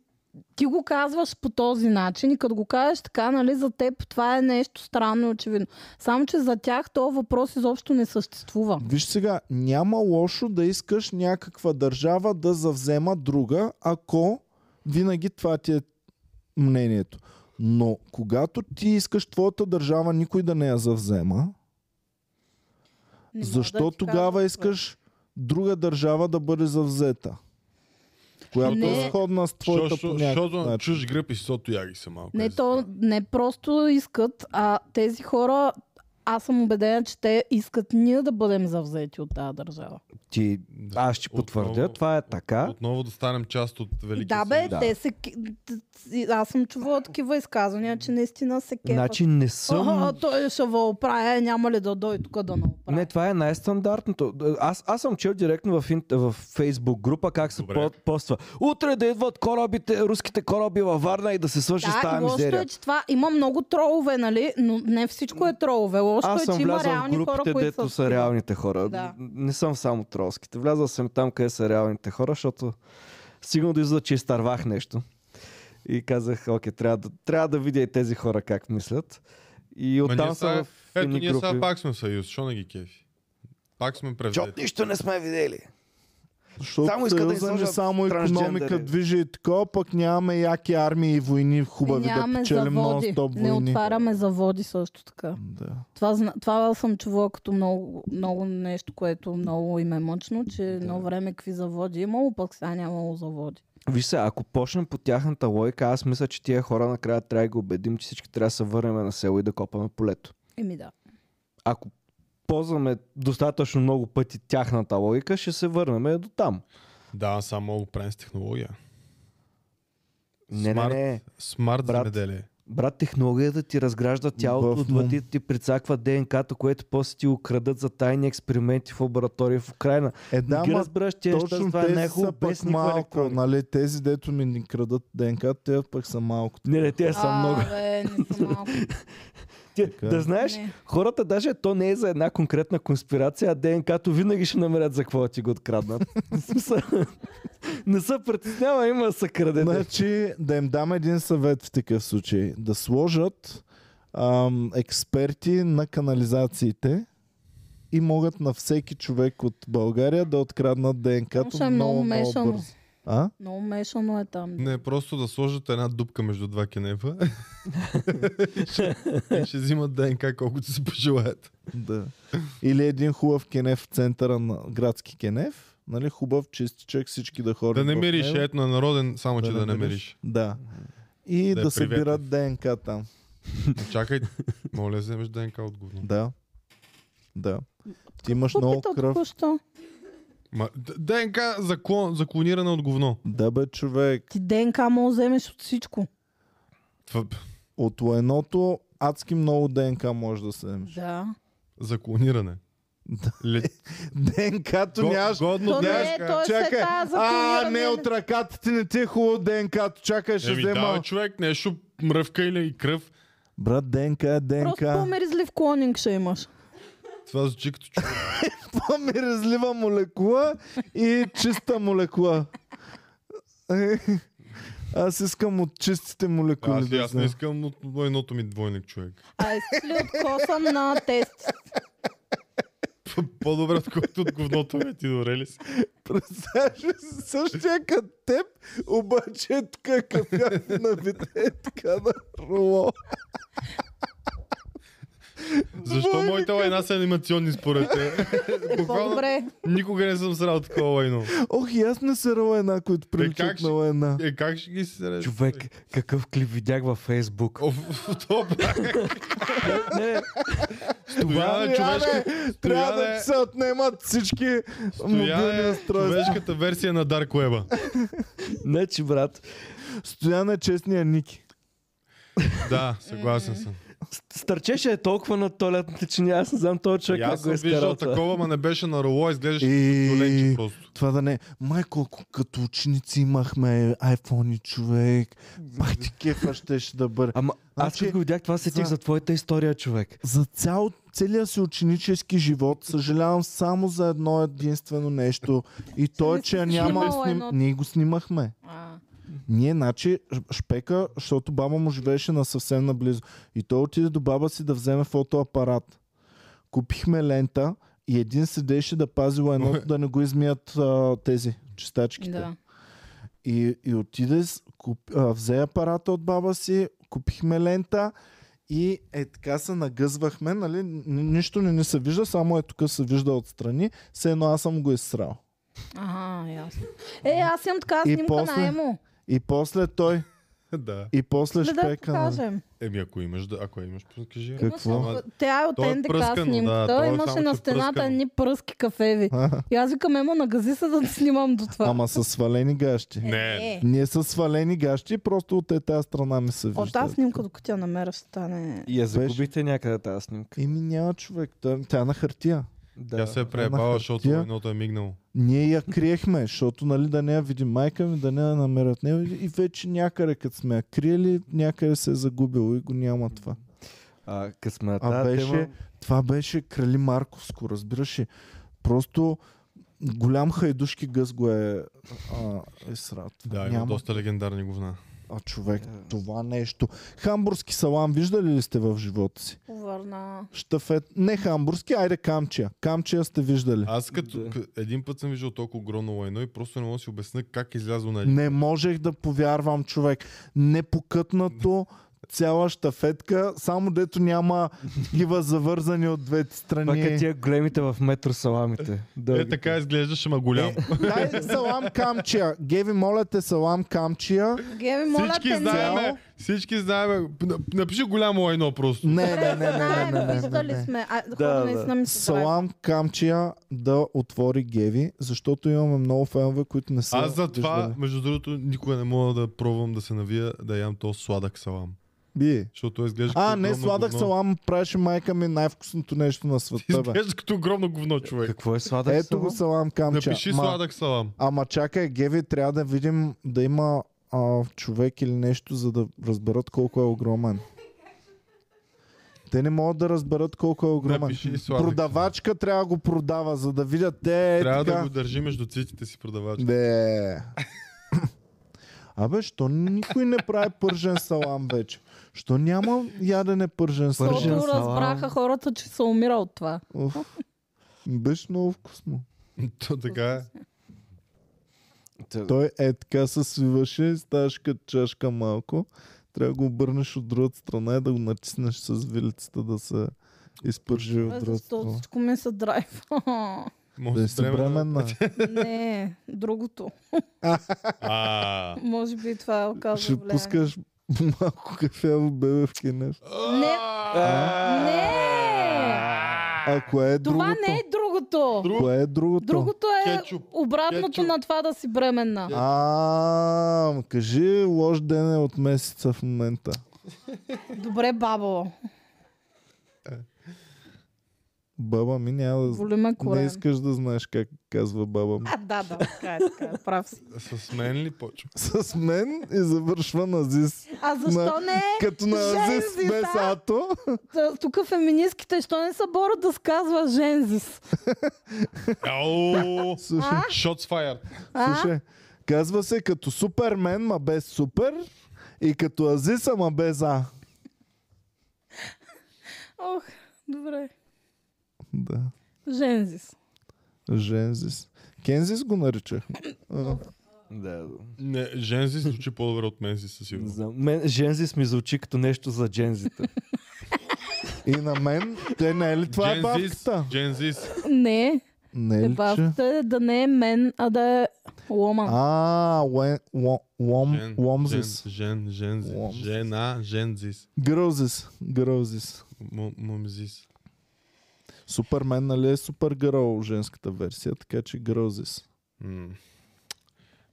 ти го казваш по този начин и като го кажеш така, нали, за теб това е нещо странно и очевидно. Само, че за тях този въпрос изобщо не съществува. Виж сега, няма лошо да искаш някаква държава да завзема друга, ако винаги това ти е мнението. Но когато ти искаш твоята държава никой да не я завзема, Не мога защо да ти тогава кажа искаш друга държава да бъде завзета? Която Не. е сходна с твоята Значи, по Защото някакъв на Значи- начин. чуж гръб и сото яги са малко. Не, е за то това. не просто искат, а тези хора, аз съм убедена, че те искат ние да бъдем завзети от тази държава. Ти, Да. аз ще потвърдя, Отново- това е така. Отново да станем част от Великия да, бе, съюз. да. те се. ки- т- т- Аз съм чувала такива изказвания, че наистина се кефат. Значи не А, съм... той ще ви оправя, няма ли да дойде тук да направи. Не, това е най-стандартното. Аз, аз съм чел директно в, инт... в Фейсбук група как се Добре. по- поства. Утре да идват корабите, руските кораби във Варна и да се свърши с да, тази и лошото мизерия. е, че това има много тролове, нали? Но не всичко е тролове. Лошото Аз е, съм че има влязъл в реални хора, групите, които дето са такива. реалните хора. Да. Не съм само тролските. Влязъл съм там, къде са реалните хора, защото сигурно да излиза, че изтървах нещо. И казах, окей, трябва да, трябва да видя и тези хора как мислят. И Ма ние оттам съм сега- в Ето, едни ние сега групи. пак сме в съюз. Що не ги кефи? Пак сме Защото превзети. нищо не сме видели. Защото Само само иска да Съюза да ни излъжат само економика трансджендери. движи и такова, пък нямаме яки армии и войни хубави да Нямаме печелим заводи. нон-стоп Не войни. отваряме заводи също така. Да. Това, зна- това съм чувала като много, много нещо, което много им е мъчно, че да. едно време какви заводи е имало, пък сега нямало заводи. Виж се, ако почнем по тяхната логика, аз мисля, че тия хора накрая трябва да ги убедим, че всички трябва да се върнем на село и да копаме полето. Еми да. Ако ползваме достатъчно много пъти тяхната логика, ще се върнем до там. Да, само мога да го правим с технология. Не, не, Смарт. не. Смарт Брат. земеделие. Брат, технологията ти разгражда тялото, В отвъд мом- и ти прицаква ДНК-то, което после ти украдат за тайни експерименти в лаборатория в Украина. Е, Да, да, не ги ма, разбираш, че точно това е тези са най-хубаво пък без никаква малко, електроника. нали, тези дето ми ни крадат ДНК, те пък са малко. Не, не, те са много. Бе, не са малко. Ти, е. да знаеш, Не. хората даже то не е за една конкретна конспирация, а ДНК-то винаги ще намерят за какво да ти го откраднат. В смисъл, не се притеснява, има да се краде. Значи, да им дам един съвет в такъв случай. Да сложат ам, експерти на канализациите и могат на всеки човек от България да откраднат ДНК-то Ще е много, много, много мешано. бързо. А? Много мешано е там. Не, просто да сложат една дупка между два кенефа И ще- и ще взимат ДНК колкото си пожелаят. Да. Или един хубав кенеф в центъра на градски кенеф. Нали, хубав чистичък, всички да ходят Да не в мириш, е, него. ето на народен, само че да не намериш. мириш. Да. И Да да, е да събират приветлив. ДНК там. Но Чакай, моля да вземеш ДНК от говно. Да. Да. Ти имаш Какво много пита кръв. току-що? Ма, д- ДНК за, клон, за клониране от говно. Да бе, човек. Ти ДНК може да вземеш от всичко. Това- От лайното адски много ДНК може да се вземеш. Да. За клониране. Ле... ДНК-то го- нямаш. Годно То не днес. е, то е след Чакай. тази за А, клониране. не, от ръката ти не ти е хубаво ДНК-то. Чакай, ще Еми, взема. да, човек, нещо мръвка или и кръв. Брат, ДНК е Просто ДНК. по-мерзлив клонинг ще имаш. Това звучи като човек. По-миризлива молекула и чиста молекула. Е, Аз искам от чистите молекули. Аз, да аз не знам. искам от едното ми е двойник човек. А искаш ли от коса на тест? По-добре, отколкото от говното ми ти добре ли си? Представяш ли си същия като теб, обаче е така кафяв на вид, е така на руло. Защо моите лайна са анимационни според те? Е, Буквално По-добре. никога не съм срал такова лайно. Ох, и аз не се лайна, които приличат Е, как на ще- лайна. Е, как ще ги си среш? Човек, какъв клип видях във Фейсбук. О, в- в топ. Не, не, Това е човешка. Стояне, Трябва да стояне- ти се отнемат всички мобилни Това е устройства. човешката версия на Dark Web. не, че брат. Стоян е честния Ники. Да, съгласен съм. Стърчеше е толкова на туалетната, че аз не знам този човек И как аз го е съм виждал изкарал. това. такова, ма не беше на роло, изглеждаше И- като ленче просто. Това да не. е. Майко, ако като ученици имахме iPhone човек, пак ти кефа ще ще да бъде. Ама аз Значи, като го видях, това сетих за- за твоята история, човек. За цял, целия си ученически живот съжалявам само за едно единствено нещо. И то е, че я си няма... снимала Сним... едно. Ние го снимахме. А, Ние, значи, Ш- Шпека, защото баба му живееше на съвсем наблизо. И той отиде до баба си да вземе фотоапарат. Купихме лента и един седеше да пази лайното, да не го измият а, тези чистачките. да. И, и отиде, с- куп, а, взе апарата от баба си, купихме лента и е така се нагъзвахме, нали? Н- Нищо не ни се вижда, само е тук се вижда отстрани. Все едно аз съм го изсрал. Ага, ясно. Е, аз имам така И снимка после- на Емо. И после той, Да. и после Да, да шпека. нали. покажем. Еми, ако имаш, да, ако имаш, кажи. Какво? Ама- Тя е от То е НДК пръскано, да, снимката. то е Имаше само, на че стената пръскано. едни пръски кафеви. Аха. И аз викам, Емо, нагази се, за да снимам до това. Ама е, са свалени гащи. Е, Не, Ние са свалени гащи, просто от е тази страна ми се От вижда. тази снимка, докато я намеря, ще стане... И я Беше. загубите някъде тази снимка. Еми няма човек, тя, тя е на хартия. Да. тя се е Ама преебала, защото хартия. едното е мигнало. Ние я криехме, защото нали, да не я види майка ми, да не я намерят него. И вече някъде, като сме я криели, някъде се е загубило и го няма това. А, късмета, А а, беше- тема... Това беше Крали Марковско, разбираш ли? Просто голям хайдушки гъс го е, а, е срат. Да, има няма. доста легендарни говна. А човек, това нещо. Хамбургски салам, виждали ли сте в живота си? Върна. Штафет. Не хамбургски, айде камчия. Камчия сте виждали. Аз като Да. к- един път съм виждал толкова огромно лайно и просто не мога да си обясня как излязло на един. Не можех да повярвам, човек. Непокътнато цяла штафетка, само дето няма такива завързани от двете Пак е страни. тия големите в метро саламите. Е, така изглеждаш, ама е голям. Е, Дай салам камчия. Геви, моля те, салам камчия. Геви, е, моля всички те, не. знаем, всички знаем. Напиши голямо лайно просто. Не, не, не, Добре, не, не, знаем, не, не, не, виждали не. сме. А, да. да, наистина ми се прави. Салам камчия да отвори Геви, защото имаме много фенове, които не са Аз за това, виждали. между другото, никога не мога да пробвам да се навия да ям то сладък салам. Би. Защото той изглежда А, като не, огромно сладък говно. салам правеше майка ми най-вкусното нещо на света, бе. Изглежда като огромно говно, човек. Какво е сладък Ето го салам? салам камчия. Напиши Ма, сладък салам. Ама чакай, Геви, трябва да видим да има а, човек или нещо, за да разберат колко е огромен. Те не могат да разберат колко е огромен. Напиши сладък Продавачка трябва да го продава, за да видят те е Трябва така. да го държи между циците си продавач. Не. Абе, що никой не прави пържен салам вече? Що няма ядене пържен салам? Пържен Защото салам. разбраха хората, че се умира от това. Уф. Беше много вкусно. То така е. Та- Той е така се свиваше, ставаш като чашка малко. Трябва да го обърнеш от другата страна и да го натиснеш с вилицата да се изпържи от другата Защото страна. всичко ми се драйв. Може Да е си бременна. Не, другото. А, Може би това е оказва Ще влияние. пускаш Малко кафяво бебе в кинеш. Не. Не! А кое е другото? Това не е другото. Друг- Кое е другото? Другото е Кетчуп. обратното Кетчуп. на това да си бременна. А, кажи лош ден е от месеца в момента. Е. Добре, бабо. Баба ми няма да... Боли ме Не корен. искаш да знаеш как казва баба ми. А, да, да, така е, така е, прав си. С мен ли почва? С мен и завършва на ЗИС. А защо не е? Като на Жен ЗИС ЗИС, без а? ато. Та- Тук феминистките, що не са борят да сказва жензис? Ау! Слушай, Shots fired. А? слушай. Казва се като Супермен, ма без супер. И като Азис, ама без А. Ох, добре. Да. Жензис. Жензис. Кензис го наричахме. А, Да, да. Не, Жензи звучи по-добре от Мензи със Не сигурност. знам. Мен жензис ми звучи като нещо за джензите. И на мен, те не е ли това е Джензис, бавката? Джензис. Не, Не е ли, че? Ебавката е да не е мен, а да е ломан. А, лен- ло- лом- Жен- ломзис. Жен, жен, жензис. Ломзис. Жена, жензис. Грълзис. Грълзис. М- Момзис. Супермен, нали е супер гърл женската версия, така че грълзис. М.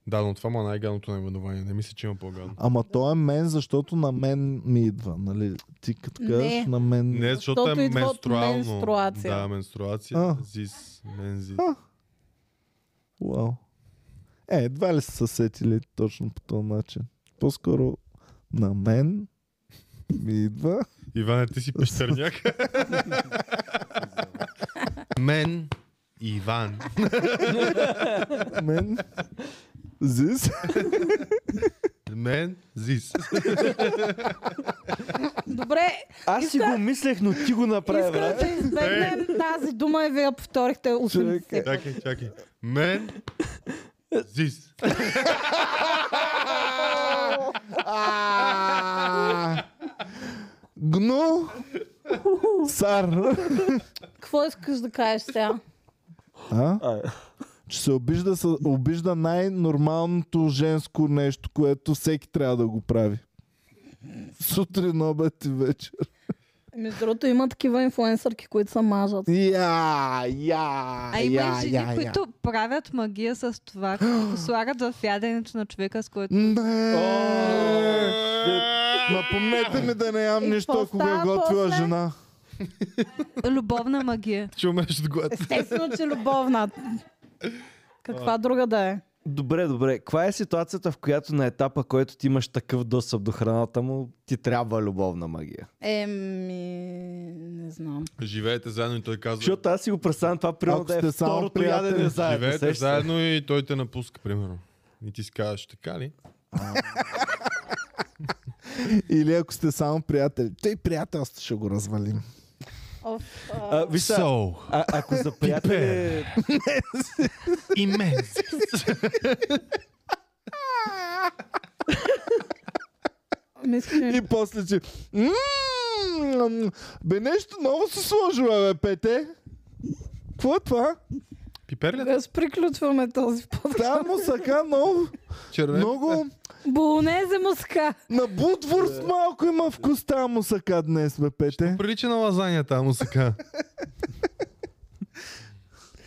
Да, но това му е най-гадното наименование. Не мисля, че има по-гадно. Ама то е мен, защото на мен ми идва, нали? Ти като Не. казваш на мен... Не, защото, Защото е идва от менструално. менструация. Да, менструация. А. Зис, мензис. А. Вау. Е, едва ли са се сетили точно по този начин. По-скоро на мен ми идва. Иване, ти си пещерняк. Мен, Иван. Мен. Зис. Мен, Зис. Добре, Аз си го мислех, но ти го направи. искам да бе. избегнем тази дума и вие я повторихте 80 Човек, секунди. Чакай, чакай. Мен, Зис. А! Гну. Сар. Какво искаш да кажеш сега? А? А, Че се обижда, с- обижда най-нормалното женско нещо, което всеки трябва да го прави. Сутрин, обед и вечер. Между другото има такива инфлуенсърки, които са мажат. Я, я, А има я, жени, я, я. които правят магия с това, като го слагат в яденето на човека, с който... Не. Напомнете ми да не ям И нищо, ако какво го е става готвила после? жена. Любовна магия. Чумеш от глад. Естествено, че любовна. Каква друга да е? Добре, добре. Каква е ситуацията, в която на етапа, който ти имаш такъв достъп до храната му, ти трябва любовна магия? Еми, не знам. Живеете заедно и той казва. Защото аз си го представям това, примерно Ако да е сте само второто приятели, ядене заедно. Живеете сещаш се? заедно и той те напуска, примерно. И ти си казваш, така ли? Или ако сте само приятели. Тъй приятелство ще го развалим. Оф, а, А, виж, сега, Сол а, ако за приятели... и мензис. мисля, че- И после, че... «Мм, Бе, нещо ново се сложила, бе, Пете. Какво е това? Пипер ли? Аз приключваме този път. Там мусака много, Червен. много Болонезе муска. на бутвурст малко има вкус там мусака днес, бе, Пете. Прилича на лазанята, там сега.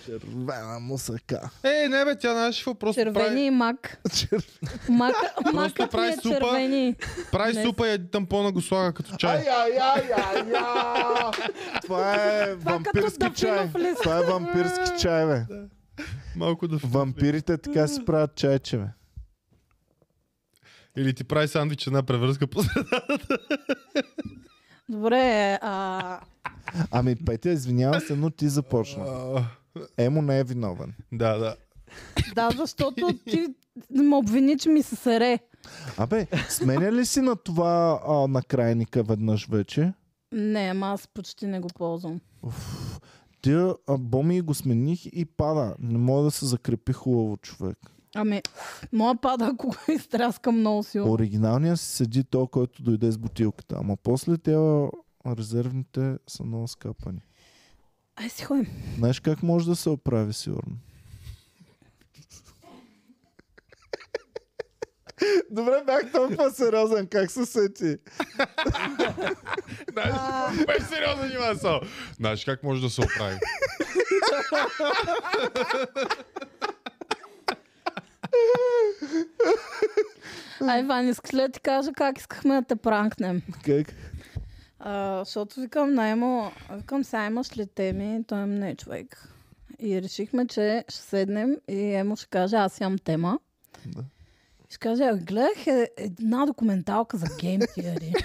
Червена мусака. Ей, Е, не бе, тя знаеш какво просто Червени прави, и мак. Черв- Мак, Просто макът ми прави е супа. червени. прави Не. супа и тампона го слага като Ай, чай. ай, ай, ай, ай. Това е Това като вампирски чай. дафинов лист. Това е вампирски чай, бе. Малко да... Вампирите така си правят чайче, бе. Или ти прави сандвич една превръзка по Добре, а... Ами, Петя, извинявам се, но ти започна. Емо не е виновен. Да, да. Да, защото ти ме обвини, че ми се сере. Абе, сменя ли си на това а, на крайника веднъж вече? Не, ама аз почти не го ползвам. Уф, тия а, боми го смених и пада. Не мога да се закрепи хубаво човек. Ами, моя пада, ако го изтраскам много силно. Оригиналният си седи то, който дойде с бутилката. Ама после тя резервните са много скапани. Ай си ходим. Знаеш как може да се оправи, сигурно? Добре, бях толкова сериозен, как се сети? Знаеш, бе сериозно нима са. Знаеш как може да се оправи? А, Иван, искаш ли да ти кажа как искахме да те пранкнем? Как? А, защото викам, наймо, викам, сега имаш ли теми? Той им не е човек. И решихме, че ще седнем и Емо ще каже, аз имам тема. Да. Ще каже, «А, гледах е- една документалка за Game Theory.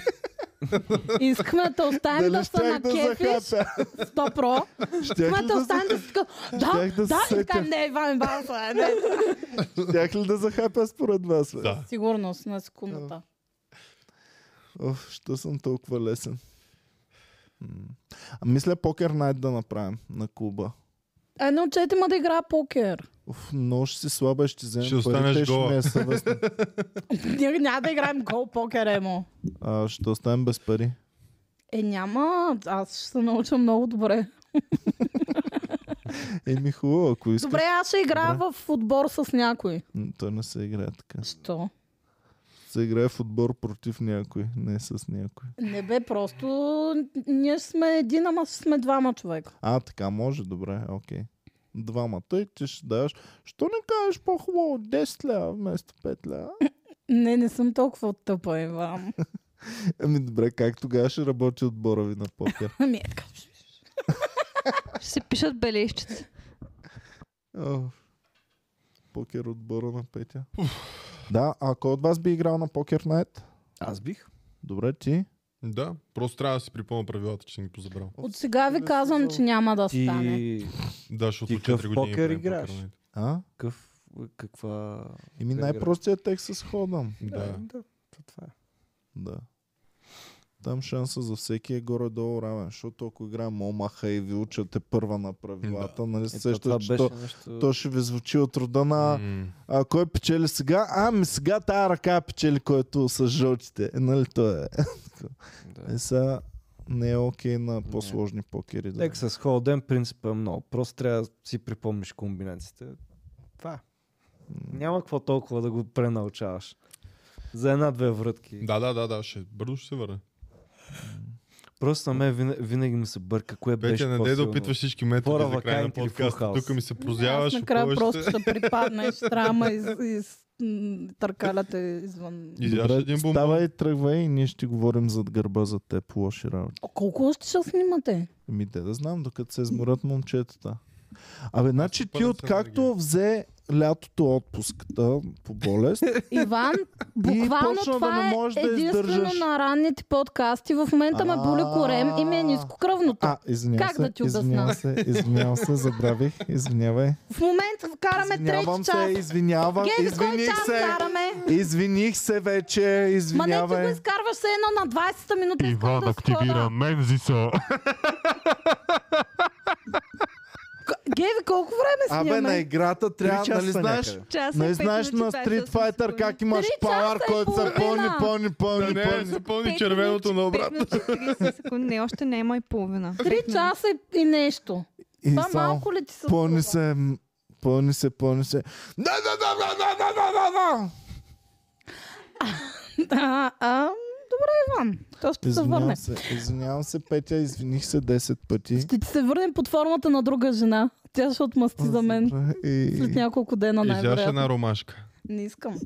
И Искаме да те оставим да се щях да накефиш захапя? с Папро. Щях Искаме ли да те да оставим да си така, да, Щях да да, се и така, сетя. не, Иван, Иван, Иван, не. за- щях ли да захапя според вас? бе? Да. Сигурност на секундата. Оф, що съм толкова лесен. М. А мисля покер найт да направим на Куба. Е, научете ме да игра покер. Оф, много ще си слаба, ще ти вземем Ще останеш парите, ще гола. ми е съвестно. Ние няма да играем гол покер, Емо. А, ще останем без пари. Е, няма. Аз ще се науча много добре. Еми хубаво, ако искаш. Добре, аз ще играя в отбор с някой. М, Той не се играе така. Що? Се играе в отбор против някой, не с някой. Не бе, просто ние сме един, ама сме двама човека. А, така може, добре, окей. Двама. Тъй ти ще даваш. Що не кажеш по-хубаво 10 ля вместо 5 ля? Не, не съм толкова тъпа, Иван. Ами добре, как тогава ще работи отбора ви на покер? Ами е така. Ще се пишат бележчета. Оф. Покер отбора на Петя. Да, а кой от вас би играл на покер найт? Аз бих. Добре, ти. Да, просто трябва да си припомня правилата, че съм ги позабрал. От сега ви казвам, че няма да стане. Ти... Да, защото Ти 4 какъв години покер правим играеш? покер, нали? А? Какъв... Каква... Ими Да, най-простият текст с ходам. Да. да. то Това е. Да. Там шанса за всеки е горе-долу равен, защото ако играем Омаха и ви учат е първа на правилата, нали се Ето, това сещате, че беше то, нещо... то ще ви звучи от рода на М, а, кой печели сега? Ами сега тая ръка печели, който с жълтите. Е, нали то е? Да. Е, сега не е окей на по-сложни покери. Да. Лек с холден принципа е много. Просто трябва да си припомниш комбинациите. Това е. Няма какво толкова да го пренаучаваш. За една-две врътки. Да, да, да, да, ще бързо ще се върне. Просто на мен вин- винаги ми се бърка. Кое Петя, беше не дай да по-силно. опитваш всички методи Фора, за края на вакант или подкаста. фулхаус? Тук ми се Аз прозяваш, накрая опъваш просто се. ще припадна и штрама и, и, и търкаляте извън. Изяш един бомбон. ставай, тръгвай и ние ще говорим зад гърба за теб лоши работи. А колко още ще снимате? Ми те Ами, да знам, докато се изморят момчетата. Абе, значи ти пълен съм енергия. откакто взе лятото отпуската по болест, Ван, буквално почна да това не е можеш да единствено издържаш. на ранните подкасти. В момента ме боли корем и ми е ниско кръвното. А, извинявам Как се, да ти обясна? извинявам се, извинявам се, забравих, извинявай. В момента караме трети Извинявам се, час. извинявам, Геви, кой извиних час се, караме? извиних се вече, Ма не ти го извинявай. изкарваш се едно на 20-та минута. Иван, да активира Мензиса. Геви, колко време Абе, на снимаме? играта трябва, часа нали са знаеш, някъде. Час и нали пет знаеш на минути, 28 Street Fighter как имаш Три часа пауър, и който се пълни, половина. пълни, пълни, е. Не, не, пълни. се пълни Пет червеното минути, на пет обратно. минути, 30 секунди. Не, още няма и половина. Три часа и- и нещо. И Това само малко ли ти се пълни струва? се, м, пълни се, пълни се. Да, да, да, да, да, да, да, да, да. Да, а, добре, Иван. То ще се върне. Извинявам се, извинявам се, Петя, извиних се 10 пъти. Ще ти се върне под формата на друга жена. Тя ще отмъсти за мен. И... След няколко дена Изяш най-вероятно. една ромашка. Не искам.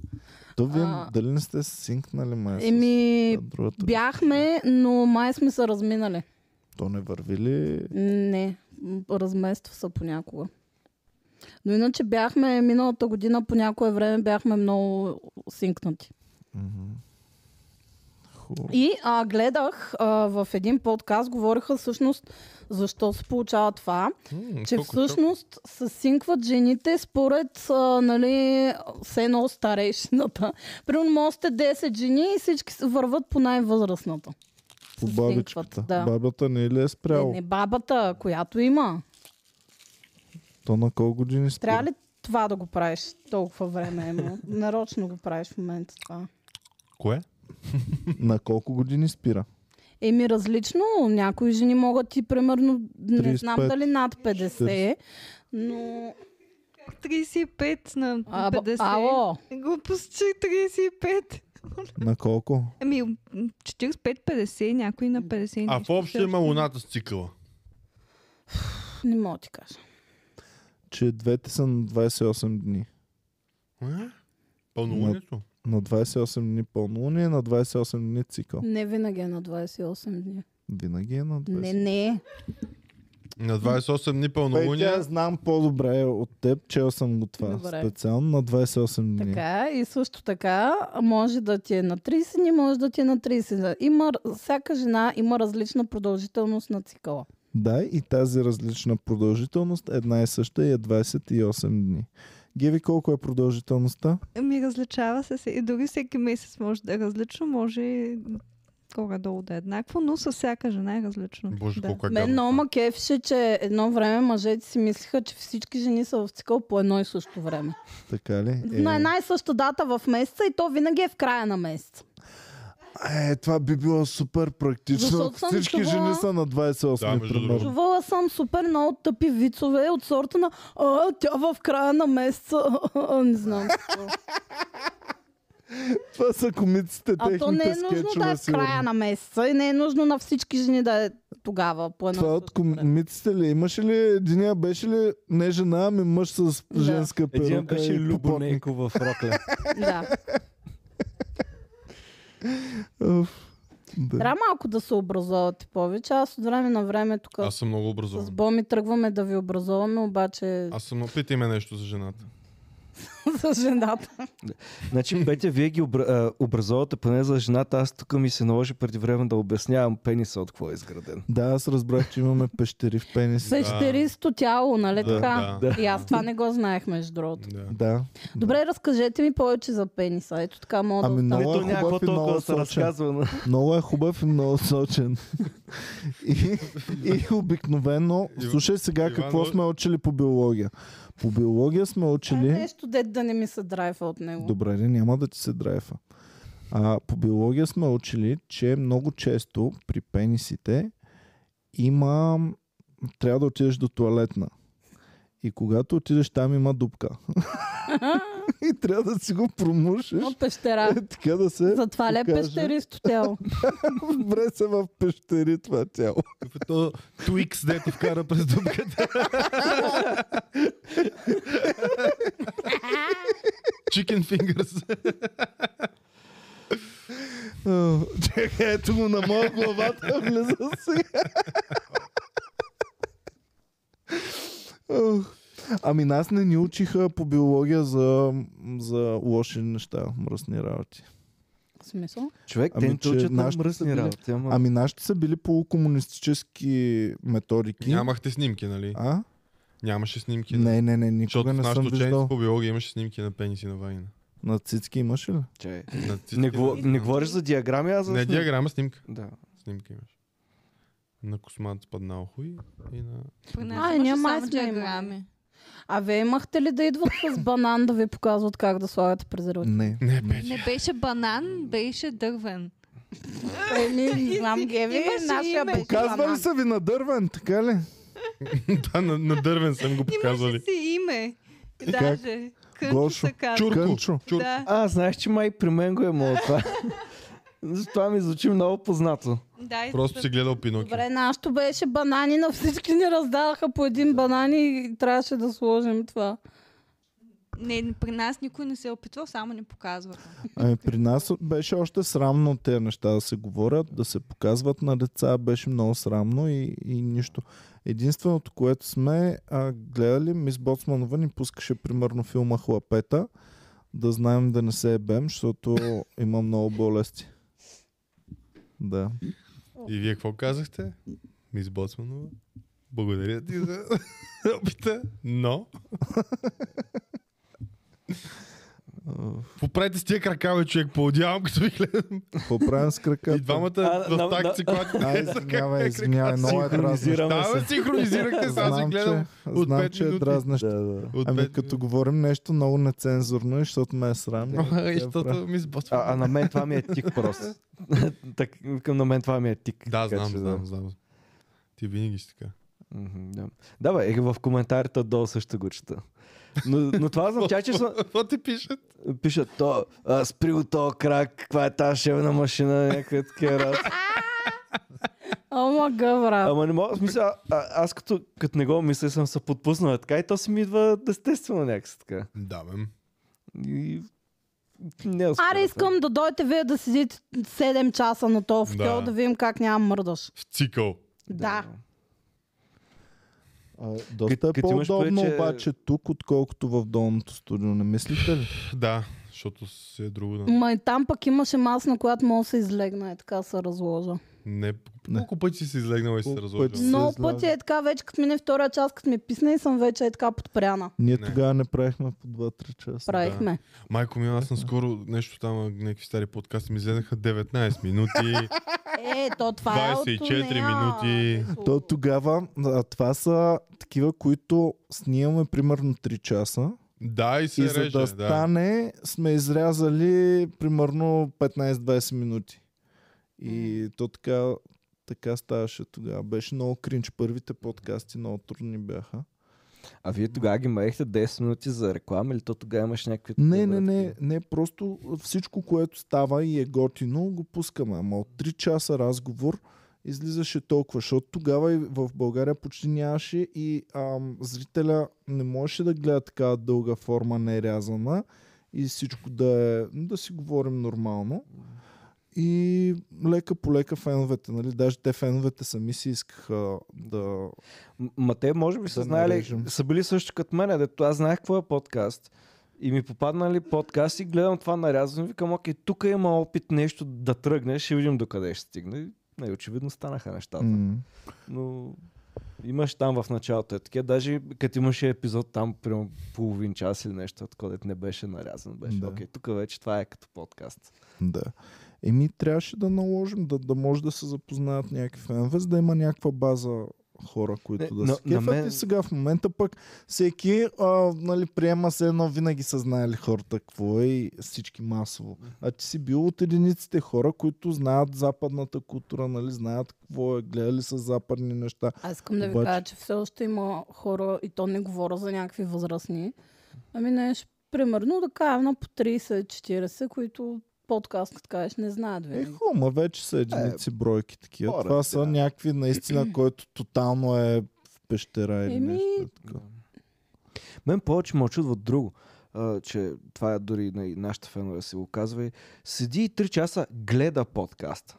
То вие А. дали не сте синкнали май? с- Еми, с другата? бяхме, но май сме се разминали. То не върви ли? Не, м, размества се понякога. Но иначе бяхме миналата година по някое време бяхме много синкнати. Мгм. Хубаво. И а, гледах а, в един подкаст, говориха всъщност защо се получава това. М, Че колко е всъщност се синкват жените според, а, нали, все едно старейшината. Примерно, мосте 10 жени и всички с- върват по най-възрастната. По се бабичката. синкват, да. Бабата не ли е Не, спрял? не бабата, която има. То на колко години спря? Трябва ли това да го правиш толкова време? Емо? Нарочно го правиш в момента това. Кое? На колко години спира? Еми различно, някои жени могат и примерно, не знам 35, дали над 50, е, но как 35 на А, б- 50. Ало, Глупости 35. На колко? Ами 45-50, някой на 50. А в нещо общо такова. има луната с цикъла. не мога да ти кажа. Че двете са на 28 дни. Е? Пълнолунието? На 28 дни пълнолуние, на 28 дни цикъл. Не винаги е на 28 дни. Винаги е на 20. Не, не е. На 28 дни Бе, пълнолуние. тя знам по-добре от теб, чел съм го това. Добре. Специално на 28 дни. Така е. и също така може да ти е на 30 дни, може да ти е на 30 дни. Има, всяка жена има различна продължителност на цикъла. Да, и тази различна продължителност една и съща и е 28 дни. Геви, колко е продължителността? Ами различава се се. И дори всеки месец може да е различно, може горе-долу да е еднакво, но с всяка жена е различно. Боже, да. колко е Мен гадно. много ма кефеше, че едно време мъжете си мислиха, че всички жени са в цикъл по едно и също време. Така ли? Е. На една и съща дата в месеца и то винаги е в края на месеца. Е, това би било супер практично. Защото ако съм Всички чувала- жени са на 28 Да, между примерно. другото. Чувала съм супер много тъпи вицове от сорта на а, тя в края на месеца. не знам. какво. Това са комиците, а то не техните е нужно скетчове. да е в сигурно. края на месеца и не е нужно на всички жени да е тогава. По едно Това е и от също време. комиците ли? Имаше ли деня? Беше ли не жена, ами мъж с Да. женска перука? Един беше и попотник? Любонейко в Рокля. Да. Уф, да. Трябва малко да се образовате повече. Аз от време на време тук Аз съм много с образован. Боми тръгваме да ви образоваме, обаче Аз съм... Питай ме нещо за жената. с жената. Значи, Петя, вие ги обра... а, образовате поне за жената. Аз тук ми се наложи преди време да обяснявам пениса от какво е изграден. Да, аз разбрах, че имаме пещери в пениса. Сещеристо тяло, нали Да, така? да. И аз това не го знаех, между другото. Да. Да. Добре, разкажете ми повече за пениса. Ето така мога Ами, да остана. много е хубав Ето някакво и много толкова да се сочен. разказва. но- Много е хубав и много сочен. и, и обикновено... Ив- Слушай сега Иван, какво може- сме учили по биология. По биология сме Е, учили... нещо, дед да не ми се драйва от него. Добре, не, няма да ти се драйфа. А, по биология сме учили, че много често при пенисите има... Трябва да отидеш до туалетна. И когато отидеш там има дупка. и трябва да си го промушиш. Но пещера. Е, така да се Затова ли е покаже. пещеристо тяло? вбре се в пещери това тяло. Като Twix, де ти вкара през дупката. Chicken fingers. А, Чакай, ето го на моя главата влиза сега. Ох. Ами нас не ни учиха по биология за, за лоши неща, мръсни работи. В смисъл? Човек, Ами, те не те че учат на нашите са мръсни били- работи. Ама... Ами нашите са били по комунистически методики. Нямахте снимки, нали? А? Нямаше снимки. Не, не, не, Защото никога в не съм нашото учение виждал. по биология имаше снимки на пениси на вагина. На цицки имаш ли? Че... На цицки, Не, го... на- не говориш за диаграми, аз Не аз- диаграма, снимка. Да. Снимка имаш. На космат спадна ухуй и на... При нас А, е, имаше ние май само сме имали. диаграми. А вие имахте ли да идват с банан да ви показват как да слагате презерватив? Не. Не, бе. Не беше банан, беше дървен. Еми, Ами, не знам, Геви, Имаше нашия име. беше Казва ли банан. са ви на дървен, така ли? Да, на, на дървен съм го Имаше показвали. си име. Даже. Кънчо Гошо. се казва. Чурко. Кънчо. Чур... Да, А, знаеш, че май при мен го е имало това. това ми звучи много познато. да. и Просто си гледал Пинокио. Добре, нашето беше банани, на всички ни раздадаха по един банан и трябваше да сложим това. Не, при нас никой не се е опитвал, само ни показваха. Ами, при нас беше още срамно тези неща да се говорят, да се показват на деца, беше много срамно и, и нищо. Единственото, което сме а, гледали, мис Боцманова ни пускаше примерно филма Хлапета, да знаем да не се ебем, защото има много болести. Да. И вие какво казахте? Мис Боцманова. Благодаря ти за опита, но... Поправете с тия крака, бе, човек, поудявам, като ви гледам. Какво правим с краката? И двамата А, на- в такт на- си когато А, гледат как- извинявай, как извинявай, много е дразнещ. Синхронизираме Да, бе, се. синхронизирахте, сега си Знам, че, гледам. от знам, пет че е минути. дразнещ. Да, да. От Ами пет като минути. говорим нещо много нецензурно, и защото ме е срам. няма какво И да правя. Защото мис Боцманова. А, а на мен това ми е тик просто. так, към на мен това ми е тик. Да, Така знам, че знам, знам. Ти винаги си така. Мгм, Да. Давай, е, в коментарите долу също го чета. Но, но това означава, че са, Какво ти пишат? пишат то, а, спри от този крак, каква е тази шевна машина, някакви такива раз. Ама гъвра. Ама не мога, в смисъл, а, а- аз като, като не го мисля, съм се подпуснал е така и то си ми идва естествено някакси така. Да, бе. И... Не успя, Аре, искам да дойдете вие да седите 7 часа на този хотел, Да. да видим как няма мърдаш. В цикъл. Да. А, доста е Като- като имаш по-удобно предвид, че- обаче тук, отколкото в долното студио, не мислите ли? Да, защото си е друго. Да. Ма и там пък имаше маса, на която мога да се излегна и така се разложа. Не, колко пъти си се излегнал и си се Колко разложил? пъти си- Много излага. пъти е така, вече като мине втория час, като ми писна и съм вече е така подпряна. Ние Не. тогава не правихме по 2-3 часа. Правихме. Майко ми, Е, аз наскоро нещо там, а, някакви стари подкасти ми излезнаха 19 минути. Е, то това е от 24 нея. минути. То тогава, а, това са такива, които снимаме примерно 3 часа. да, и се и за реже. да да. стане, сме изрязали примерно 15-20 минути. И то така, така ставаше тогава. Беше много кринч. Първите подкасти много трудни бяха. А вие тогава ги мерихте 10 минути за реклама или то тогава имаш някакви... Не, не, такива не, такива? не, просто всичко, което става и е готино, го пускаме. Ама от 3 часа разговор излизаше толкова, защото тогава и в България почти нямаше и ам, зрителя не можеше да гледа така дълга форма, нерязана и всичко да е, да си говорим нормално. И лека по лека феновете, нали? Даже те феновете сами си искаха да... М- Ма те може би са Да знаели, нарежем. са били също като мен, дето аз знаех какво е подкаст. И ми попаднали подкаст и гледам това нарязано и викам, окей, тук има опит нещо да тръгне, ще видим докъде ще стигне. И, Не, очевидно станаха нещата. М. Но имаш там в началото е такива. Даже като имаше епизод там, примерно половин час или нещо, от където не беше нарязан. Беше, Да. да. окей, тук вече това е като подкаст. Да. Еми, трябваше да наложим, да, да може да се запознаят някакви фенове, за да има някаква база хора, които да Не, Е, на- се на кефят. мен- И сега в момента пък всеки а, нали, приема се едно, винаги са знаели хората какво е и всички масово. А ти си бил от единиците хора, които знаят западната култура, нали, знаят какво е, гледали са западни неща. Аз искам да ви Обаче- кажа, че все още има хора, и то не говоря за някакви възрастни. Ами не, ще- примерно да кажем на по 30-40, които подкаст, като кажеш, не знаят Е, винаги. хума, вече са единици бройки такива. хора, Това са Е, да. някакви наистина, който тотално е в пещера или Еми, нещо. такова. Мен повече ме очудва друго, а, че това е дори на и нашите фенове се го казва. и Седи и 3 часа гледа подкаста.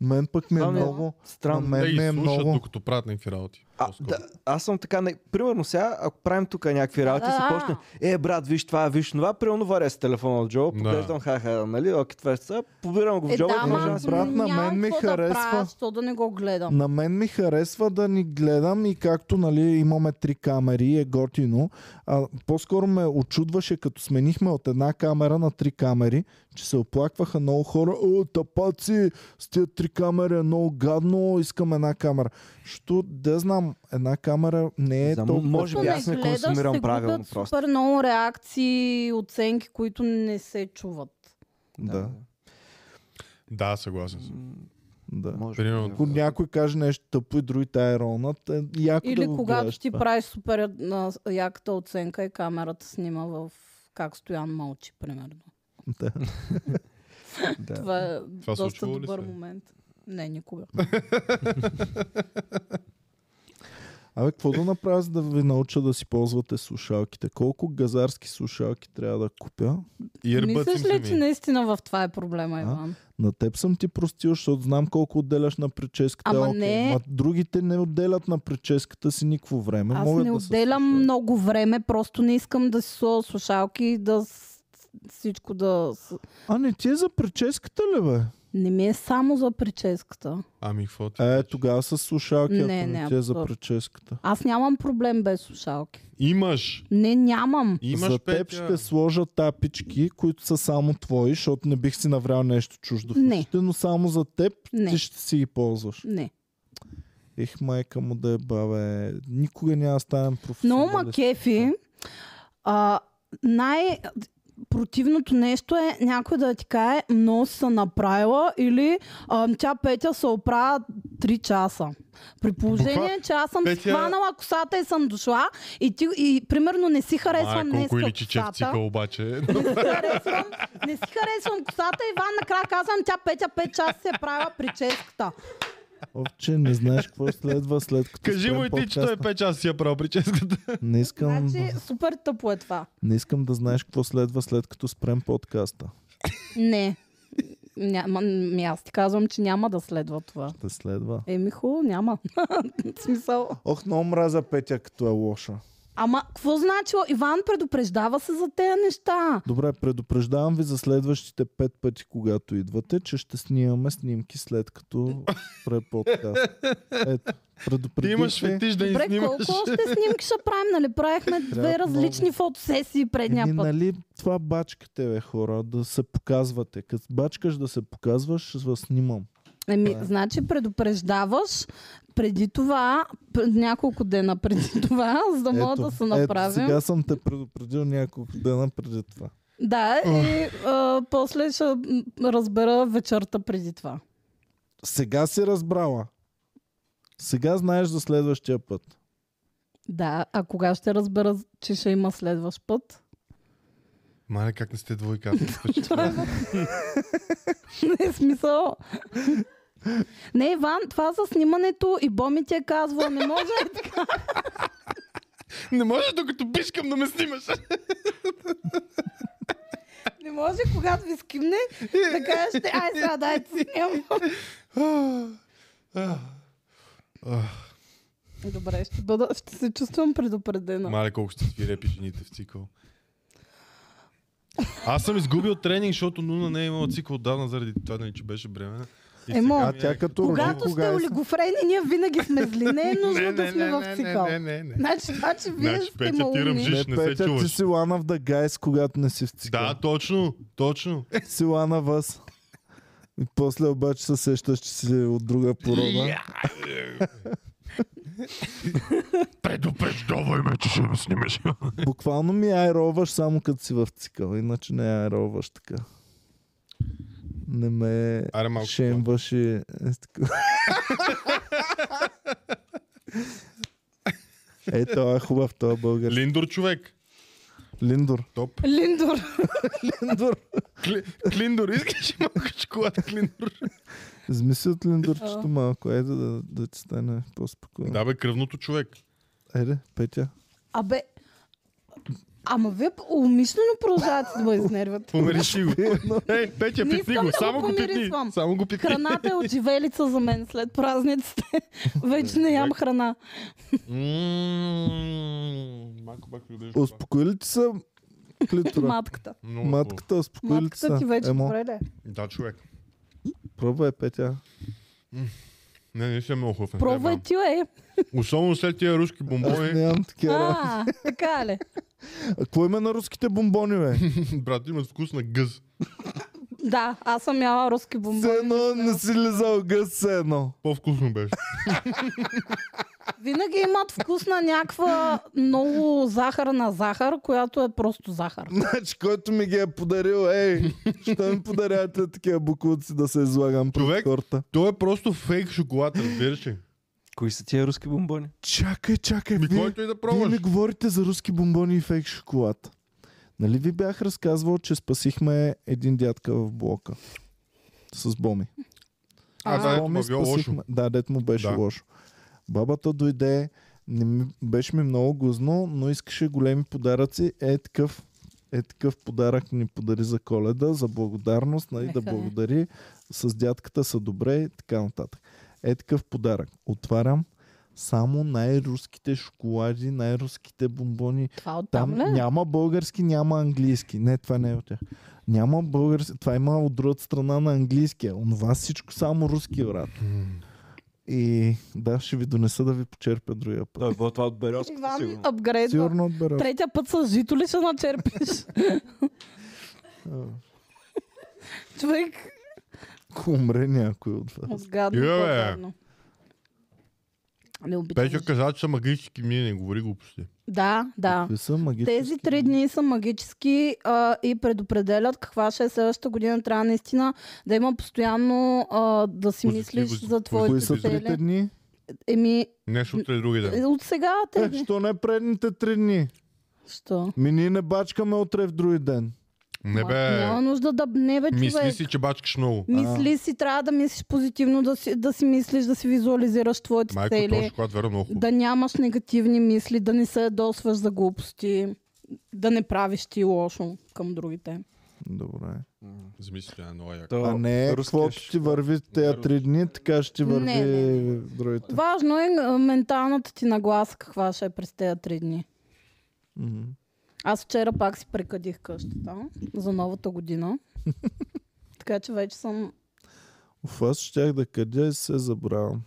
Мен пък ми е Това ми е много... Странно. На мен- Те не е и слушат, много. докато правят някакви работи. А, по-скоро. да, аз съм така. Не, примерно сега, ако правим тук някакви работи, се Да. почне. Е, брат, виж това, виж това. Примерно варя с телефона от джоба, Да. поглеждам, ха-ха, нали? Окей, това е сега. Побирам го в Е, джоба да, и продължавам ама с брат, на нямам мен ми какво Да харесва. правя, защо да не го гледам. На мен ми харесва да ни гледам и както нали, имаме три камери и е готино. А, по-скоро ме очудваше, като сменихме от една камера на три камери, че се оплакваха много хора. О, тапаци, с тия три камери е много гадно, искам една камера. Що да знам, една камера не е За- толкова... може би Като аз не гледаш, консумирам се правилно губят просто. Супер много реакции, оценки, които не се чуват. Да, Да, съгласен съм. да. Може Примерно, би, Ако да. някой каже нещо тъпо и други тая ролнат, е яко Или да го когато гледаш ти това. правиш супер една- яката оценка и камерата снима в как Стоян мълчи, примерно. Да. Да. Това е Това доста случвало ли добър се? момент. Не, никога. Абе, какво да направя, за да ви науча да си ползвате слушалките? Колко газарски слушалки трябва да купя? И ербът им Мислиш ли, че сами. наистина в това е проблема, Иван? На теб съм ти простил, защото знам колко отделяш на прическата. Ама окей. не. Ма другите не отделят на прическата си никакво време. Аз Могат не да се отделям слушат. много време, просто не искам да си сложа слушалки и да с- всичко да... с- А не ти е за прическата ли, бе? Не ми е само за прическата. Ами, какво ти? Е, тогава с слушалки, Не, ако не, не, ти е за абсолютно. прическата. Аз нямам проблем без слушалки. Имаш! Не, нямам. Имаш за теб Петя. ще сложа тапички, които са само твои, защото не бих си наврял нещо чуждо в Не. ушите, но само за теб Не. ти ще си ги ползваш. Не. Ех, майка му да е бабе. Никога няма да станем професионалист. Много ма кефи. А, най... противното нещо е някой да ти каже, много си се направила или а, тя Петя се оправя 3 часа. При положение, Буква- че аз съм Петя... Петя- хванала косата и съм дошла и, ти, и примерно не си харесвам Май, днес колко или чичев косата. цикъл обаче. Не си, харесвам, не си харесвам косата и Иван накрая казвам, тя Петя 5 часа се е правила прическата. Овче, не знаеш какво следва след като Кажи му спрем и ти, че подкаста. той 5 часа си е правил прическата. Не искам, Значи, супер тъпо е това. не искам да знаеш какво следва след като спрем подкаста. Не. Няма, ми аз ти казвам, че няма да следва това. Да следва. Еми хубаво, няма. В смисъл. Ох, много мраза Петя, като е лоша. Ама, какво значи? Иван предупреждава се за тези неща. Добре, предупреждавам ви за следващите пет пъти, когато идвате, че ще снимаме снимки след като спре подкаст. Ето, Ти предупредих имаш ви. фетиш да ни Добре, снимаш. колко още снимки ще правим? Нали правихме две Трябва различни фотосесии предния Еми, път. нали, това бачкате, бе, хора, да се показвате. Като бачкаш да се показваш, ще вас снимам. Еми, Това е. значи предупреждаваш преди това, пр- няколко дена преди това, за да могат да се направим. Ето, сега съм те предупредил няколко дена преди това. Да, и а, после ще м, разбера вечерта преди това. Сега си разбрала. Сега знаеш за следващия път. Да, а кога ще разбера, че ще има следващ път? Мале, как не сте двойка? впечатлявам. Не е смисъл. Не, Иван, това за снимането и Боми ти е казва, не може е така. Не може докато бишкам да ме снимаш. Не може, когато ви скимне, да кажеш, ай сега дайте снимам. Добре, ще, бъда, ще се чувствам предупредена. Мале, колко ще свирепи жените в цикъл. Аз съм изгубил тренинг, защото Нуна не е имала цикъл отдавна заради това, нали, че беше бремена. И Емо, сега А ми е- тя като роди, Когато сте кога е са- олигофрени, ние винаги сме зли. Не е нужно Не, да не, сме не, в не, цикъл. не, не, не. Значи, значи вие Значи, сте Петя, ти малумни. ръмжи. Жиж, не се Петя, ти чуваш. си Лана в The Guys, когато не си в цикъл. Да, точно, точно. Си Лана Въз. И после обаче се сещаш, че си от друга порода. Предупреждавай ме, че ще ме снимаш. Буквално ми айроваш само като си в цикъл. Иначе не айроваш така. Не ме Аре малко. шемваш и... е така. Е, това е хубав, това е български. Линдор човек. Линдор. Топ. Линдор. Линдор. Кли- Клиндор, искаш ли малко шоколад Клиндор? Измисли от линдорчето малко. Айде да, да ти стане по-спокойно. Да бе, кръвното човек. Айде, Петя. Абе, ама вие умишлено продължавате да ме изнервят. Помириши го. Ей, Петя, Не пипни искам да го. го Само го пипни. помирисвам. Само го пипни. Храната е от живелица за мен след празниците. Вече не ям храна. Мм, Малко пак любиш. Успокои ли ти се клитора? Матката. Много хубаво. Матката, успокои ли ти Матката се? ти вече Емо, добре ли? е? Да, човек. пробвай, Петя. Не, не си е много хубав. не знам. Пробвай ти, е. Особено след тия руски Аз бомбони. нямам такива. работи. А, така е ли? А Какво има на руските бомбони, бе? Брат, имат вкус на гъз. Да, аз съм яла руски бомбон. Все едно не си лизал гъс, все едно. По-вкусно беше. Винаги имат вкус на някаква много захарна захар, която е просто захар. Значи, който ми ги е подарил, ей, ще ми подарявате такива букуци да се излагам пред Човек. хората. Той е просто фейк шоколад, разбираш ли? Кои са тия руски бомбони? Чакай, чакай, Ми вие, който и да вие пробваш. ми говорите за руски бомбони и фейк шоколад. Нали ви бях разказвал, че спасихме един дядка в блока? С боми. А, да, ето Боми ма било лошо. спасихме. Да, дет му беше Да. лошо. Бабата дойде, не ми, беше ми много гузно, но искаше големи подаръци. Е такъв, е такъв подарък ни подари за коледа, за благодарност, нали, да Еха, е. благодари. С дядката са добре и така нататък. Е такъв подарък. Отварям само най-руските шоколади, най-руските бомбони. Това Там оттам ли? е? няма български, няма английски. Не, това не е от тях. Няма български. Това има от другата страна на английския. Онова всичко само руски, брат. И да, ще ви донеса да ви почерпя другия път. Той е било това от березката, Иван сигурно. апгрейдва. Сигурно отбера. Третия път с жито ли ще начерпиш? Човек, Ако умре някой от вас. от гадно. Е, бе. по-гадно. Не обичам. Петя каза, че са магически мини, не говори глупости. Да, да. Какви са магически? Тези три дни са магически а, и предопределят каква ще е следващата година. Трябва наистина да има постоянно а, да си Позитив, мислиш позитив, за Кои твоите са трите цели. дни? Еми, Нещо от други ден. е, от сега те. Е, що не предните три дни? Що? Ми ние не бачкаме утре в други ден. Не бе, Няма нужда да не бе, мисли човек. си, че бачкаш много. Мисли си, трябва да мислиш позитивно, да си, да си мислиш, да си визуализираш твоите Майко, цели. този шоколад верно е много хубав. Да нямаш негативни мисли, да не се ядосваш за глупости, да не правиш ти лошо към другите. Добре. Замисли, че е много яко. То, А не, руският каквото ти върви тези Руският. три дни, така ще ти Не, върви не, не. другите. Важно е а, менталната ти нагласа каква ще е през тези три дни. Мгм. Аз вчера пак си прекадих къщата за новата година. така че вече съм... Уф, аз щях да къде и се забравям.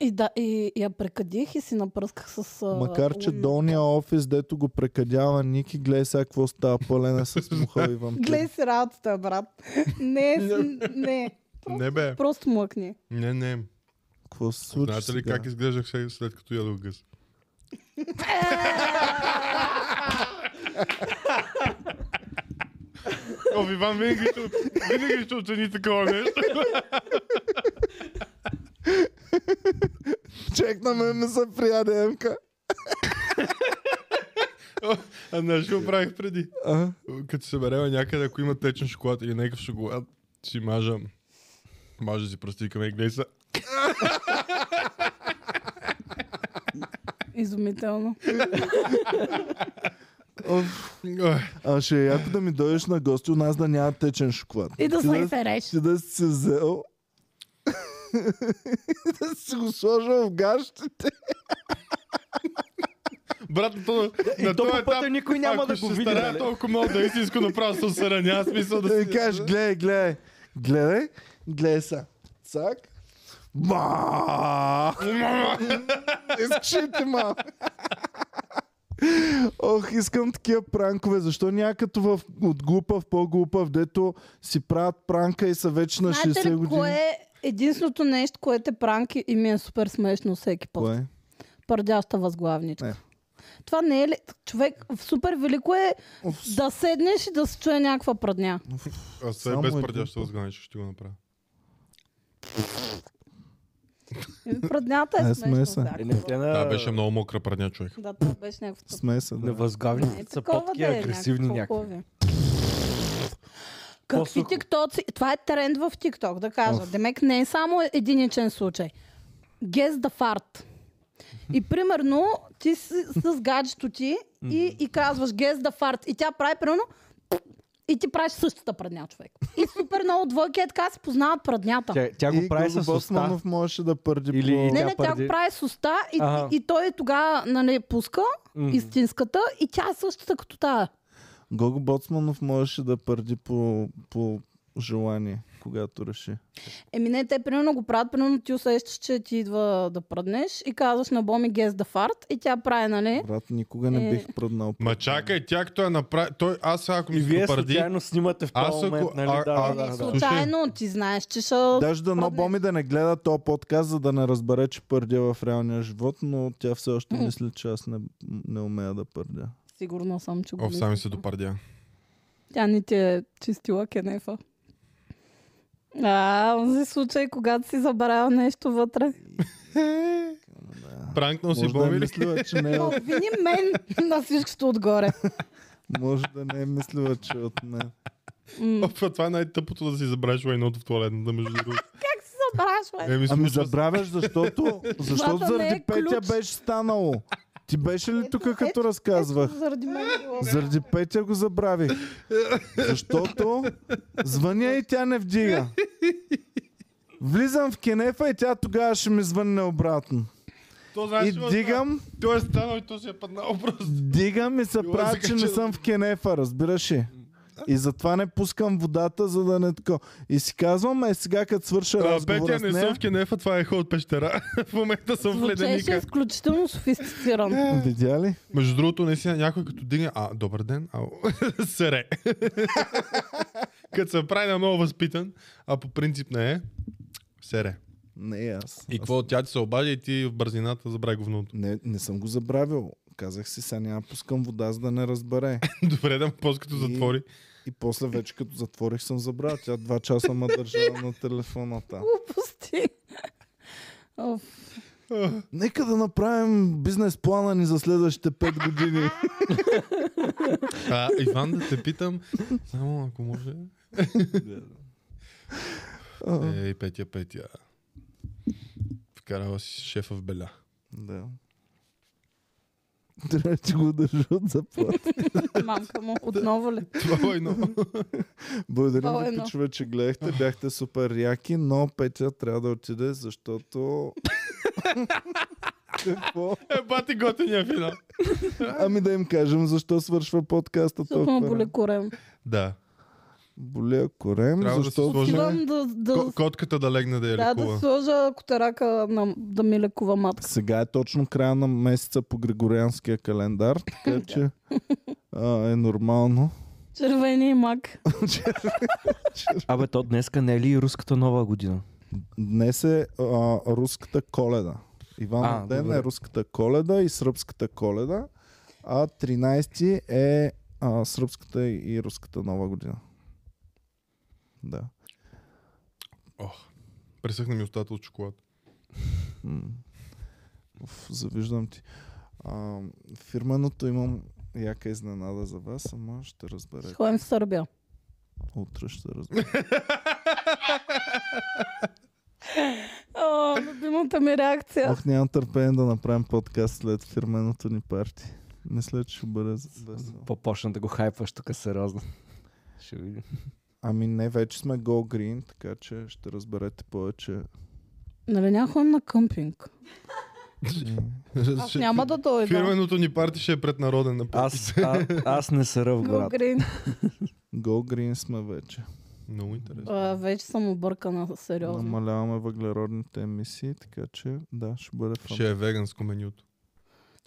И, да, и, и я прекадих и си напръсках с... а, Макар, че лунна- долния офис, дето го прекадява Ники, гледай сега какво става, пълен е с муха и вампир. Гледай си работата, брат. Не, с- не. Не бе, Просто млъкни. не, не. Какво се случи Знаете ли сега? как изглеждах сега, след като ядох гъс? О, Иван, винаги ще, от- винаги ще оцени такова нещо. Чек на мен не са прияде, Емка. А не, ще го правих преди. А? Като се береме някъде, ако има течен шоколад или някакъв шоколад, си мажа. Мажа си пръстикаме и гледай са. Изумително. Оф. Ой, А ще е яко да ми дойдеш на гости у нас да няма течен шоколад. И да Ти се изереш. Ти да си се взел и да си го сложил в гащите. Брат, на то, на И то този по пътя етап, Е, никой няма ако да ще го се види. старая нали? толкова много да е истинско направо съм съран. Няма смисъл да Да си... ми кажеш, гледай, гледай. Гледай, гледай са. Цак. Бах! Искаш ли ти малко? Ох, искам такива пранкове. Защо някато в, от глупав, по-глупав, дето си правят пранка и са вече на Знаете 60 ли години? кое е единственото нещо, което е пранки и ми е супер смешно всеки път? Кое? е? Пърдяща възглавничка. Не. Това не е ли... Човек, супер велико е да седнеш и да се чуе някаква пръдня. Аз се Само е без един пърдяща път. възграничка ще го направя. И Пръднята Не, е смей смешна. се. Е, всяка. не, те на... Да, беше много мокра прадня човек. Да, това беше някакво... такова. Смей се, На да. Е, възглавниците са такова по-таки да е, агресивни някакви някакви. толкови. Какви По-сухо. тиктоци? Това е тренд в тикток, да кажа. Демек не е само единичен случай. Guess the fart. И примерно ти си с гаджето ти и, и казваш guess the fart. И тя прави примерно и ти правиш същата прадня, човек. И супер много двойки е така се познават праднята. Тя, тя го И прави Гого с уста. Босманов можеше да пърди Или- по... Не, тя не, тя пърди. го прави с уста и, Ага. и, и той тогава нали, пуска Мгм. истинската и тя е същата като тая. Гого Боцманов можеше да пърди по, по желание, когато реши. Еми не, те примерно го правят, примерно ти усещаш, че ти идва да пръднеш и казваш на Боми гес да фарт и тя прави, нали? Брат, никога не Е. бих пръднал. Ма чакай, тя като я направи... Той, аз сега, ако И ми вие се парди... случайно снимате в Аз този момент, ако- нали? а- Да, а- да, да, да. Случайно ти знаеш, че ще... Даже да пръдне. Боми да не гледа този подкаст, за да не разбере, че пърдя в реалния живот, но тя все още мисли, че аз не, не умея да пърдя. Сигурно съм, че го Оф, сами мислиш. се допардя. Тя не ти е чистила кенефа. А, онзи случай, когато си забравял нещо вътре. Пранкнал си Е. Може да е боми ли? мислила, че не е, Но от- вини мен на всичкото отгоре. може да не е мислила, че е от мен. М, Оф, това е най-тъпото да си забравиш лайното в туалетната, между другото. Забравяш, бе. Еми, Ами случва се. забравяш, защото, защото Злата не е заради Петя ключ. беше станало. Ти беше ли тук, ето, като разказвах? Заради мен. било. Заради Петя го забравих. Защото звъня и тя не вдига. Влизам в кенефа и тя тогава ще ми звънне обратно. То И знаеш ли какво дигам, става? Той е станал и то си е паднал просто. дигам и се Била правя, че не закачена. съм в кенефа, разбираш ли? И затова не пускам водата, за да не тако. И си казвам, е сега като свърша А, разговора Петя, с не съм нея, в Кенефа, това е ход от пещера. в момента съм в Звучеше леденика. изключително софистициран. Е. видя ли? Между другото, не си на някой като дигне, а, добър ден, а, сере. като се прави на много възпитан, а по принцип не е, сере. Не аз. И какво, тя ти се обади и ти в бързината забрави говното. Не, не съм го забравил. Казах си, сега няма пускам вода, за да не разбере. Добре, да после като И- затвори. И после вече като затворих съм забравил. Тя два часа ма държа на телефоната. Глупости. Оф. Нека да направим бизнес плана ни за следващите 5 години. А, Иван, да те питам, само ако може. А, Ей, Петя, Петя. Вкарала си шефа в беля. да. Трябва да ти го държа от заплата. Мамка му. Отново ли? Това е едно. Благодарим Това е ви, едно. пичове, че гледахте. Бяхте супер яки, но Петя трябва да отиде, защото... Какво? Е, бати готиния финал. Ами да им кажем защо свършва подкаста Супно толкова. болекорем. Да. Боля корем, Трябва да защо... се сложи- Отивам да, да, Ко- котката да легне да я да, да лекува. сложа котарака на, да ми лекува матка. Сега е точно края на месеца по Григорианския календар, така че а, е нормално. Червения мак. Абе, то днеска не е ли и руската нова година? Днес е а, руската коледа. Иван А, ден добре. е руската коледа и сръбската коледа, а 13 е а, сръбската и руската нова година. Да. Ох, пресъхна ми устата от шоколад. М. Уф, завиждам ти. А, фирменото имам яка изненада за вас, ама ще разберете. Ходим в Сърбия. Утре ще разберете. О, любимата ми реакция. Ох, нямам търпение да направим подкаст след фирменото ни парти. Мисля, че ще бъде весело. По-почна да го хайпваш тук сериозно. Ще видим. Ами не, вече сме Go Green, така че ще разберете повече. Нали няма ходим на къмпинг? Аз Ще- няма да дойда. Фирменото ни парти ще е пред народен на Аз, а, аз не съра в Go град. Green. Go Green сме вече. Много интересно. А, е вече съм объркана сериозно. Намаляваме въглеродните емисии, така че да, ще бъде фан. Ще е веганско менюто.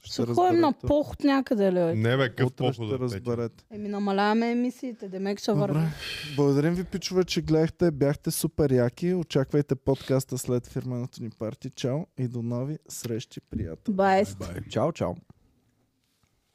Ще ходим е на разберете. поход някъде ли? Не бе, къв Е, Утре ще поход разберете. Еми намаляваме емисиите, демек ще Добре. върна. Благодарим ви, пичове, че гледахте. Бяхте супер яки. Очаквайте подкаста след фирменото ни парти. Чао и до нови срещи, приятели. Байст. Бай. Чао, чао.